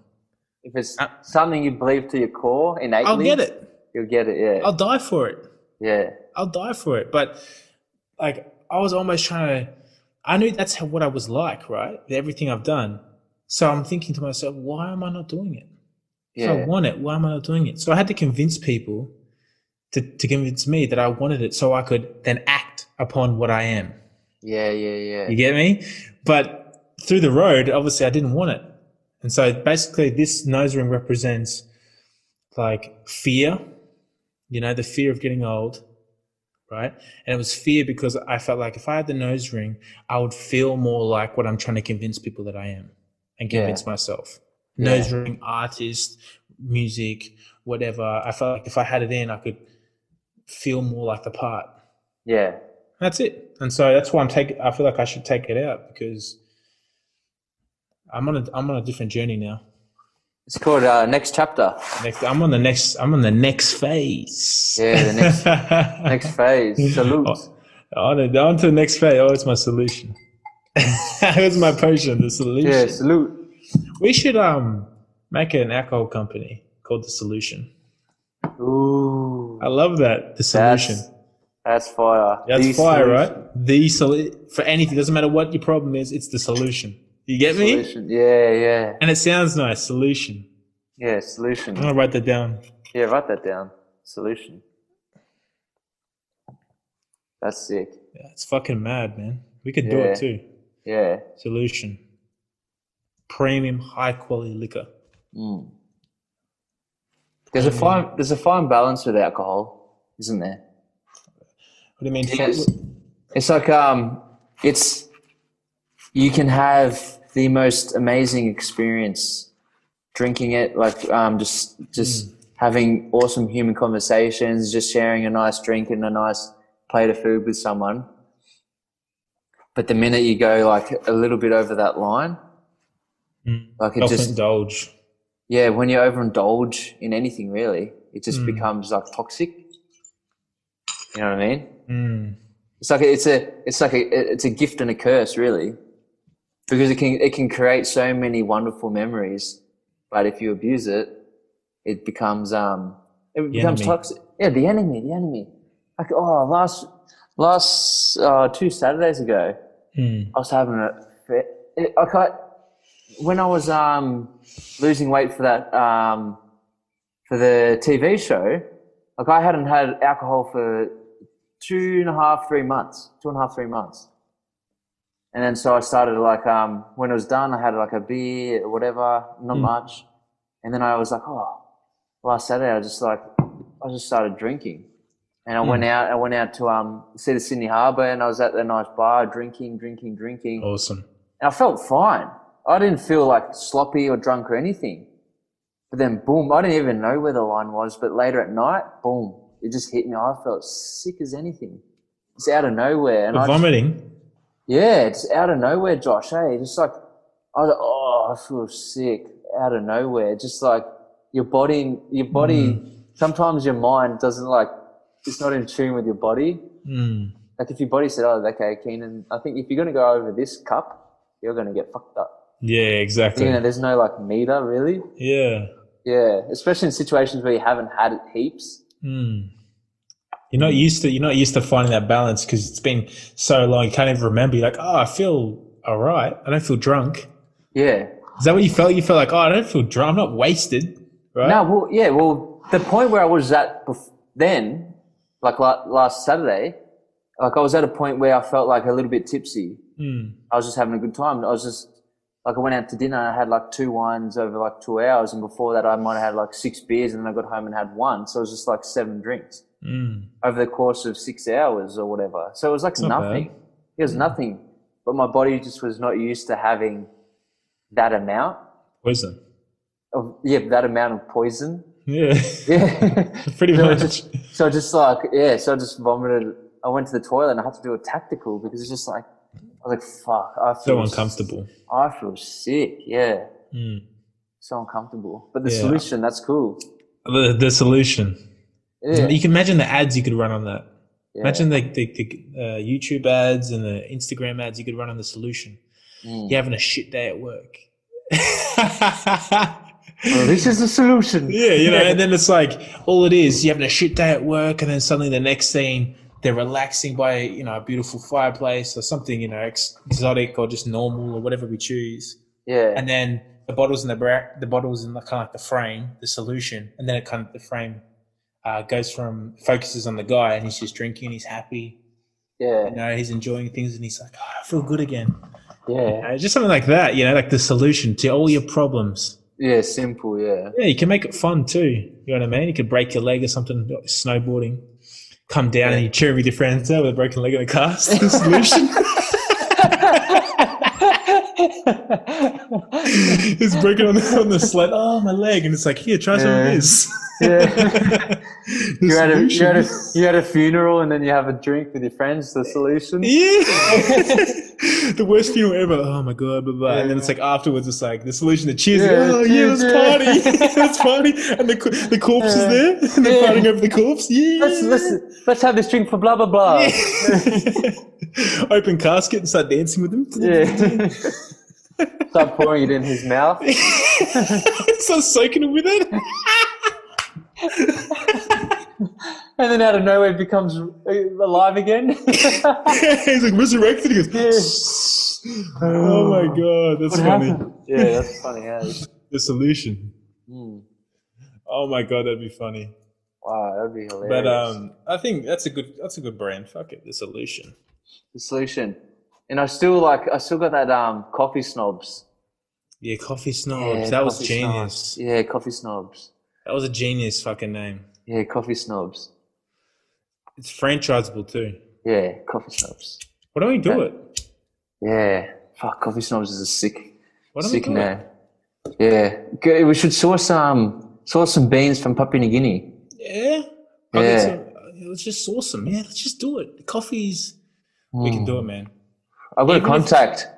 If it's Uh, something you believe to your core innately, I'll get it. You'll get it. Yeah, I'll die for it. yeah, I'll die for it. But like I was almost trying to I knew that's how, what I was like, right? With Everything I've done. So I'm thinking to myself, why am I not doing it? If I yeah, want it, why am I not doing it? So I had to convince people to, to convince me that I wanted it so I could then act upon what I am. yeah, yeah, yeah. You get me? But through the road, obviously I didn't want it. And so basically this nose ring represents like fear, you know, the fear of getting old, right? And it was fear because I felt like if I had the nose ring, I would feel more like what I'm trying to convince people that I am and Yeah. convince myself. Yeah. Nose ring, artist, music, whatever. I felt like if I had it in, I could feel more like the part. yeah. That's it. And so that's why I'm taking. I feel like I should take it out because I'm on a I'm on a different journey now. It's called uh, next chapter. Next, I'm on the next. I'm on the next phase. Yeah, the next- Next phase. Salute. Oh, on, it, on to the next phase. Oh, it's my solution. it's my potion. The solution. Yeah, salute. We should um make an alcohol company called the Solution. Ooh, I love that the that's solution. that's fire. That's The fire, solution. right? The solu- for anything doesn't matter what your problem is. It's the solution. You get me? Solution. Yeah, yeah, And it sounds nice, solution. yeah. I'm Solution. gonna write that down. Yeah, write that down. Solution. That's sick. Yeah, It's fucking mad, man. We could do Yeah. it too. Yeah. Solution. Premium high quality liquor. Mm. There's a fine there's a fine balance with alcohol, isn't there? What do you mean? Yes. It's like um it's you can have the most amazing experience drinking it, like um just just having awesome human conversations, just sharing a nice drink and a nice plate of food with someone. But the minute you go like a little bit over that line, Mm. like it Self just indulge. yeah, when you overindulge in anything, really, it just becomes like toxic. You know what I mean? Mm. It's like a, it's a it's like a it's a gift and a curse, really, because it can it can create so many wonderful memories, but if you abuse it, it becomes um it becomes enemy. toxic. Yeah, the enemy, the enemy. Like oh, last last uh, two Saturdays ago, Mm. I was having a fit. It, I cut when I was um, losing weight for that um, for the TV show. Like I hadn't had alcohol for two and a half, three months, two and a half, three months. And then so I started like um, when it was done, I had like a beer or whatever, not much. And then I was like, oh, last Saturday I just like I just started drinking. And I went out. I went out to um, see the Sydney Harbour, and I was at the nice bar, drinking, drinking, drinking. Awesome. And I felt fine. I didn't feel like sloppy or drunk or anything. But But then boom, I didn't even know where the line was, but later at night, boom, it just hit me. I felt sick as anything. It's out of nowhere. And I just- vomiting. yeah, it's out of nowhere, Josh. Hey, just like I was like, oh, I feel sick out of nowhere. Just like your body, your body. Sometimes your mind doesn't like it's not in tune with your body. Mm. Like if your body said, "Oh, okay, Keenan, I think if you're gonna go over this cup, you're gonna get fucked up." Yeah, exactly. You know, there's no like meter really. Yeah. Yeah, especially in situations where you haven't had it heaps. Mm. You're not used to you're not used to finding that balance because it's been so long. You can't even remember. You're like, oh, I feel all right. I don't feel drunk. Yeah. Is that what you felt? You felt like, oh, I don't feel drunk. I'm not wasted, right? No, well, yeah, well, the point where I was at bef- then, like la- last Saturday, like I was at a point where I felt like a little bit tipsy. Mm. I was just having a good time. I was just like I went out to dinner and I had like two wines over like two hours, and before that I might have had like six beers, and then I got home and had one, so it was just like seven drinks Mm. over the course of six hours or whatever. So it was like not nothing. It was nothing, but my body just was not used to having that amount Poison. of yeah that amount of poison. Yeah, Yeah. pretty So I much. just, so I just like, yeah, so I just vomited. I went to the toilet and I had to do a tactical because it's just like, I was like, fuck. I feel so uncomfortable. I feel sick. Yeah. Mm. So uncomfortable. But the Yeah. solution, that's cool. The, the solution. Yeah. You can imagine the ads you could run on that. Yeah. Imagine the, the, the uh, YouTube ads and the Instagram ads you could run on the solution. Mm. You're having a shit day at work. Well, this is the solution. Yeah, you know, and then it's like all it is, you're having a shit day at work, and then suddenly the next thing they're relaxing by, you know, a beautiful fireplace or something, you know, ex- exotic or just normal or whatever we choose. Yeah. And then the bottles in the bra- the bottles in the kind of like the frame, the solution, and then it kind of the frame uh, goes from focuses on the guy and he's just drinking, he's happy, yeah. you know, he's enjoying things, and he's like, oh, I feel good again. You Yeah. know, just something like that, you know, like the solution to all your problems. Yeah. Simple. Yeah. Yeah, you can make it fun too. You know what I mean? You could break your leg or something snowboarding. Come down and you cheer with your friends out with a broken leg in a cast. The solution. it's broken on the, on the sled. Oh, my leg. And it's like, here, try some of Yeah. this. Yeah. The You're at, a, solution. you're, at a, you're at a funeral and then you have a drink with your friends. The solution. Yeah. the worst funeral ever. Oh my god, blah blah. And then it's like afterwards, it's like the solution to cheers. Yeah, oh yeah, cheers, let's yeah. party, let's party. And the co- the corpse is there, and they're Yeah. partying over the corpse. Yeah. Let's, let's, let's have this drink for blah, blah, blah. Open casket and start dancing with them. Yeah. Start pouring it in his mouth. start soaking them with it. And then out of nowhere it becomes uh, alive again. what He's like resurrected. He goes. Oh my god, that's funny. happened? Yeah, that's funny. eh? The solution. Mm. Oh my god, that'd be funny. Wow, that'd be hilarious. But um, I think that's a good that's a good brand. Fuck it, the solution. the solution. And I still like, I still got that um coffee snobs. Yeah, coffee snobs. Yeah, that was coffee genius. snobs. Yeah, coffee snobs. That was a genius fucking name. Yeah, coffee snobs. It's franchisable too. Yeah, coffee snobs. Why don't we do Yeah. it? Yeah, fuck, coffee snobs is a sick, Why don't sick we do name. Yeah, Good, we should source um source some beans from Papua New Guinea. it? Yeah. I'll get Yeah. some- uh, let's just source them. Yeah, let's just do it. The coffee's. We can Hmm. do it, man. I've got a Even if- contact.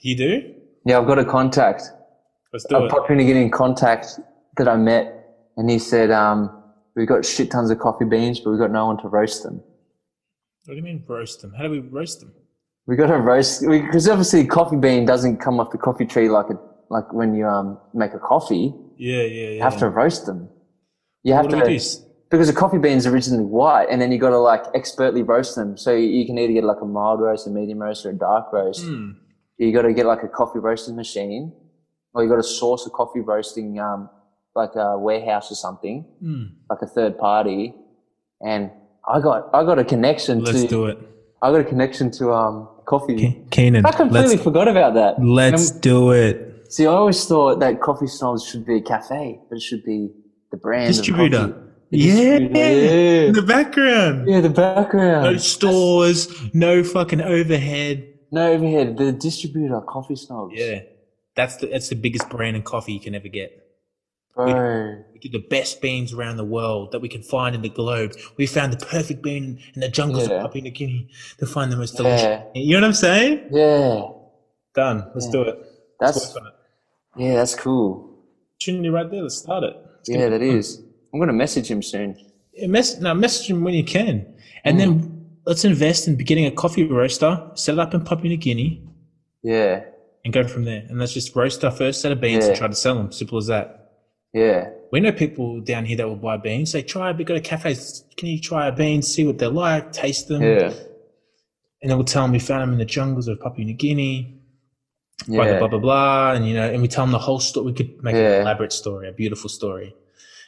You do? Yeah, I've got a contact. Let's do A it. Papua New Guinean contact that I met, and he said, um, "We got shit tons of coffee beans, but we got no one to roast them. What do you mean roast them? How do we roast them? We got to roast because obviously coffee bean doesn't come off the coffee tree like a like when you um make a coffee. Yeah, yeah, yeah. You have to roast them. You have What do to we do? S- because the coffee beans originally white, and then you got to like expertly roast them. So you, you can either get like a mild roast, a medium roast, or a dark roast. Hmm. you got to get like a coffee roasting machine or you got to source a coffee roasting um, like a warehouse or something Hmm. like a third party and i got i got a connection Let's to do it. i got a connection to um coffee Keenan, i completely forgot about that do it. And- see i always thought that coffee snobs should be a cafe but it should be the brand of Distributor. coffee. The Yeah. distributor, In yeah the background. yeah the background No stores, no fucking overhead. no overhead the distributor coffee snobs Yeah, that's the that's the biggest brand in coffee you can ever get. Bro. We did the best beans around the world that we can find in the globe. We found the perfect bean in the jungles Yeah. of Papua New Guinea to find the most delicious. Yeah. You know what I'm saying? Yeah. Done. Let's Yeah. do it. Let's That's work on it. yeah, that's cool. Opportunity right there. Let's start it. Yeah, that is. I'm gonna message him soon. Yeah, Mess- now message him when you can, and then let's invest in getting a coffee roaster, set it up in Papua New Guinea, Yeah. and go from there. And let's just roast our first set of beans and Yeah. try to sell them. Simple as that. Yeah. We know people down here that will buy beans. They try, we go to cafes. Can you try a bean, see what they're like, taste them? Yeah. And then we'll tell them we found them in the jungles of Papua New Guinea, blah, blah, blah, Yeah. blah, blah. And, you know, and we tell them the whole story. We could make an Yeah. elaborate story, a beautiful story.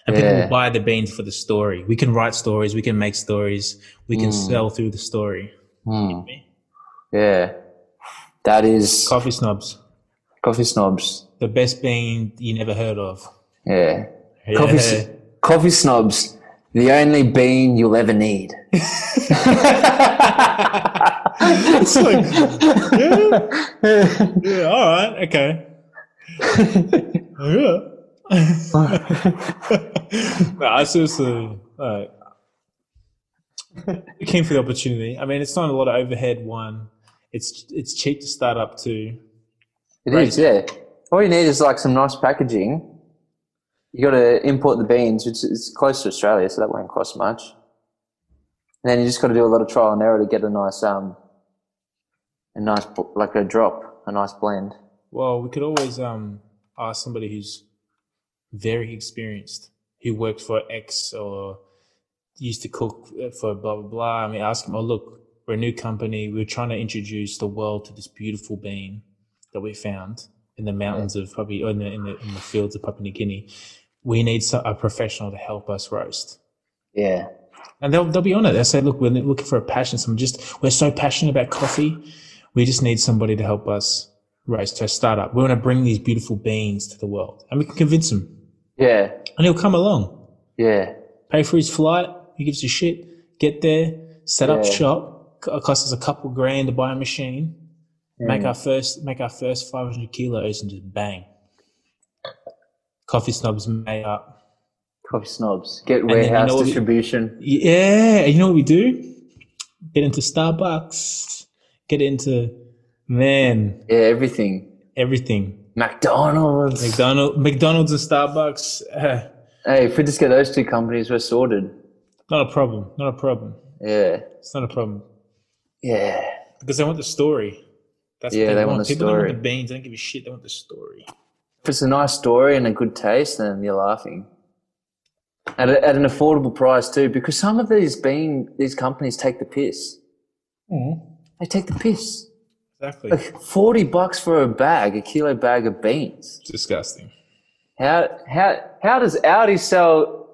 And people Yeah. will buy the beans for the story. We can write stories. We can make stories. We can Mm. sell through the story. Hmm. Yeah. That is Coffee snobs, coffee snobs. the best bean you never heard of. Yeah. Coffee, s coffee snobs, the only bean you'll ever need. It's like, yeah. yeah, all right, okay. yeah. no, I seriously, like, we came for the opportunity. I mean, it's not a lot of overhead. One, it's it's cheap to start up too. It is, yeah. All you need is like some nice packaging. You got to import the beans, which is close to Australia, so that won't cost much. And then you just got to do a lot of trial and error to get a nice, um, a nice bl- like a drop, a nice blend. Well, we could always um ask somebody who's very experienced, who worked for X or used to cook for blah blah blah. I mean, ask them. Oh, look, we're a new company. We're trying to introduce the world to this beautiful bean that we found in the mountains of Papua, or in the, in the in the fields of Papua New Guinea. We need so- a professional to help us roast. Yeah, And they'll, they'll be on it. They'll say, look, we're looking for a passion. Someone just, we're so passionate about coffee. We just need somebody to help us raise to a startup. We want to bring these beautiful beans to the world and we can convince him yeah, and he'll come along, yeah, pay for his flight. He gives a shit, get there, set up Yeah. shop. Co- It costs us a couple grand to buy a machine, make our first, make our first 500 kilos and just bang. Coffee snobs made up. coffee snobs get then you warehouse know what we- distribution. Yeah, and you know what we do? Get into Starbucks. Get into man yeah, everything. everything. McDonald's. McDonald, McDonald's and Starbucks. eh, hey, if we just get those two companies, we're sorted. not a problem. Not a problem. Yeah, It's not a problem yeah, because they want the story. That's Yeah, what they, they want want. the People don't story. want the beans. They don't give a shit. They want the story. if it's a nice story and a good taste, then you're laughing. At, a, at an affordable price too, because some of these bean these companies take the piss. They take the piss. Exactly. Like forty bucks for a bag, a kilo bag of beans. It's disgusting. How how how does Audi sell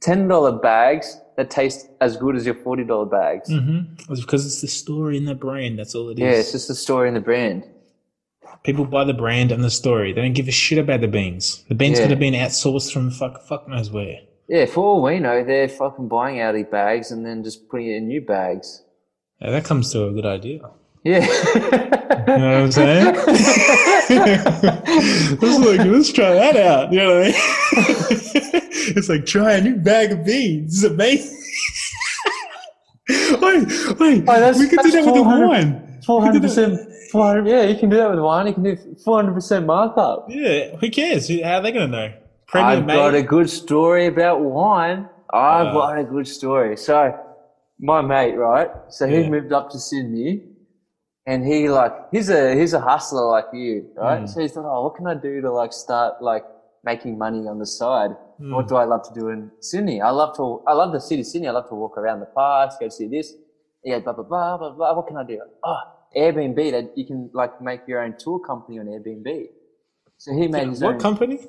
ten dollar bags that taste as good as your forty dollar bags? Mm-hmm. It's because it's the story in the brand. That's all it is. Yeah, it's just the story and the brand. People buy the brand and the story. They don't give a shit about the beans. The beans Yeah. could have been outsourced from fuck fuck knows where. Yeah, for all we know, they're fucking buying Audi bags and then just putting it in new bags. Yeah, that comes to a good idea. Yeah. You know what I'm saying? let's look, let's try that out. You know what I mean? it's like try a new bag of beans. It's amazing. wait, wait, Oh, that's- we could do that's that with the 400 wine. Four hundred percent, four hundred. Yeah, you can do that with wine. You can do four hundred percent markup. Yeah, who cares? Who- How are they gonna know? I've Premium got a mate. good story about wine. I've Uh, got a good story. So, my mate, right? So he Yeah. moved up to Sydney, and he like he's a he's a hustler like you, right? Hmm. So he thought, oh, what can I do to like start like making money on the side? Hmm. What do I love to do in Sydney? I love to I love the city, of Sydney. I love to walk around the parks, go see this, yeah, blah blah blah blah blah. What can I do? Oh, Airbnb. That you can like make your own tour company on Airbnb. So he made his own what company?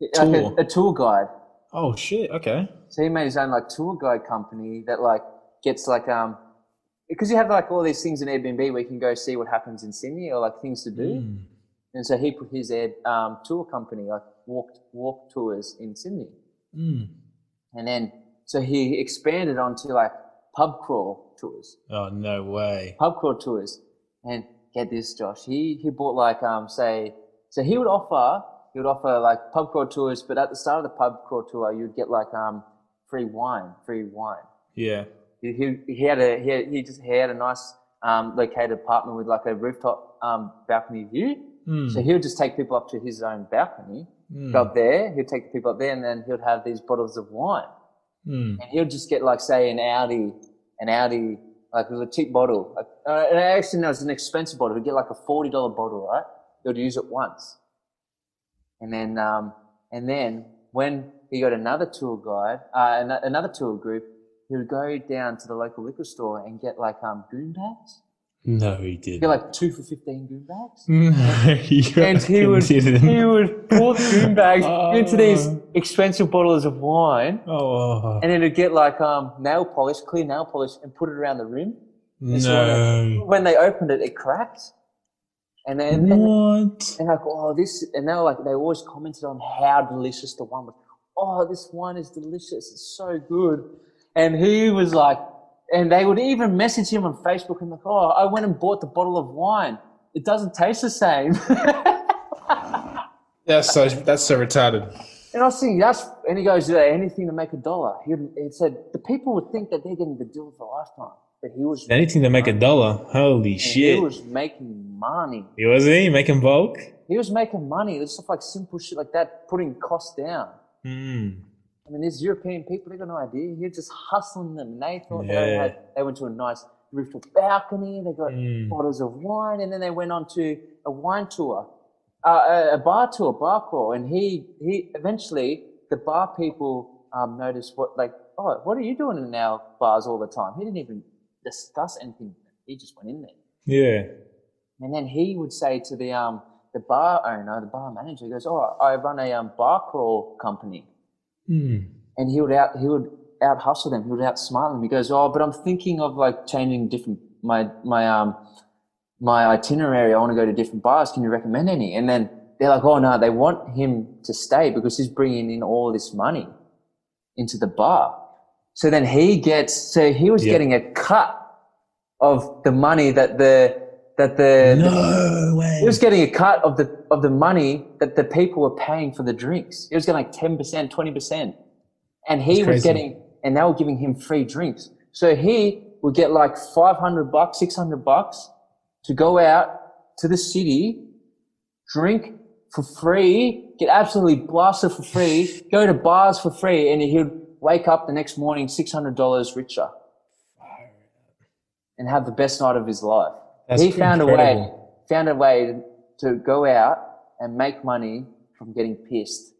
like tour? a, a tour guide. Oh shit. Okay. So he made his own like tour guide company that like gets like um because you have like all these things in Airbnb where you can go see what happens in Sydney or like things to do. Hmm. And so he put his air, um, tour company like walk walk tours in Sydney. Mm. And then so he expanded onto like pub crawl tours, Oh no way. pub crawl tours. And get this, Josh, he he bought like um say so he would offer he would offer like pub crawl tours, but at the start of the pub crawl tour, you'd get like um, free wine, free wine. Yeah. He, he, he had a he, had, he just he had a nice um, located apartment with like a rooftop um, balcony view. Mm. So he would just take people up to his own balcony, hmm, go up there. He'd take the people up there, and then he'd have these bottles of wine, Mm. and he'd just get like say an Audi, an Audi like it was a cheap bottle. Like, uh, and actually, no, it was an expensive bottle. He'd get like a forty dollar bottle, right? He'd use it once, and then um, and then when he got another tour guide, uh, an- another tour group, he would go down to the local liquor store and get like um goon bags. No, he didn't. Get like two for fifteen goon bags. no, you and he would didn't. he would pour the goon bags Oh. into these expensive bottles of wine, oh, and then he'd get like um nail polish, clear nail polish, and put it around the rim. And so no. When they opened it, it cracked, and then Mm. and, What? and like oh this, and they were like they always commented on how delicious the wine was. Oh, this wine is delicious. It's so good, and he was like, and they would even message him on Facebook and like, oh, I went and bought the bottle of wine. It doesn't taste the same. That's so. That's so retarded. And I was thinking, that's, and he goes, yeah, anything to make a dollar. He, he said, the people would think that they're getting the deal for a lifetime. But he was, Anything to make a dollar. Holy he shit! was making money. He wasn't he making bulk. He was making money. It was stuff like simple shit like that, putting costs down. Mm. I mean, these European people, they got no idea. He was just hustling them. And they thought they, Yeah. had, they went to a nice rooftop balcony. They got Mm. bottles of wine. And then they went on to a wine tour, uh, a, a bar tour, bar crawl. And he, he eventually, the bar people um, noticed what, like, oh, what are you doing in our bars all the time? He didn't even discuss anything. He just went in there. Yeah. And then he would say to the um the bar owner, the bar manager, he goes, "Oh, I run a um, bar crawl company," Mm. and he would out he would out hustle them, he would outsmart them. He goes, "Oh, but I'm thinking of like changing different my my um my itinerary. I want to go to different bars. Can you recommend any?" And then they're like, "Oh no, they want him to stay because he's bringing in all this money into the bar." So then he gets so he was Yeah. getting a cut of the money that the that the No way. he was getting a cut of the of the money that the people were paying for the drinks. He was getting like ten percent, twenty percent, and he That's was crazy. getting, and they were giving him free drinks. So he would get like five hundred bucks, six hundred bucks to go out to the city, drink for free, get absolutely blasted for free, go to bars for free, and he'd wake up the next morning six hundred dollars richer, and have the best night of his life That's he found a way, incredible. found a way to go out and make money from getting pissed,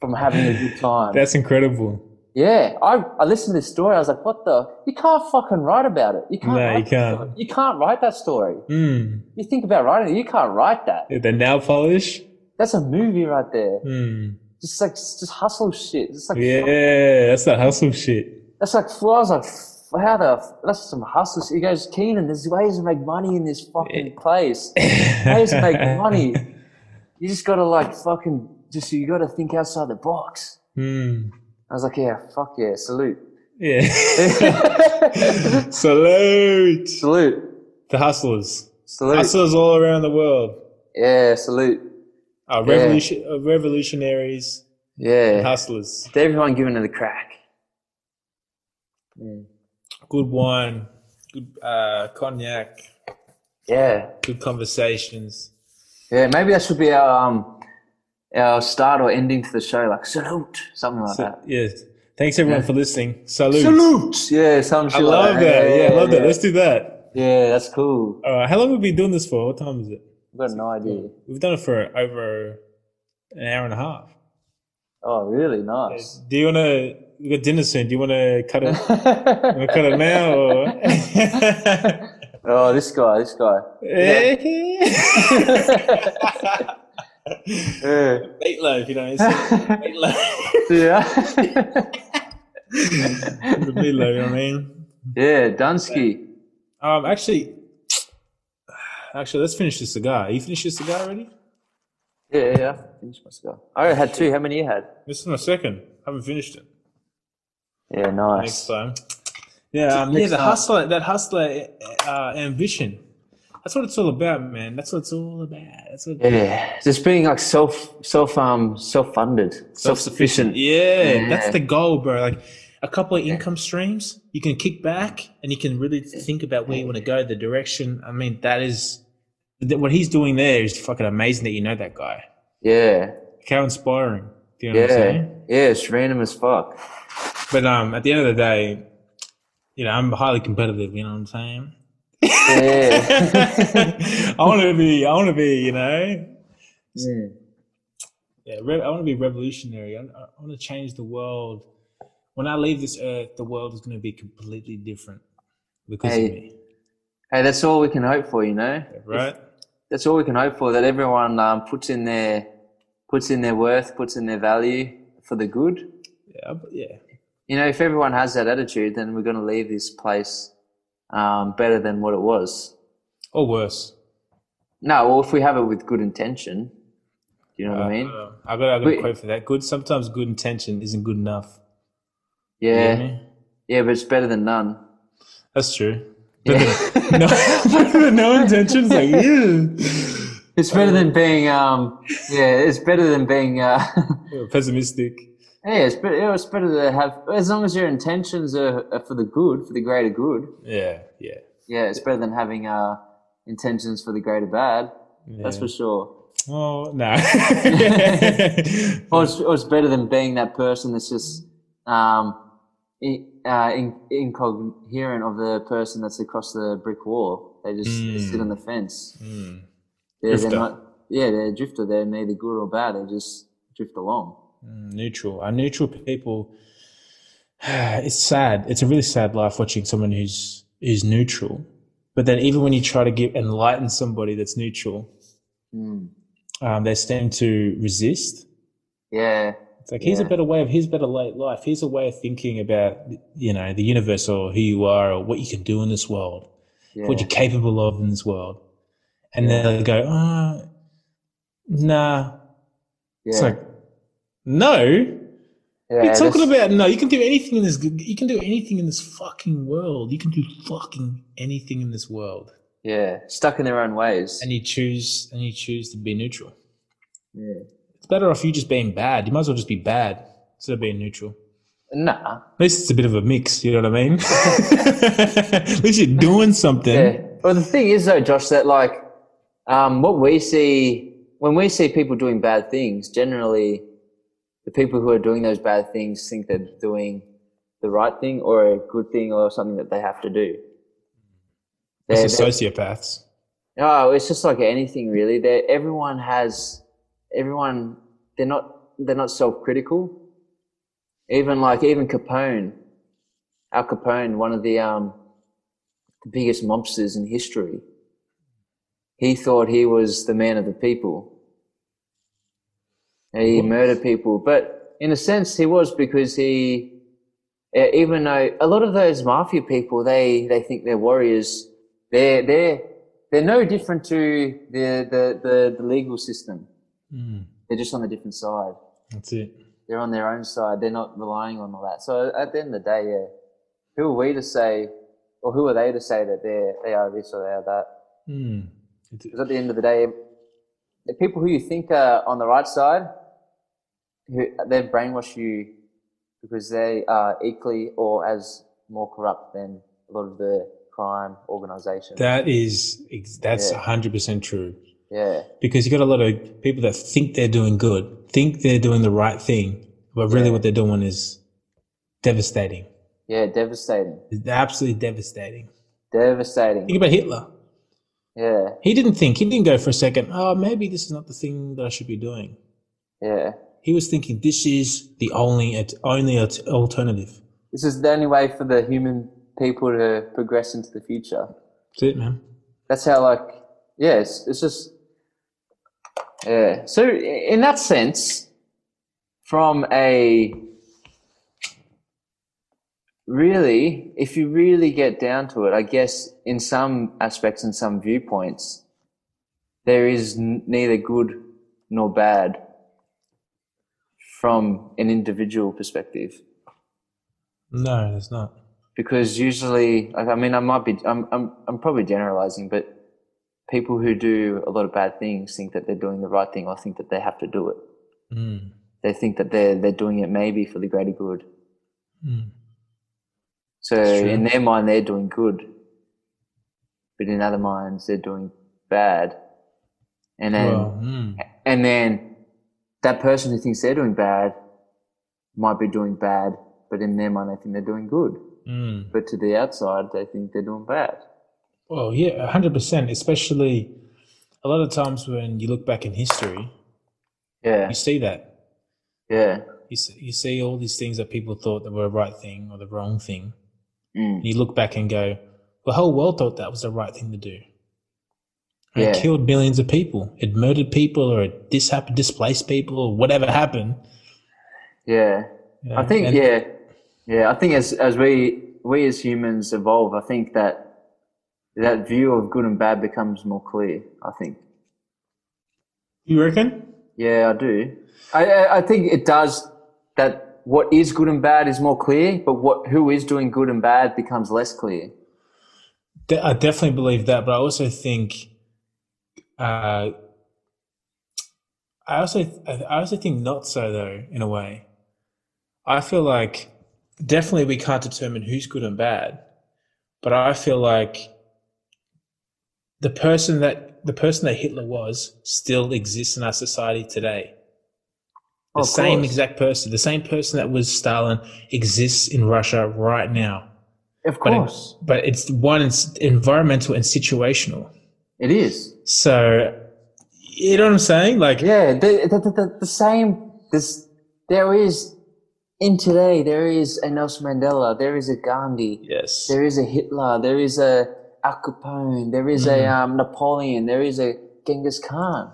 from having a good time. That's incredible. yeah, I, I listened to this story. I was like, "What the? You can't fucking write about it. You can't. No, write you that can't. story. You can't write that story. Mm. You think about writing it. You can't write that. The nail polish. That's a movie right there. Mm. Just like just hustle shit. It's like Yeah, that's that hustle shit. That's like I was like, "F- how the? f- That's some hustle. shit." He goes, Keenan, there's ways to make money in this fucking place. ways to make money. You just gotta like fucking just you gotta think outside the box. Mm. I was like, yeah, fuck yeah, salute, Yeah. Salute. salute, The hustlers. salute, Hustlers all around the world. yeah, salute, Uh, revolution, uh, revolutionaries, yeah. hustlers. To everyone giving it a crack. Good wine, good uh, cognac, Yeah, good conversations. yeah. Maybe that should be our um our start or ending to the show, like salute, something like So, that. yes. Thanks everyone for listening. Salute. Salute, yeah, some shit I love like that. Yeah, I love yeah, that. Let's do that. Yeah, that's cool. All right. How long have we been doing this for? What time is it? I've got no idea. We've done it for over an hour and a half. Oh, really nice. Do you want to? We got dinner soon. Do you want to cut it? oh, wanna cut it now or? Oh, this guy, this guy. Eh? Yeah. Meatloaf, you know. It's meatloaf. yeah. the meatloaf, you know what I mean? yeah, Dunsky. Um, actually, actually, let's finish the cigar. You finished your cigar already? Yeah, yeah, yeah. Finish my cigar. I already had two. How many you had? This is my second. haven't finished it. Yeah, Next nice. time. Yeah, um, yeah. next The time. hustler, that hustler uh, ambition. That's what it's all about, man. That's what it's all about. That's what. Yeah, just being like self, self, um, self-funded, self-sufficient. Yeah, Yeah. that's the goal, bro. Like a couple of income streams, you can kick back and you can really think about where you want to go, the direction. I mean, that is that what he's doing there is fucking amazing that you know that guy. Yeah, Like, How inspiring. Do you know what I'm yeah, saying? yeah. It's random as fuck. But um, at the end of the day, you know, I'm highly competitive. You know what I'm saying? Yeah, I want to be. I want to be. You know. Mm. Yeah, re- I want to be revolutionary. I, I want to change the world. When I leave this earth, the world is going to be completely different because Hey. of me, hey, that's all we can hope for, you know. right? That's all we can hope for. That everyone um, puts in their, puts in their worth, puts in their value for the good. Yeah, but yeah. You know, if everyone has that attitude, then we're going to leave this place um, better than what it was. Or worse. No, well, if we have it with good intention, do you know what I mean? Uh, I got, I got a Wait. quote for that. Good. Sometimes good intention isn't good enough. You Yeah, know what I mean? yeah, but it's better than none. that's true. Yeah. No, no intentions. Like, yeah. It's better than being, um, yeah, it's better than being, uh, pessimistic. yeah, it's better, yeah, it's better to have, as long as your intentions are, are for the good, for the greater good, Yeah, yeah. yeah, it's better than having, uh, intentions for the greater bad, that's Yeah. for sure. Oh no. Or it's, or it's better than being that person that's just, um, in, uh, in, incoherent of the person that's across the brick wall. They just they Hmm. sit on the fence. Yeah, they're Drifter. not, yeah, they're a drifter. They're neither good or bad. They just drift along. hmm, neutral. Our neutral people. It's sad. It's a really sad life watching someone who's who's neutral. But then even when you try to give enlighten somebody that's neutral, Mm. um, they stand to resist. Yeah. It's like here's a Yeah. better way of here's a better late life. Here's a way of thinking about you know the universe or who you are or what you can do in this world. Yeah. what you're capable of in this world. And they'll go, oh, nah. It's yeah, like, no. What yeah, are you talking that's- about? No, you can do anything in this. You can do anything in this fucking world. You can do fucking anything in this world. Yeah, stuck in their own ways. And you choose, and you choose to be neutral. Yeah. It's better off you just being bad. You might as well just be bad instead of being neutral. Nah. At least it's a bit of a mix. You know what I mean? At least you're doing something. Yeah. Well, the thing is though, Josh, that like, um, what we see when we see people doing bad things, generally, the people who are doing those bad things think they're doing the right thing or a good thing or something that they have to do. It's They're- just they're- sociopaths. Oh, it's just like anything really. They everyone has everyone. They're not they're not self critical. Even like even Capone, Al Capone, one of the um the biggest mobsters in history. He thought he was the man of the people. And he murdered people, but in a sense, he was because he, eh, even though a lot of those mafia people, they they think they're warriors. They're they're they're no different to the the the, the legal system. Mm, They're just on the different side. that's it. They're on their own side. They're not relying on all that. So at the end of the day, yeah, who are we to say, or who are they to say that they they are this or they are that? Mm. It's- Because at the end of the day, the people who you think are on the right side, who they've brainwashed you because they are equally or as more corrupt than a lot of the crime organizations. That is ex- that's Yeah. hundred percent true yeah, because you got a lot of people that think they're doing good, think they're doing the right thing, but really Yeah. what they're doing is devastating. yeah, devastating, It's absolutely devastating. devastating. Think about Hitler. Yeah, He didn't think. He didn't go for a second. Oh, maybe this is not the thing that I should be doing. yeah. He was thinking this is the only it's only alt- alternative. This is the only way for the human people to progress into the future. That's it, man. that's how like yeah it's, it's just yeah so i- in that sense from a really if you really get down to it i guess in some aspects and some viewpoints there is n- neither good nor bad from an individual perspective No, that's not. because usually like i mean i might be i'm i'm, I'm probably generalizing but people who do a lot of bad things think that they're doing the right thing or think that they have to do it. Mm. They think that they're they're doing it maybe for the greater good. Mm. So That's true. in their mind, they're doing good, but in other minds, they're doing bad. And then Well, mm. and then that person who thinks they're doing bad might be doing bad, but in their mind, they think they're doing good. Mm. But to the outside, they think they're doing bad. Well, yeah, hundred percent. Especially a lot of times when you look back in history, Yeah, you see that yeah, you see, you see all these things that people thought that were the right thing or the wrong thing. Mm. And you look back and go, the whole world thought that was the right thing to do. And yeah, It killed millions of people. It murdered people or it dis- happened, displaced people or whatever happened. yeah. you know, I think and- yeah, yeah. I think as as we we as humans evolve, I think that that view of good and bad becomes more clear. I think. You reckon? Yeah, I do. I I- I think it does that. What is good and bad is more clear, but what who is doing good and bad becomes less clear. De- I definitely believe that, but I also think, uh, I also I also think not so though. In a way, I feel like definitely we can't determine who's good and bad, but I feel like the person that the person that Hitler was still exists in our society today. The Of same course. exact person, the same person that was Stalin, exists in Russia right now. Of But it- course, but it's one it's environmental and situational. it is. So you know what I'm saying? Like Yeah, the, the, the, the, the same. This there is in today. There is a Nelson Mandela. There is a Gandhi. yes, There is a Hitler. There is a Al Capone. There is a um, Napoleon. There is a Genghis Khan.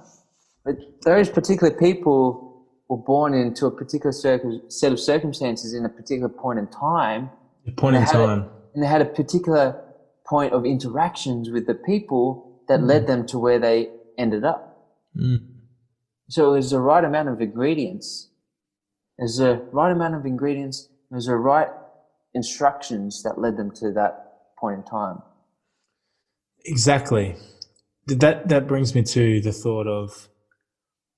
But those particular people were born into a particular circ- set of circumstances in a particular point in time, the point in they had it. time. and they had a particular point of interactions with the people that led them to where they ended up. Mm. So it was the right amount of ingredients. It was the right amount of ingredients. It was the right instructions that led them to that point in time. Exactly. Th- That that brings me to the thought of,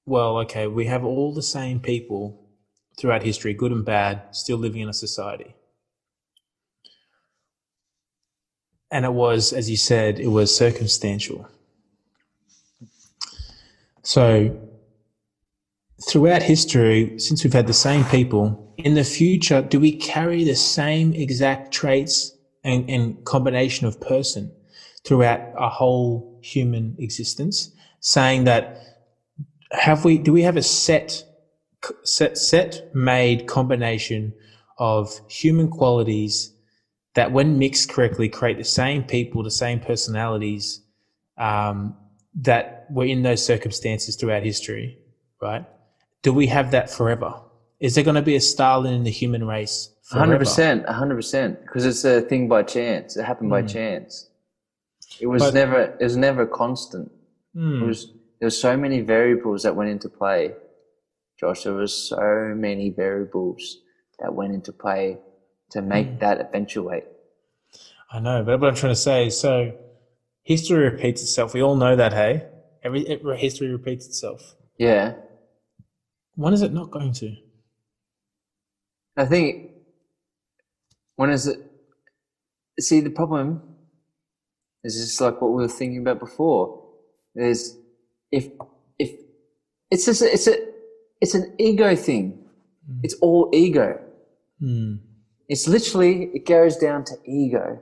well, okay, we have all the same people throughout history, good and bad, still living in a society. And it was, as you said, it was circumstantial. So throughout history, since we've had the same people, in the future, do we carry the same exact traits and, and combination of person? throughout our whole human existence, saying that have we do we have a set set set made combination of human qualities that, when mixed correctly, create the same people, the same personalities um, that were in those circumstances throughout history, right? Do we have that forever? Is there going to be a Stalin in the human race? hundred forever? percent, hundred percent. Because it's a thing by chance. It happened by chance. It was Hmm. But- never. It was never constant. Hmm. It was. There were so many variables that went into play, Josh. There was so many variables that went into play to make Hmm. that eventuate. I know, but what I'm trying to say is so history repeats itself. We all know that, hey? Every, every history repeats itself. Yeah, When is it not going to? I think. When is it? See, the problem is just like what we were thinking about before. There's if if it's just a, it's a it's an ego thing. It's all ego. Hmm. It's literally it goes down to ego.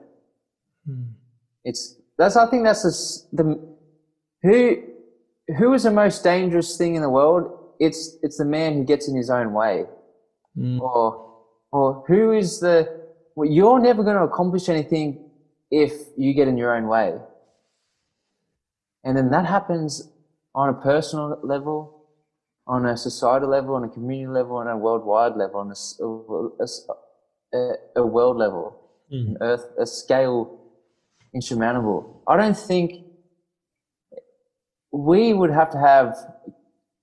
Hmm. It's that's I think that's the s- the who who is the most dangerous thing in the world. It's it's the man who gets in his own way, Mm. or or who is the well, you're never going to accomplish anything if you get in your own way. And then that happens on a personal level, on a societal level, on a community level, on a worldwide level, on a s- a, s- a- a world level, an earth, a scale insurmountable. I don't think we would have to have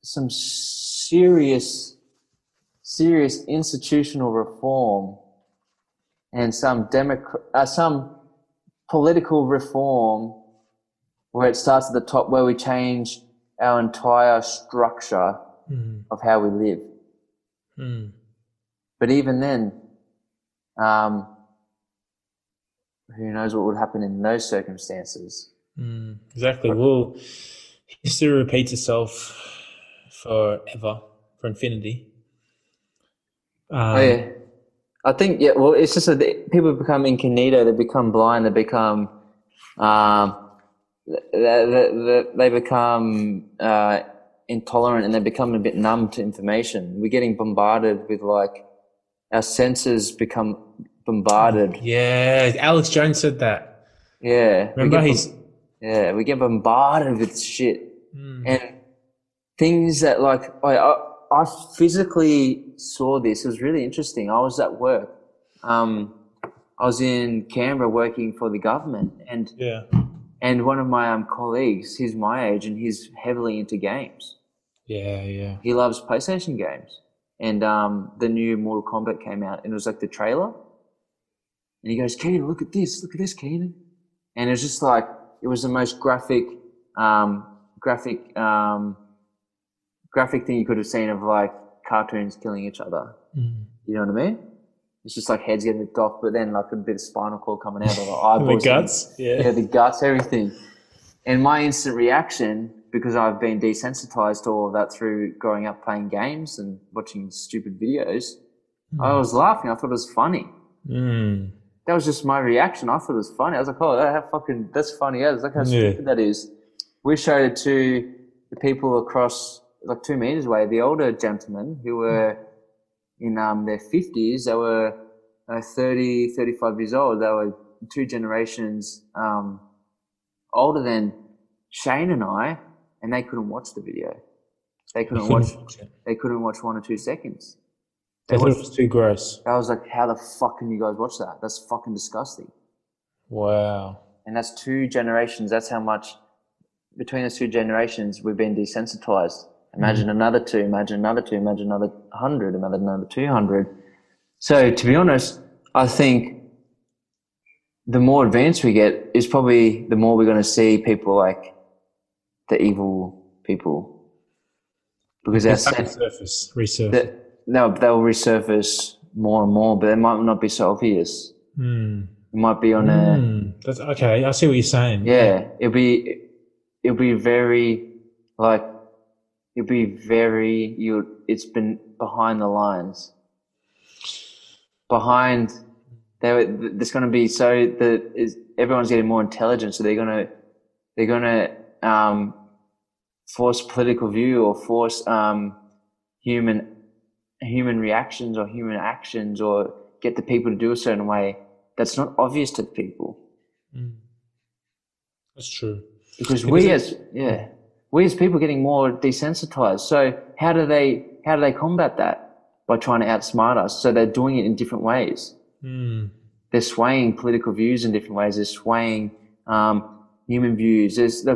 some serious, serious institutional reform and some democrat, uh, some political reform where it starts at the top, where we change our entire structure Hmm. of how we live. But even then, um, who knows what would happen in those circumstances? Hmm. Exactly. Well, history repeats itself forever, for infinity. Um, oh yeah, I think yeah. Well, it's just that the- people become incognito. They become blind. They become, um, th- th- th- th- they become uh, intolerant, and they become a bit numb to information. We're getting bombarded with like our senses become bombarded. yeah, Alex Jones said that. Yeah, we Mm-hmm. Remember, get he's Yeah, we get bombarded with shit hmm. and things that like I, I I physically saw this. It was really interesting. I was at work. Um, I was in Canberra working for the government, and yeah, and one of my um, colleagues, he's my age, and he's heavily into games. yeah, yeah. He loves PlayStation games, and um, the new Mortal Kombat came out, and it was like the trailer. And he goes, Keenan, look at this, look at this, Keenan. And it was just like, it was the most graphic, um, graphic, um, graphic thing you could have seen of like cartoons killing each other. You know what I mean? It's just like heads getting ripped off, but then like a bit of spinal cord coming out of the The eyeballs. guts. Yeah. the guts, everything. And my instant reaction, because I've been desensitized to all of that through growing up playing games and watching stupid videos, I was laughing. I thought it was funny Mm. that was just my reaction. I thought it was funny. I was like, oh, that how fucking that's funny as look how Yeah. stupid that is. We showed it to the people across like two meters away, the older gentlemen who were in um, their fifties. They were uh, 30, 35 years old. They were two generations um, older than Shane and I, and they couldn't watch the video. They couldn't watch. They couldn't watch one or two seconds. They thought it was too gross. I was like, how the fuck can you guys watch that? That's fucking disgusting. Wow. and that's two generations. That's how much between those two generations we've been desensitized. Imagine another two. Imagine another two. Imagine another hundred. Imagine another two hundred. So to be honest, I think the more advanced we get is probably the more we're going to see people like the evil people because our Back to sense surface, resurface. that no, they'll resurface more and more, but they might not be so obvious. It might be on a Mm, Hmm. that's okay. I see what you're saying. yeah, it'll be it'll be very like it'll be very you. It's been behind the lines, behind there. There's going to be so that is everyone's getting more intelligent, so they're gonna they're gonna um, force political view or force um, human human reactions or human actions or get the people to do a certain way that's not obvious to the people Hmm. That's true. because we as yeah we as people are getting more desensitized so how do they how do they combat that by trying to outsmart us so they're doing it in different ways Hmm. they're swaying political views in different ways they're swaying um, human views there's the,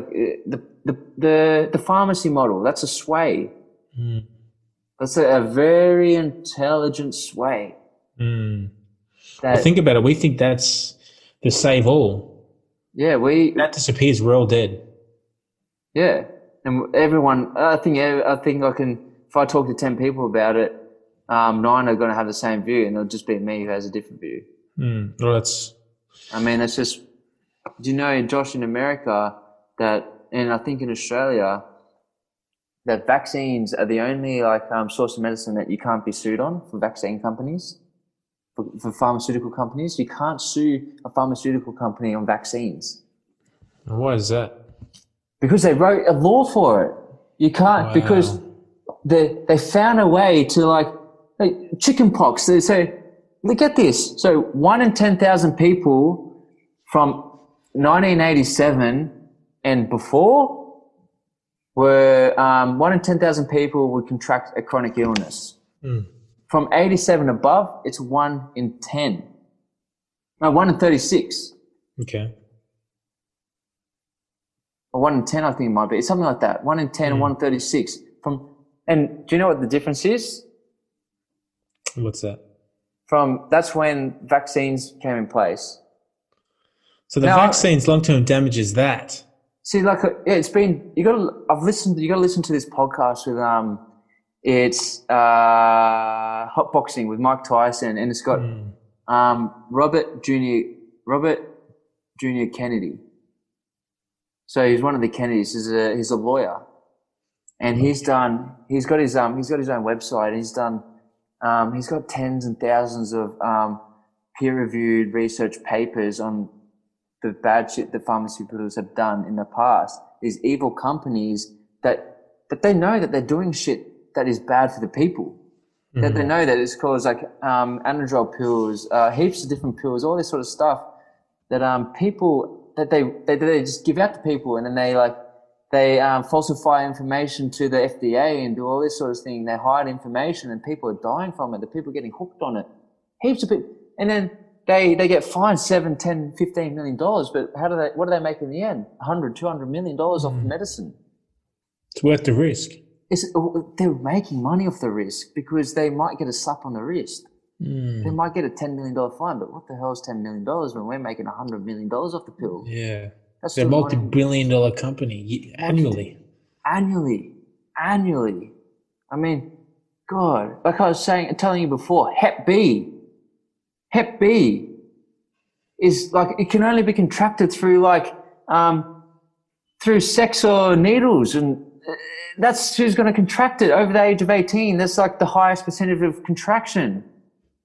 the the the the pharmacy model that's a sway Hmm. that's a, a very intelligent sway that Well, Hmm. think about it. We think that's the save all. yeah we That disappears. We're all dead. Yeah, and everyone. I think. I think I can. If I talk to ten people about it, um, nine are going to have the same view, and it'll just be me who has a different view. Mm. Well, that's I mean, it's just. Do you know, Josh, in America, that, and I think in Australia, that vaccines are the only like um, source of medicine that you can't be sued on for vaccine companies, for, for pharmaceutical companies. You can't sue a pharmaceutical company on vaccines. why is that? because they wrote a law for it. You can't Wow. because they they found a way to like, like chicken pox. They say, look at this. So one in ten thousand people from 1987 and before were um, one in ten thousand people would contract a chronic illness. Hmm. From 87 above, it's one in ten. No, one in 36. Okay. or one in ten, I think it might be. It's something like that. One in ten, one thirty six. From Hmm. and do you know what the difference is? What's that? From that's when vaccines came in place. So the Now- vaccine's long-term damage is that. See, like, uh, yeah, it's been you got. to I've listened. You got to listen to this podcast with um, it's uh, hot boxing with Mike Tyson, and it's got Hmm. um Robert Junior Robert Junior Kennedy. So he's one of the Kennedys. He's a he's a lawyer, and he's done. He's got his um. He's got his own website. And he's done. Um, he's got tens and thousands of um, peer-reviewed research papers on the bad shit that pharmaceuticals have done in the past. These evil companies that that they know that they're doing shit that is bad for the people. Hmm. That they know that it's caused like um, Anadrol pills, uh, heaps of different pills, all this sort of stuff that um, people that they, they they just give out to people and then they like they um, falsify information to the FDA and do all this sort of thing. They hide information and people are dying from it. The people are getting hooked on it. Heaps of people, and then they they get fined seven, ten, fifteen million dollars. But how do they? What do they make in the end? 100, 200 million dollars off of medicine. It's worth the risk. It's, they're making money off the risk because they might get a slap on the wrist. Hmm. They Mm. might get a ten million dollar fine, but what the hell is ten million dollars when we're making hundred million dollars off the pill Yeah. That's They're the a money. multi-billion dollar company ye- annually. annually? Annually, I mean, God, like I was saying, telling you before, Hep B, Hep B is like it can only be contracted through like um, through sex or needles, and uh, that's who's going to contract it over the age of eighteen. That's like the highest percentage of contraction.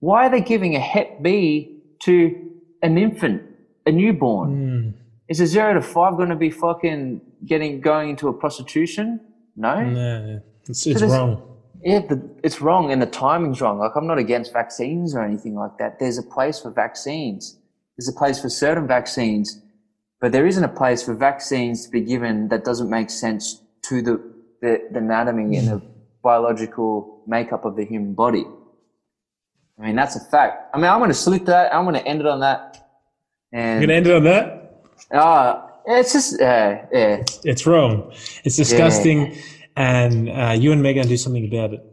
Why are they giving a Hep B to an infant, a newborn? Hmm, Is a zero to five going to be fucking getting going into a prostitution? No. Nah, it's, it's there's- wrong. Yeah, the, it's wrong and the timing's wrong. Like, I'm not against vaccines or anything like that. There's a place for vaccines. There's a place for certain vaccines, but there isn't a place for vaccines to be given that doesn't make sense to the, the, the anatomy and the biological makeup of the human body. I mean, that's a fact. I mean, I'm going to salute that. I'm going to end it on that. You're And, gonna end it on that? uh, it's just, uh, yeah. It's wrong. It's disgusting, and uh, you and Megan do something about it.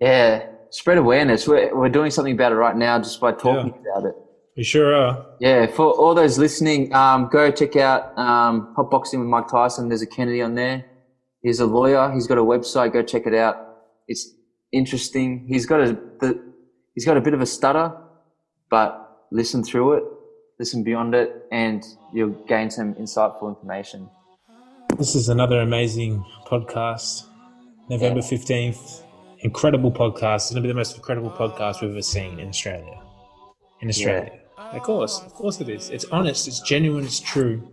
Yeah. Spread awareness. We're, we're doing something about it right now just by talking about it. You sure are. Yeah, for all those listening, um, go check out um, Hot Boxing with Mike Tyson. There's a Kennedy on there. He's a lawyer. He's got a website. Go check it out. It's interesting. He's got a the, he's got a bit of a stutter, but listen through it, listen beyond it, and you'll gain some insightful information. This is another amazing podcast. November fifteenth, incredible podcast. It's gonna be the most incredible podcast we've ever seen in Australia. In Australia, of course, of course it is. It's honest. It's genuine. It's true.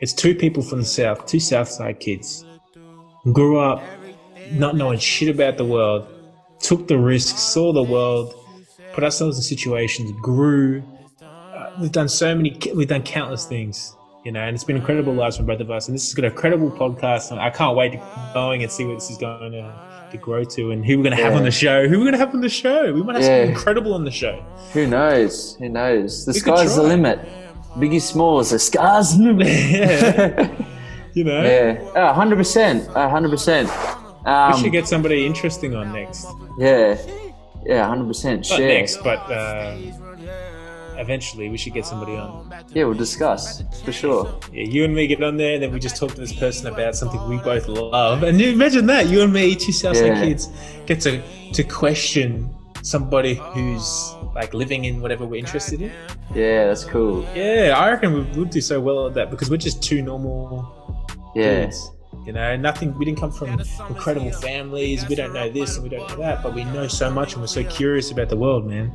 It's two people from the south, two Southside kids, grew up not knowing shit about the world, took the risks, saw the world, put ourselves in situations, grew. Uh, we've done so many, we've done countless things, you know, and it's been incredible lives from both of us. And this has got a credible podcast. And I can't wait to keep going and see what this is going to, to grow to and who we're going to have Yeah. on the show. Who we're going to have on the show. We might have Yeah. something incredible on the show. Who knows? Who knows? The We could sky's the try. limit. Biggie Smalls, the sky's the limit. You know, yeah, hundred percent, hundred percent. Um, we should get somebody interesting on next. Yeah, yeah, hundred percent. Not Share. next, but uh, eventually we should get somebody on. Yeah, we'll discuss for sure. Yeah, you and me get on there, and then we just talk to this person about something we both love. And you imagine that you and me, two Southside Yeah. kids, get to to question somebody who's like living in whatever we're interested in. Yeah, that's cool. Yeah, I reckon we would do so well at that because we're just two normal Yeah, kids. You know, nothing. We didn't come from incredible families. We don't know this and we don't know that, but we know so much and we're so curious about the world, man.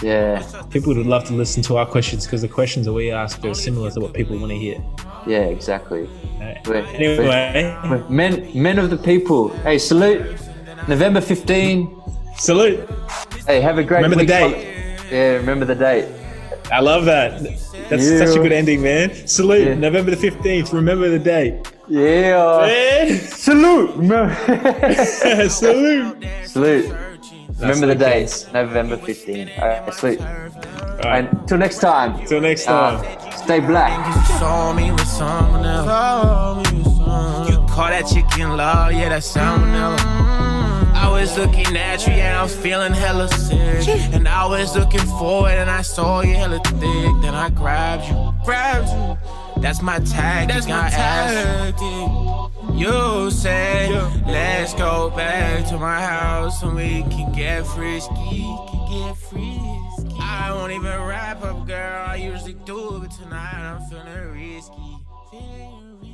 yeah, People would love to listen to our questions because the questions that we ask are similar to what people want to hear. yeah, exactly. you know? We're- Anyway, we're men, men of the people. Hey, salute. November 15. salute. Hey, have a great Remember the week. date. Yeah, remember the date. I love that. That's Yeah. such a good ending, man. Salute. Yeah. November the 15th. Remember the date. Yeah. Eh? Salute. Remember- salute. salute. Remember the weekend. dates. November 15. All right, salute. All right. And till next time. Till next time. Uh, stay black. You saw me with someone else. You call that chicken love, yeah, that's salmonella. I was looking at you, yeah, I was feeling hella sick. And I was looking forward, and I saw you hella thick. Then I grabbed you, grabbed you. That's my tag. That's my tactic. You say, let's go back to my house and we can get frisky. Can get frisky. I won't even wrap up, girl. I usually do, but tonight I'm feeling risky. Feeling risky.